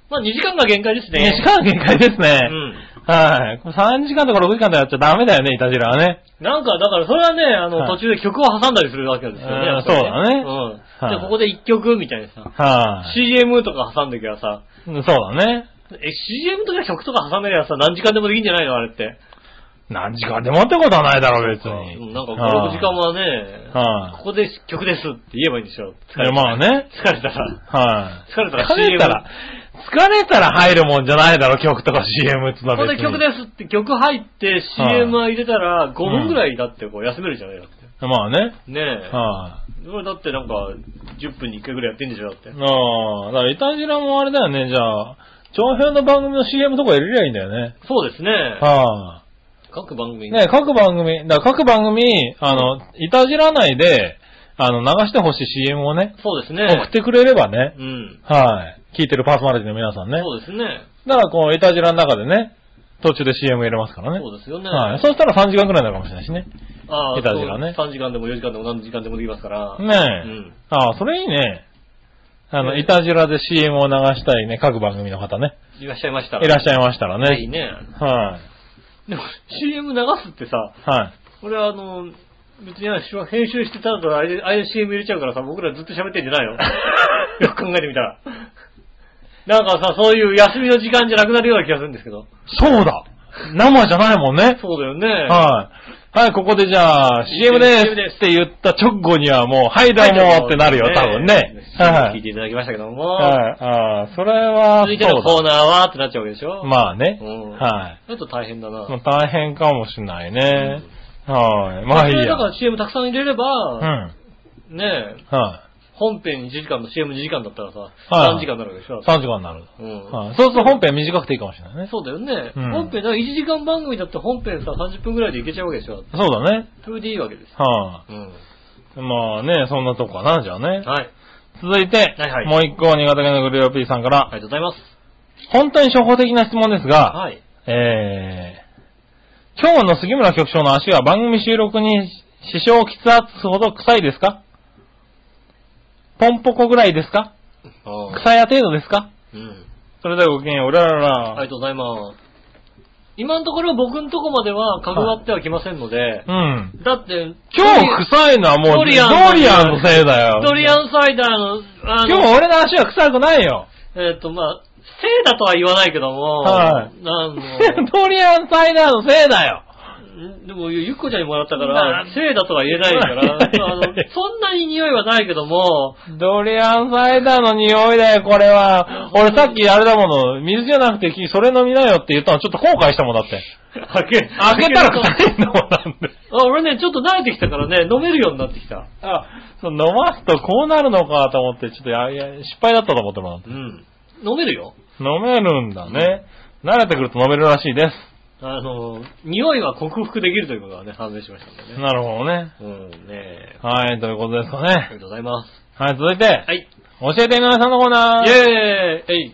Speaker 2: まあ、2時間が限界です
Speaker 3: 2
Speaker 2: ね。
Speaker 3: 時間が限界ですね。
Speaker 2: うん。
Speaker 3: はい。これ3時間とか6時間とかやっちゃダメだよね、いたじらはね。
Speaker 2: なんか、だから、それはね、あの、
Speaker 3: はい
Speaker 2: 途中で曲を挟んだりするわけですよ
Speaker 3: うん
Speaker 2: ね。やっぱり
Speaker 3: そう
Speaker 2: う
Speaker 3: だね
Speaker 2: ん。
Speaker 3: は
Speaker 2: で、
Speaker 3: い
Speaker 2: ここで1曲みたいなさ、
Speaker 3: はい、
Speaker 2: CM とか挟んできゃさ、
Speaker 3: そうだね。
Speaker 2: え、CM とか曲とか挟めりゃさ、何時間でもできんじゃないのあれって。
Speaker 3: 何時間でもってことはないだろう、別
Speaker 2: うん
Speaker 3: に。
Speaker 2: なんか、5、
Speaker 3: はい
Speaker 2: 6時間はね、
Speaker 3: はい
Speaker 2: ここで曲ですって言えばいいんでしょ。疲れた
Speaker 3: いやまあね
Speaker 2: 疲れたら。
Speaker 3: はい、
Speaker 2: 疲れたら
Speaker 3: 疲
Speaker 2: CM。
Speaker 3: れたら、疲れたら入るもんじゃないだろ、曲とか CM っての
Speaker 2: こ
Speaker 3: は
Speaker 2: こ
Speaker 3: 別
Speaker 2: で
Speaker 3: に。
Speaker 2: 曲ですって曲入って
Speaker 3: はい
Speaker 2: CM 入れたら5分ぐらいだってこう休めるじゃないだって。
Speaker 3: まあね。
Speaker 2: ねえ。
Speaker 3: は
Speaker 2: それだってなんか、10分に1回ぐらいやってんでしょだって
Speaker 3: い、。ああ、だからイタジラもあれだよね、じゃあ、長編の番組の CM とか入れりゃいいんだよね。
Speaker 2: そうですね。
Speaker 3: はあ。
Speaker 2: 各番組に。
Speaker 3: ね、各番組、だから各番組、あの、イタジラ内で、あの、流してほしい CM をね、
Speaker 2: そうですね。
Speaker 3: 送ってくれればね、
Speaker 2: うん。
Speaker 3: はい、聞いてるパーソナリティの皆さんね。
Speaker 2: そうですね。
Speaker 3: だから、こう、イタジラの中でね、途中で CM 入れますからね。
Speaker 2: そうですよね。
Speaker 3: はい。そうしたら3時間くらいになるかもしれないしね。
Speaker 2: ああ、
Speaker 3: いたずらね
Speaker 2: そう3時間でも4時間でも何時間でもできますから。
Speaker 3: ねえ。
Speaker 2: うん
Speaker 3: ああ、それいいね。あの、
Speaker 2: ね
Speaker 3: いたじらで CM を流したいね、各番組の方ね。
Speaker 2: いらっしゃいましたら。
Speaker 3: いらっ
Speaker 2: し
Speaker 3: しゃいましたら
Speaker 2: い
Speaker 3: ね。
Speaker 2: ね。
Speaker 3: はい。
Speaker 2: でも CM 流すってさ、
Speaker 3: はい。
Speaker 2: これはあの、別にあの編集してたらあれであれで CM 入れちゃうからさ、僕らずっと喋ってんじゃ
Speaker 3: <laughs>
Speaker 2: ないのよく考えてみたら。なんかさ、そういう休みの時間じゃなくなるような気がするんですけど。
Speaker 3: そうだ生じゃないもんね。
Speaker 2: そうだよね。
Speaker 3: はい。はい、ここでじゃあ、CM です
Speaker 2: CM です
Speaker 3: って言った直後にはもう、はい、ど
Speaker 2: はい、
Speaker 3: うもってなるよ、多分ね。
Speaker 2: CM
Speaker 3: は
Speaker 2: 聞い
Speaker 3: い。
Speaker 2: ていただきましたけども。
Speaker 3: はい、ああ、それは、
Speaker 2: 続いての
Speaker 3: そ
Speaker 2: コ
Speaker 3: う
Speaker 2: ーナーはってなっちゃうわけでしょ
Speaker 3: だ。まあね。
Speaker 2: うん
Speaker 3: はい。
Speaker 2: ちょっと大変だな。
Speaker 3: まあ大変かもしんないね。はい。まあいい
Speaker 2: それ
Speaker 3: や。
Speaker 2: だか
Speaker 3: う
Speaker 2: ら CM たくさん入れれば、
Speaker 3: ん。
Speaker 2: ねえ、
Speaker 3: はい。
Speaker 2: 本編1時間の CM2 時間だったらさ、
Speaker 3: はい
Speaker 2: 3時間になるわけでしょ。
Speaker 3: 3時間になる。
Speaker 2: うん
Speaker 3: はいそうすると本編短くていいかもしれないね。
Speaker 2: そうだよね。
Speaker 3: うん
Speaker 2: 本編、だから1時間番組だって本編さ、30分くらいでいけちゃうわけでしょ。
Speaker 3: そうだね。
Speaker 2: それでいいわけです。
Speaker 3: は
Speaker 2: うん。
Speaker 3: い。まあね、そんなとこかな、じゃあね。
Speaker 2: はい。
Speaker 3: 続いて、
Speaker 2: はいはい
Speaker 3: もう一個、新潟県のグループ P さんから、
Speaker 2: ありがとうございます。
Speaker 3: 本当に初歩的な質問ですが、
Speaker 2: はい。
Speaker 3: えー、今日の杉村局長の足は番組収録に支障を喫圧すほど臭いですかポンポコぐらいですか
Speaker 2: ああ
Speaker 3: 臭い程度ですか
Speaker 2: うん。
Speaker 3: それではごきげんよう、うらら
Speaker 2: あ
Speaker 3: ら。
Speaker 2: りがとうございます。今のところ僕のとこまではかぐわってはきませんので、
Speaker 3: うん。
Speaker 2: だって、
Speaker 3: 今日臭いのはもう
Speaker 2: ド
Speaker 3: ド
Speaker 2: リ
Speaker 3: リ
Speaker 2: ア
Speaker 3: ア
Speaker 2: ン
Speaker 3: ン
Speaker 2: の
Speaker 3: のせいだよ。
Speaker 2: ドリアンサイダーの、あの、
Speaker 3: 今日俺の足は臭くないよ。
Speaker 2: えっ、と、まあ、せいだとは言わないけども、
Speaker 3: はい
Speaker 2: あ
Speaker 3: <laughs>
Speaker 2: の、
Speaker 3: ドリアンサイダーのせいだよ。
Speaker 2: んでも、ゆっこちゃんにもらったか
Speaker 3: な
Speaker 2: ら
Speaker 3: ん、
Speaker 2: せいだとは言えないか
Speaker 3: いやいやいや
Speaker 2: ら、あ <laughs> の、そんなに匂いはないけども、
Speaker 3: ドリアンサイダーの匂いだよ、これは。俺さっきあれだもの、水じゃなくて、それ飲みなよって言ったのちょっと後悔したもんだって。
Speaker 2: 開け、
Speaker 3: 開けたら
Speaker 2: 開け
Speaker 3: 臭
Speaker 2: る
Speaker 3: いんだもんなんで。
Speaker 2: とあ、俺ね、ちょっと慣れてきたからね、飲めるようになってきた。
Speaker 3: あ、そう飲ますとこうなるのかと思って、ちょっとやや失敗だったと思ってもらって。
Speaker 2: うん。飲めるよ。
Speaker 3: 飲めるんだね。慣れてくると飲めるらしいで
Speaker 2: あの、匂いは克服できるということがね、判明しましたん
Speaker 3: す。
Speaker 2: でね。
Speaker 3: なるほどね。
Speaker 2: うん、ねえ。
Speaker 3: はい、ということですか
Speaker 2: あり
Speaker 3: ね。
Speaker 2: がとうございます。
Speaker 3: はい、続いて、
Speaker 2: はい。
Speaker 3: 教えて井上さんのコーナー。
Speaker 2: イェーイえい。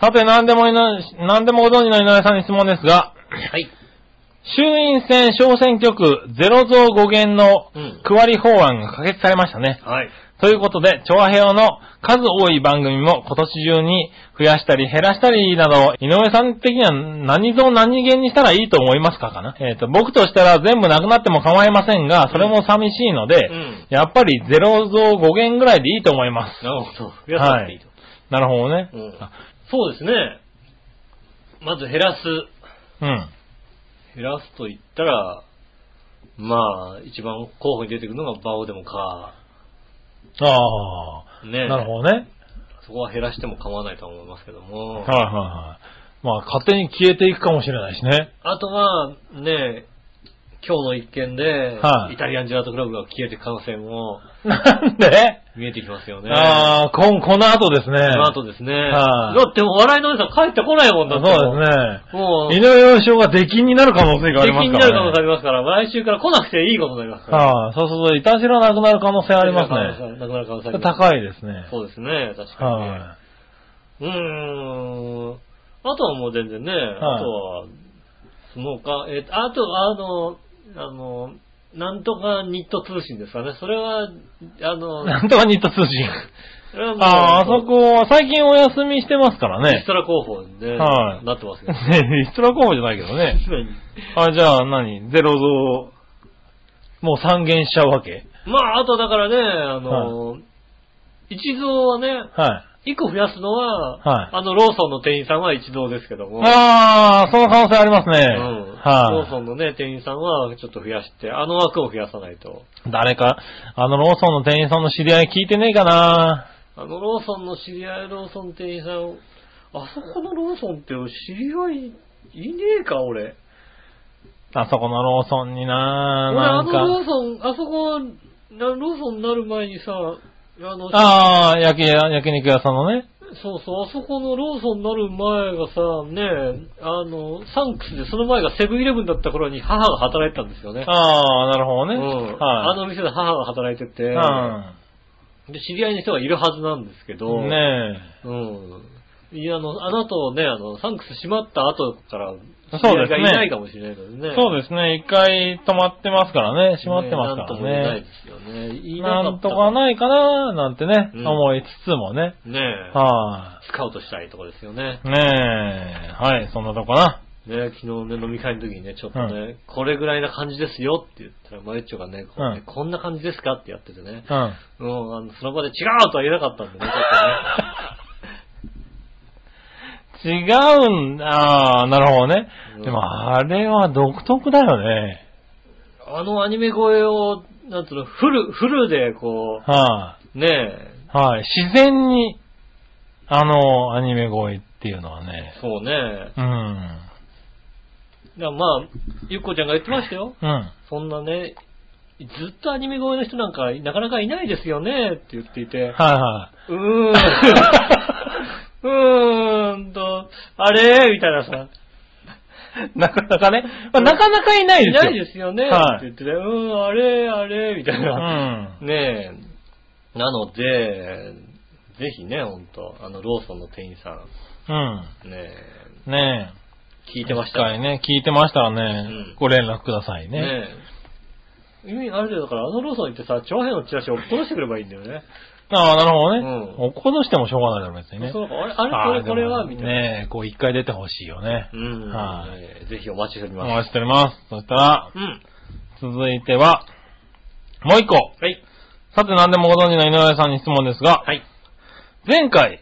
Speaker 3: さて、何でもいな、何でもご存知の井上さんに質問ですが、
Speaker 2: はい。
Speaker 3: 衆院選小選挙区0増5減の
Speaker 2: うん
Speaker 3: 区割り法案が可決されましたね。
Speaker 2: はい。
Speaker 3: ということで、調和平和の数多い番組も今年中に増やしたり減らしたりなど、井上さん的には何増何減にしたらいいと思いますかかなえっ、と、僕としたら全部なくなっても構いませんが、それも寂しいので、
Speaker 2: うん
Speaker 3: やっぱり0増5減ぐらいでいいと思います。
Speaker 2: なるほど。増やさなくていいと。
Speaker 3: なるほどね。
Speaker 2: うんそうですね。まず減らす。
Speaker 3: うん。
Speaker 2: 減らすと言ったら、まあ、一番候補に出てくるのがバオでもか。
Speaker 3: あ
Speaker 2: ね
Speaker 3: あ、なるほどね。
Speaker 2: そこは減らしても構わないと思いますけども。
Speaker 3: はいはいはい。まあ、勝手に消えていくかもしれないしね。
Speaker 2: あとは、ね、今日の一件で、
Speaker 3: はい
Speaker 2: イタリアンジェラートクラブが消えて感染も
Speaker 3: なんで、
Speaker 2: 見えてきますよね。
Speaker 3: <laughs> ああ、こん、この後ですね。
Speaker 2: その後ですね。
Speaker 3: は
Speaker 2: だ
Speaker 3: い
Speaker 2: ってもう笑いのおじさん帰ってこないもんだ
Speaker 3: そ
Speaker 2: っても。
Speaker 3: うですね。
Speaker 2: もう、
Speaker 3: 井上洋翔が出禁になる可能性があり
Speaker 2: 出
Speaker 3: ます
Speaker 2: 禁に
Speaker 3: か
Speaker 2: なる可能性あ
Speaker 3: ら、ね。
Speaker 2: りますから、来週から来なくていいことになりますから。
Speaker 3: はい、そうすると、いたしらなくなる可能性ありますね。
Speaker 2: ね。なくなる可能性あります。
Speaker 3: 高いですね。
Speaker 2: そうですね、確かにね。
Speaker 3: は
Speaker 2: うーん。あとはもう全然ね、あとは、その他、えーあと、あの、あの、なんとかニット通信ですかね。それは、あの
Speaker 3: <laughs> い。、なんとかニット通信。
Speaker 2: それはもう
Speaker 3: ああー、あそこは最近お休みしてますから
Speaker 2: リ
Speaker 3: ね
Speaker 2: ス。トラ候補で、
Speaker 3: はい
Speaker 2: なってますけど。
Speaker 3: <laughs> ねリストラ候補じゃないけどね。あ、じゃあ何ゼロ増、もう三減しちゃうわけ
Speaker 2: <laughs> まあ、あとだからね、あの、一蔵はね、
Speaker 3: はい。
Speaker 2: 一個増やすのは、
Speaker 3: はい
Speaker 2: あの、ローソンの店員さんは一蔵ですけども、
Speaker 3: ああ、その可能性ありますね。
Speaker 2: うんロー
Speaker 3: は
Speaker 2: ソンのね、店員さんはちょっと増やして、あの枠を増やさないと。
Speaker 3: い、誰か、あのローソンの店員さんの知り合い聞いてねえかな
Speaker 2: あの、ローソンの知り合い、ローソン店員さん、あそこのローソンって知り合いいねえか、俺。
Speaker 3: あそこのローソンにな
Speaker 2: 俺、あ
Speaker 3: なん
Speaker 2: のロー
Speaker 3: か。
Speaker 2: ソン、あそこ、なローソンになる前にさ、あの、
Speaker 3: ああ、焼き、焼肉屋さんのね。
Speaker 2: そうそう、あそこのローソンになる前がさ、ねえ、あの、サンクスで、その前がセブンイレブンだった頃に母が働いてたんですよね。
Speaker 3: ああ、なるほど
Speaker 2: う
Speaker 3: ね。
Speaker 2: んあ
Speaker 3: はい、
Speaker 2: の店で母が働いてて、で知り合いの人がいるはずなんですけ
Speaker 3: う
Speaker 2: ど、
Speaker 3: ん。ね
Speaker 2: うん。いや、あの、あの後ね、あの、サンクス閉まった後から、
Speaker 3: そうです
Speaker 2: 知
Speaker 3: ね
Speaker 2: り合いがいないかもしれないので
Speaker 3: え
Speaker 2: ね。。
Speaker 3: そう
Speaker 2: です。
Speaker 3: ですね。一回止まってますからね。閉まってますから
Speaker 2: なんとも言えない
Speaker 3: ね
Speaker 2: で。すよね。言い
Speaker 3: な
Speaker 2: なん
Speaker 3: とか
Speaker 2: い。
Speaker 3: ないかななんてね、
Speaker 2: うん
Speaker 3: 思いつつもね。
Speaker 2: ねえ。
Speaker 3: は
Speaker 2: スカウトしたいとこですよね。
Speaker 3: い、ねえ。はい、そんなとこな。
Speaker 2: ね昨日ね、飲み会の時にね、ちょっと
Speaker 3: う
Speaker 2: ね、これぐらいな感じですよって言ったら、マリッチョがね、こうね
Speaker 3: うん
Speaker 2: こんな感じですかってやっててね。
Speaker 3: うん。
Speaker 2: うん、あの、その場で違うとは言えなかったんでね、ちょっ
Speaker 3: <laughs> 違うんだ。ああ、なるほどね
Speaker 2: うん。
Speaker 3: でも、あれは独特だよね。
Speaker 2: とね。あのアニメ声を、なんつうの、フル、フルでこ
Speaker 3: は
Speaker 2: う、ねえ、
Speaker 3: い、はい、自然に、あの、アニメ声っていうのはね。
Speaker 2: そうね。
Speaker 3: うん。
Speaker 2: いやまあ、ゆっこちゃんが言ってましたよ。
Speaker 3: うん。
Speaker 2: そんなね、ずっとアニメ声の人なんかなかなかいないですよねって言っていて、
Speaker 3: はいは
Speaker 2: うーん、うーんと、あれみたいなさ、
Speaker 3: い。なかなかね。まあなかなかいない
Speaker 2: い
Speaker 3: ですよ。
Speaker 2: ないですよねって
Speaker 3: はい
Speaker 2: 言ってて、うーん、あれあれみたいうな。
Speaker 3: ん。
Speaker 2: ねえ、なので、ぜひね、ほんと、あの、ローソンの店員さ、
Speaker 3: うん
Speaker 2: ねえ、
Speaker 3: ん。ね
Speaker 2: 聞いてました。
Speaker 3: 一回ね、聞いてましたら
Speaker 2: う
Speaker 3: ね
Speaker 2: ん、
Speaker 3: ご連絡くださいね。
Speaker 2: ねえ。意味あるじゃんだから、あのローソン行ってさ、長編のチラシを落っこしてくればいいんだよね。
Speaker 3: ああ、なるほどね。
Speaker 2: うん
Speaker 3: 落っこどしてもしょうがないだろ、別にね。
Speaker 2: そうか、あれ、あれ、これ、これは、
Speaker 3: あーで
Speaker 2: み
Speaker 3: も
Speaker 2: たいな。
Speaker 3: ねこう一回出てほしいよね。
Speaker 2: うん。
Speaker 3: はい
Speaker 2: い。ぜひお待ちしており
Speaker 3: お
Speaker 2: ま
Speaker 3: 待
Speaker 2: す。
Speaker 3: ちしております。そしたら、
Speaker 2: うん。
Speaker 3: 続いては、もう一個。
Speaker 2: はい。
Speaker 3: さて何でもご存知の井上さんに質問ですが、
Speaker 2: はい。
Speaker 3: 前回、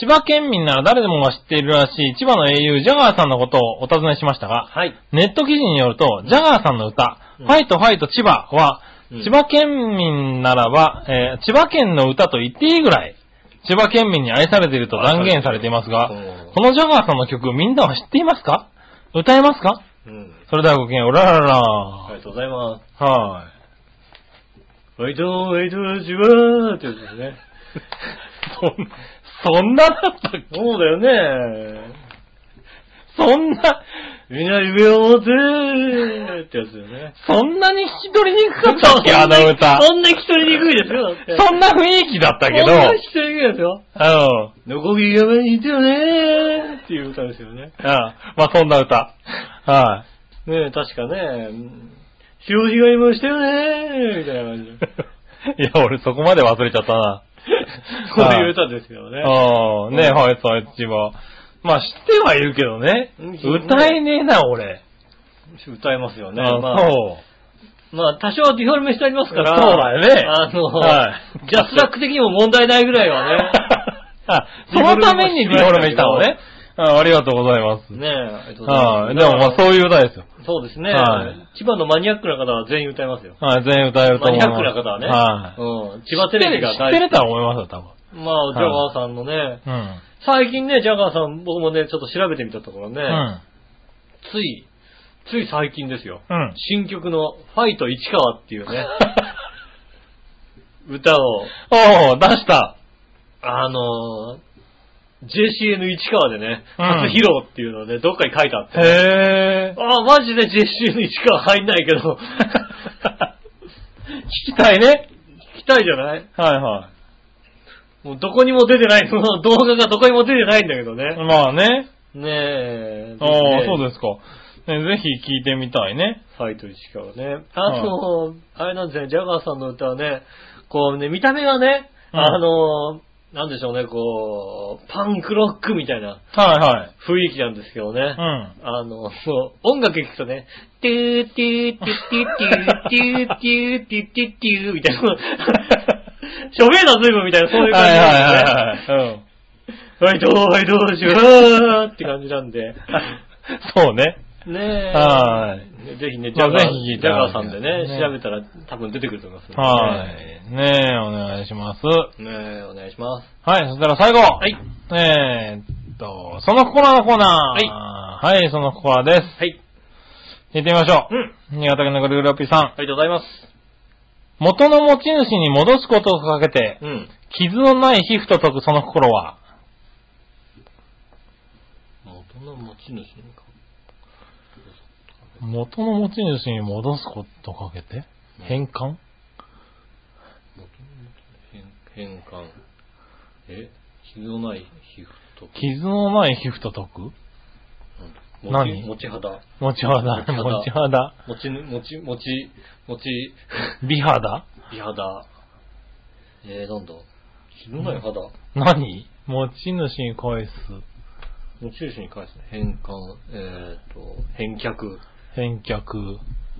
Speaker 3: 千葉県民なら誰でもが知っているらしい千葉の英雄ジャガーさんのことをお尋ねしましたが、
Speaker 2: はい。
Speaker 3: ネット記事によると、ジャガーさんの歌、
Speaker 2: うん
Speaker 3: ファイトファイト千葉は、
Speaker 2: うん
Speaker 3: 千葉県民ならば、えー千葉県の歌と言っていいぐらい、千葉県民に愛されていると断言されていますが
Speaker 2: うん、
Speaker 3: このジャガーさんの曲、みんなは知っていますか歌えますか
Speaker 2: うん。
Speaker 3: それではごきげんよう、おららら
Speaker 2: ありがとうございます。
Speaker 3: は
Speaker 2: ウェイド、ウェイド、ジュワーってやつですね。
Speaker 3: い。そん、そんなだったっけ
Speaker 2: そうだよね。
Speaker 3: そんな、
Speaker 2: みんな夢を持てーってやつだよね。
Speaker 3: そんなに聞き取りにくかったっけあの歌。
Speaker 2: そんな聞き取りにくいですよ、だって。
Speaker 3: そんな雰囲気だったけど
Speaker 2: そん、な聞き取りにくいですよ。
Speaker 3: うん。
Speaker 2: のこぎり山にいてよねーっていう歌ですよね。
Speaker 3: うん。まあそんな歌。はい。
Speaker 2: ねえ、確かね、潮干狩りもしたよねーみたいな感じで。 <laughs>
Speaker 3: いや、俺そこまで忘れちゃったな。
Speaker 2: そういう歌ですけどね。
Speaker 3: ああ、ねえ、
Speaker 2: うん
Speaker 3: はい、そっちは。まあ知ってはいるけどね。
Speaker 2: うん
Speaker 3: 歌えねえな、俺。
Speaker 2: 歌えますよね。
Speaker 3: あ
Speaker 2: まあ、
Speaker 3: そう。
Speaker 2: まあ、多少はディフォルメしてありますから。
Speaker 3: そうだよね
Speaker 2: あの、
Speaker 3: はい
Speaker 2: ジャスラック的にも問題ないぐらいはね。
Speaker 3: <laughs> あ、そのためにディフォルメしたのね。あありがとうございます。 <laughs>
Speaker 2: ねえ、ありがとうございます。
Speaker 3: はい。でもまあそういう歌ですよ。
Speaker 2: そうですね、
Speaker 3: はい
Speaker 2: 千葉のマニアックな方は全員歌いますよ。
Speaker 3: はい、全員歌えると
Speaker 2: マ
Speaker 3: 思
Speaker 2: ニ
Speaker 3: い
Speaker 2: ア
Speaker 3: ま
Speaker 2: ッ
Speaker 3: す。
Speaker 2: クな方はね。
Speaker 3: はい。
Speaker 2: うん。千葉テレビが
Speaker 3: 知ってるとは思いますよ、
Speaker 2: まあ、ジャガーさんのね、
Speaker 3: 多分。うん。
Speaker 2: 最近ね、ジャガーさん、僕もね、ちょっと調べてみたところね、
Speaker 3: うん。
Speaker 2: つい、つい最近ですよ。
Speaker 3: うん
Speaker 2: 新曲の、ファイト市川っていう
Speaker 3: <laughs>
Speaker 2: ね、歌を、
Speaker 3: おー、出した。
Speaker 2: あのー JCN 市川でね、
Speaker 3: うん
Speaker 2: 初披露っていうので、どっかに書いてあって、
Speaker 3: へえ。
Speaker 2: ああ、マジで JCN 市川入んないけ
Speaker 3: <laughs>
Speaker 2: ど、
Speaker 3: 聞きたいね。
Speaker 2: 聞きたいじゃない
Speaker 3: はいは
Speaker 2: もうどこにも出てない、その動画がどこにも出てないんだけど
Speaker 3: い。
Speaker 2: ね。
Speaker 3: まあね。
Speaker 2: ねえ。
Speaker 3: ああ、そう
Speaker 2: す。
Speaker 3: ですか。ね、ぜひ聞いてみたいね。
Speaker 2: ファイト石川ね。あと、あれなんですね、ジャガーさんの歌はね、こうね、見た目がね、
Speaker 3: うん
Speaker 2: あの、なんでしょうね、こう、パンクロックみたいな
Speaker 3: は
Speaker 2: 雰囲気なんですけどね
Speaker 3: い。は
Speaker 2: あの、そう、音楽聴くとね、トゥートゥートゥートゥートゥートゥートゥートゥートゥーみたいな、しょべえな随分みたいな、
Speaker 3: い。う
Speaker 2: そ
Speaker 3: ん。
Speaker 2: ういう
Speaker 3: は
Speaker 2: 感
Speaker 3: い
Speaker 2: じ
Speaker 3: はい
Speaker 2: なんですね
Speaker 3: はいはい。うん。
Speaker 2: はい、どう、はい、どうしよう、って感じなんで。
Speaker 3: そうね。
Speaker 2: ねえ。。
Speaker 3: はい
Speaker 2: ぜひね、ジ
Speaker 3: まあ
Speaker 2: ャガ
Speaker 3: ぜひ聞
Speaker 2: ー、
Speaker 3: い
Speaker 2: ジ
Speaker 3: て
Speaker 2: ャ
Speaker 3: あ
Speaker 2: ガー
Speaker 3: げて
Speaker 2: さんでね、
Speaker 3: ね
Speaker 2: 調べたら多分出てくると思いますのでね。
Speaker 3: はい。ねえ、お願いします。
Speaker 2: ねえ、お願いします。
Speaker 3: はい、そしたら最後。
Speaker 2: はい。
Speaker 3: えーっと、その心のコーナー。はい。はい、その心です。
Speaker 2: はい。
Speaker 3: 行ってみましょ
Speaker 2: う
Speaker 3: う。
Speaker 2: ん。
Speaker 3: 新潟県のぐるぐるぴーさん。
Speaker 2: ありがとうございます。
Speaker 3: 元の持ち主に戻すことをかけて、
Speaker 2: うん。
Speaker 3: 傷のない皮膚と解くその心は、
Speaker 2: 元の持ち主にか。
Speaker 3: 元の持ち主に戻すことをかけて、変換
Speaker 2: 元の変、変換。え傷のない皮膚と
Speaker 3: 傷のない皮膚と解く
Speaker 2: 持ち
Speaker 3: 何
Speaker 2: 持ち肌。
Speaker 3: 持ち肌、持
Speaker 2: 持
Speaker 3: ち
Speaker 2: ち
Speaker 3: 肌、
Speaker 2: 持ちぬ、持ち、持ち、持ち、
Speaker 3: 美肌
Speaker 2: 美肌。えー、なんだ傷のない肌。
Speaker 3: 何持ち主に返す。
Speaker 2: 持ち主に返すね。変換、えーと、返却。
Speaker 3: 返却。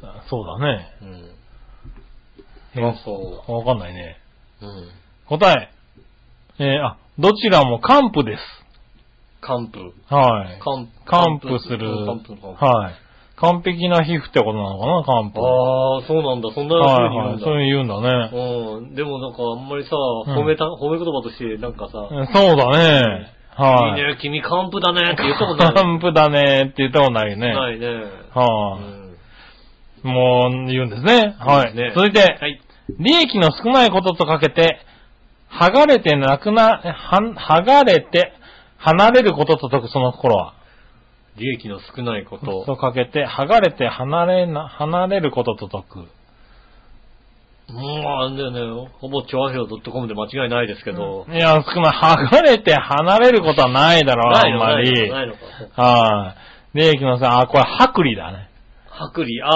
Speaker 3: あそうだね。
Speaker 2: うん。
Speaker 3: 返
Speaker 2: そ
Speaker 3: わかんないね。
Speaker 2: う。うん。
Speaker 3: 答え。えーあ、どちらも還付です。
Speaker 2: 還付。
Speaker 3: はい。
Speaker 2: 還
Speaker 3: 還付する。
Speaker 2: 還付の還付。
Speaker 3: はい。完璧な皮膚ってことなのかな還付。
Speaker 2: ああ、そうなんだ。そんな風に言
Speaker 3: は
Speaker 2: う
Speaker 3: いはい。
Speaker 2: んだ。
Speaker 3: そういうの言うん
Speaker 2: う
Speaker 3: だね。
Speaker 2: ん。でもなんかあんまりさ、
Speaker 3: ん
Speaker 2: 褒めた、褒め言葉として、なんかさ、
Speaker 3: うんそうだね。はい
Speaker 2: い
Speaker 3: い。
Speaker 2: ね、君還付だねって言ったことない。
Speaker 3: ンプだねって言ったことないよね。は。
Speaker 2: ないいね。うん
Speaker 3: もう言うんですね。はい。
Speaker 2: ね
Speaker 3: 続いて、
Speaker 2: はい。
Speaker 3: 利益の少ないこととかけて、剥がれてなくな、は、剥がれて、離れることと解くその心は。
Speaker 2: 利益の少ないこと。
Speaker 3: とかけて、剥がれて離れな、離れることと解く。
Speaker 2: うん、あんだよね。ほぼ調和票 .com で間違いないですけど。
Speaker 3: いや、少ない。剥がれて離れることはないだろう、あ
Speaker 2: ない
Speaker 3: ん
Speaker 2: の
Speaker 3: ま
Speaker 2: ない
Speaker 3: り。
Speaker 2: のないのか。
Speaker 3: はい。利益のさ、あ、これ薄利だね。
Speaker 2: 薄利、あ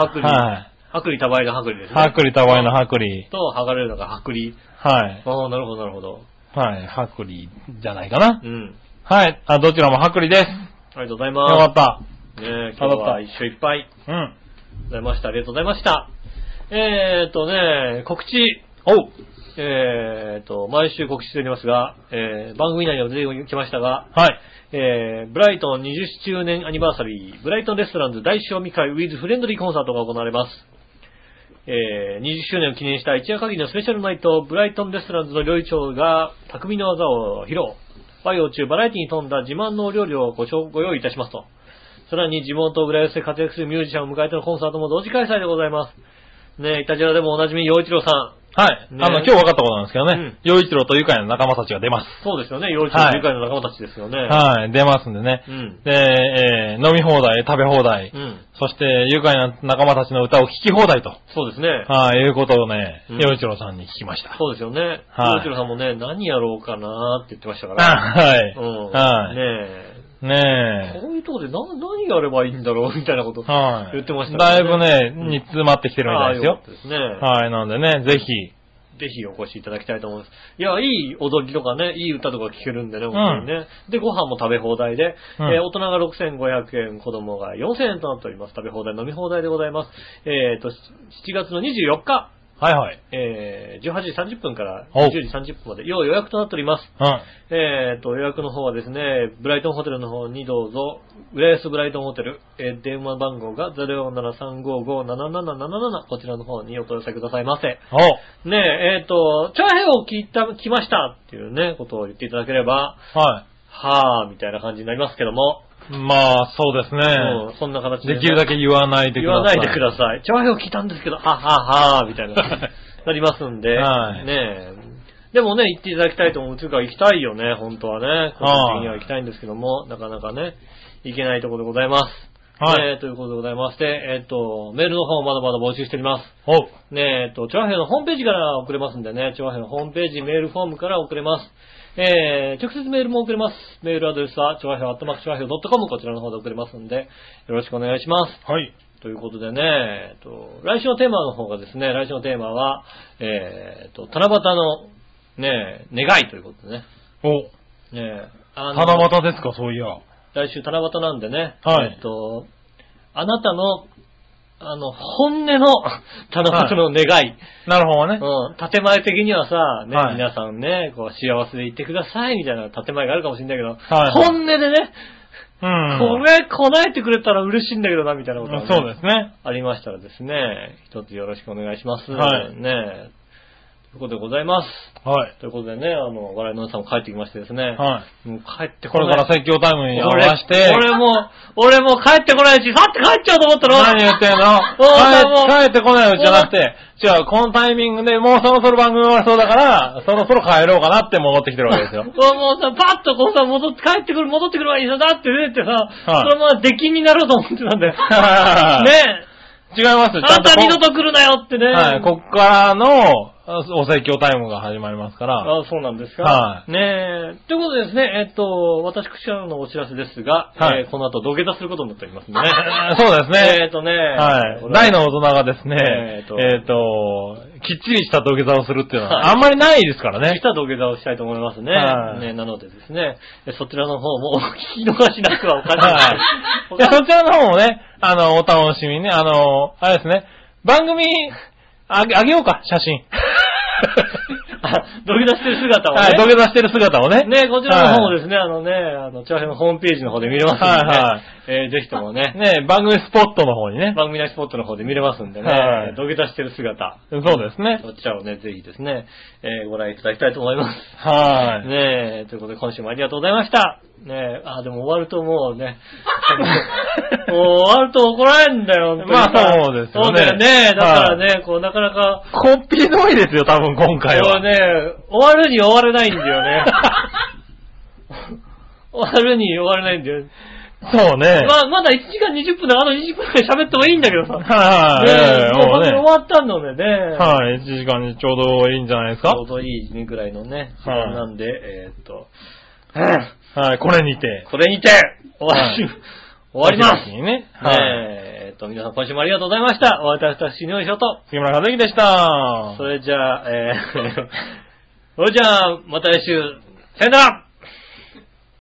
Speaker 2: あ、薄利。
Speaker 3: はい。
Speaker 2: 薄利多売の薄利ですね。
Speaker 3: 薄利多売の薄利。
Speaker 2: と、剥がれるのが薄利。
Speaker 3: はい。
Speaker 2: ああ、なるほど、なるほど。
Speaker 3: はい。薄利じゃないかな。
Speaker 2: うん。
Speaker 3: はい。あ、どちらも薄利です。
Speaker 2: ありがとうござい
Speaker 3: よかっ
Speaker 2: ま
Speaker 3: た。
Speaker 2: す。ねえ今日は一緒いっぱい。
Speaker 3: うん。
Speaker 2: ございました。ありがとうございました。えーっとね、告知。
Speaker 3: おう。
Speaker 2: えーっと、毎週告知しておりますが、えー番組内にも出てきましたが、
Speaker 3: はい。
Speaker 2: えー、ブライトン20周年アニバーサリー、ブライトンレストランズ大賞味会ウィズフレンドリーコンサートが行われます。えー、20周年を記念した一夜限りのスペシャルナイト、ブライトンレストランズの料理長が匠の技を披露。和洋中バラエティに富んだ自慢のお料理をご紹ご用意いたしますと。さらに地元浦安で活躍するミュージシャンを迎えてのコンサートも同時開催でございます。ねえ、イタジラでもおなじみ、洋一郎さん。
Speaker 3: はい。あ
Speaker 2: ね
Speaker 3: の、今日分かったことなんですけど
Speaker 2: うん
Speaker 3: ね。洋一郎と愉快な仲間たちが出ます。
Speaker 2: そうですよね、洋一郎と愉快の仲間たちですよね。
Speaker 3: はい。出ますんでね
Speaker 2: う。ん。
Speaker 3: で、えー飲み放題、食べ放題
Speaker 2: う。ん。
Speaker 3: そして、愉快な仲間たちの歌を聴き放題と。
Speaker 2: そうですね。
Speaker 3: はい、いうことをね、
Speaker 2: うん
Speaker 3: 洋一郎さんに聞きました。
Speaker 2: そうですよね。
Speaker 3: はい
Speaker 2: 洋一郎さんもね、何やろうかなって言ってましたか
Speaker 3: あ
Speaker 2: ら。
Speaker 3: はい。
Speaker 2: うん。
Speaker 3: はい。
Speaker 2: ねえ。
Speaker 3: ね
Speaker 2: こういうとこでな何やればいいんだろうみたいなこと
Speaker 3: え。はい。
Speaker 2: 言ってました
Speaker 3: だい
Speaker 2: から
Speaker 3: ぶね、
Speaker 2: うん
Speaker 3: 煮詰まってきてるみたい
Speaker 2: あ
Speaker 3: です
Speaker 2: あ
Speaker 3: よ
Speaker 2: かっ。たですね。
Speaker 3: はい、なんでね、ぜひ。
Speaker 2: ぜひお越しいただきたいと思います。いや、いい踊りとかね、いい歌とか聴けるんでね、本当にね。で、ご飯も食べ放題で、
Speaker 3: うん
Speaker 2: えー大人が6500円、子供が4000円となっております。食べ放題、飲み放題でございます。えっ、と、7月の24日、
Speaker 3: はいはい。
Speaker 2: えー18時30分から
Speaker 3: お
Speaker 2: 20時30分まで、要予約となっております。
Speaker 3: うん。
Speaker 2: えー、と、予約の方はですね、ブライトンホテルの方にどうぞ、浦安ブライトンホテル、えー電話番号が047-355-7777こちらの方にお問い合わせくださいませ。
Speaker 3: お
Speaker 2: ねえ、えー、と、チャーヘンを聞いた、来ましたっていうね、ことを言っていただければ、
Speaker 3: は
Speaker 2: はぁ、みたいな感じになりますけども、
Speaker 3: い。まあ、そうです
Speaker 2: う
Speaker 3: ね。
Speaker 2: ん、そんな形で、
Speaker 3: できるだけ言わないで
Speaker 2: 言
Speaker 3: くだ
Speaker 2: わな
Speaker 3: さい。
Speaker 2: いでください。チャーヘンを聞いたんですけど、はははみたいな、なりますんで、
Speaker 3: <laughs> はい
Speaker 2: ねえ。でもね、行っていただきたいと思う。というか、行きたいよね、本当はね。個人的には行きたいんですけども、なかなかね、行けないところでございます。
Speaker 3: はい
Speaker 2: ねえということでございまして、えっ、と、メールの方まだまだ募集しております。
Speaker 3: おう。
Speaker 2: ねえ、えっと、チョアヘのホームページから送れますんでね、チョアヘのホームページ、メールフォームから送れます。えー、直接メールも送れます。メールアドレスは、チョアヘアットマークチョアヘオ .com こちらの方で送れますんで、よろしくお願いします。
Speaker 3: はい。
Speaker 2: ということでね、えっと、来週のテーマの方がですね、来週のテーマは、えー、っと、七夕の、ねえ、願いということでね。
Speaker 3: お、
Speaker 2: ねえ、あの
Speaker 3: 七夕ですか、そういや。
Speaker 2: 来週七夕なんでね、
Speaker 3: はい
Speaker 2: えっと、あなたの、あの、本音の七夕の願い
Speaker 3: なるほどね。
Speaker 2: うん、建前的にはさ、ね、
Speaker 3: はい
Speaker 2: 皆さんね、こう、幸せでいってくださいみたいな建前があるかもしれないけど、
Speaker 3: はい
Speaker 2: 本音でね、
Speaker 3: うん。
Speaker 2: これ、叶えてくれたら嬉しいんだけどな、みたいなことがね、
Speaker 3: そうですね。
Speaker 2: ありましたらですね、一つよろしくお願いします。
Speaker 3: はい
Speaker 2: ねということでございます。
Speaker 3: はい。
Speaker 2: ということでね、あの、笑いの皆さんも帰ってきましてですね、
Speaker 3: はい。
Speaker 2: もう帰って
Speaker 3: こ
Speaker 2: こ
Speaker 3: れ
Speaker 2: ない
Speaker 3: から説教タイムに合わせて、
Speaker 2: 俺俺も、俺も帰ってこないし、さって帰っちゃうと思ったの
Speaker 3: 何言ってんの
Speaker 2: おう
Speaker 3: 帰帰ってこないうちじゃなくて、じゃあこのタイミングでもうそろそろ番組終わりそうだから、そろそろ帰ろうかなって戻ってきてるわけですよ。
Speaker 2: もうさ、パッとこうさ、戻って、帰ってくる、戻ってくる前にさ、だって出てってさ、
Speaker 3: い
Speaker 2: そのまま出禁になろうと思ってたんだよ。ねえ、
Speaker 3: <laughs> 違いますよ
Speaker 2: あんた
Speaker 3: こ
Speaker 2: 二度と来るなよってね。
Speaker 3: はい、こっからのあお説教タイムが始まりますから、
Speaker 2: あそうなんですか。
Speaker 3: はい
Speaker 2: ねえ。ということでですね、えっと、私からのお知らせですが、
Speaker 3: は
Speaker 2: え
Speaker 3: い
Speaker 2: ーこの後土下座することになっておりますね。
Speaker 3: そうですね
Speaker 2: えっとね、
Speaker 3: はい
Speaker 2: こ、れ
Speaker 3: 大の大人がですね、
Speaker 2: え
Speaker 3: え
Speaker 2: ー
Speaker 3: っ、
Speaker 2: と
Speaker 3: と、きっちりした土下座をするっていうの
Speaker 2: はい
Speaker 3: はあんまりないですからね
Speaker 2: し。た土下座をしたいと思いますね。
Speaker 3: はい
Speaker 2: ねなのでですね、えそちらの方もお聞き逃しなくはおか
Speaker 3: はい
Speaker 2: お
Speaker 3: いや、
Speaker 2: 金
Speaker 3: そちらの方もね、あの、お楽しみにね、あの、あれですね、番組、あげ、あげようか、写真。
Speaker 2: あ土下座してる姿をね。
Speaker 3: はい、土下座してる姿をね。
Speaker 2: ね、こちらの方も
Speaker 3: で
Speaker 2: ですね、あのね、あの、長編のホームページの方で見れますんで、ね
Speaker 3: は
Speaker 2: えーぜひとも
Speaker 3: す <laughs>
Speaker 2: ね、
Speaker 3: ね。ね、番組スポットの方にね。
Speaker 2: 番組内スポットの方で見れますんでね、
Speaker 3: はい
Speaker 2: 土下座してる姿、
Speaker 3: そうですね。
Speaker 2: そちらをね、ぜひですね、えーご覧いただきたいと思います。
Speaker 3: は
Speaker 2: ね
Speaker 3: い。
Speaker 2: え、ということで今週もありがとうございました。ねえ、あ、でも終わるともう
Speaker 3: <laughs>
Speaker 2: ね、もう終わると怒られんだよ、本当に
Speaker 3: まあそうですよね
Speaker 2: そうだよね。だからね、こう、なかなか、
Speaker 3: こっぴどいですよ、多分今回
Speaker 2: こ
Speaker 3: は。
Speaker 2: うね、終わるに終われないんだよ
Speaker 3: <laughs>
Speaker 2: ね。終わるに終われないんだよ。
Speaker 3: そうね。
Speaker 2: まあ、まだ1時間20分だから、あの20分くらい喋ってもいいんだけどさ。
Speaker 3: <laughs>
Speaker 2: ね
Speaker 3: はい、
Speaker 2: え、も
Speaker 3: も
Speaker 2: う
Speaker 3: う
Speaker 2: 終
Speaker 3: ね。
Speaker 2: わったのでね。
Speaker 3: はい、1時間にちょうどいいんじゃないで
Speaker 2: ち
Speaker 3: すか
Speaker 2: ょう。どいい時ぐらいのね、時
Speaker 3: はい
Speaker 2: 間なんで、えーっと、
Speaker 3: はい、これにて。
Speaker 2: これにて、終わり、終わります。
Speaker 3: にね。はい。
Speaker 2: えーっと、皆さん今週もありがとうございました。お会いいたし井上翔と。
Speaker 3: 杉村和樹でした。
Speaker 2: <laughs> それじゃあ、えー、それじゃあ、また来週、さよなら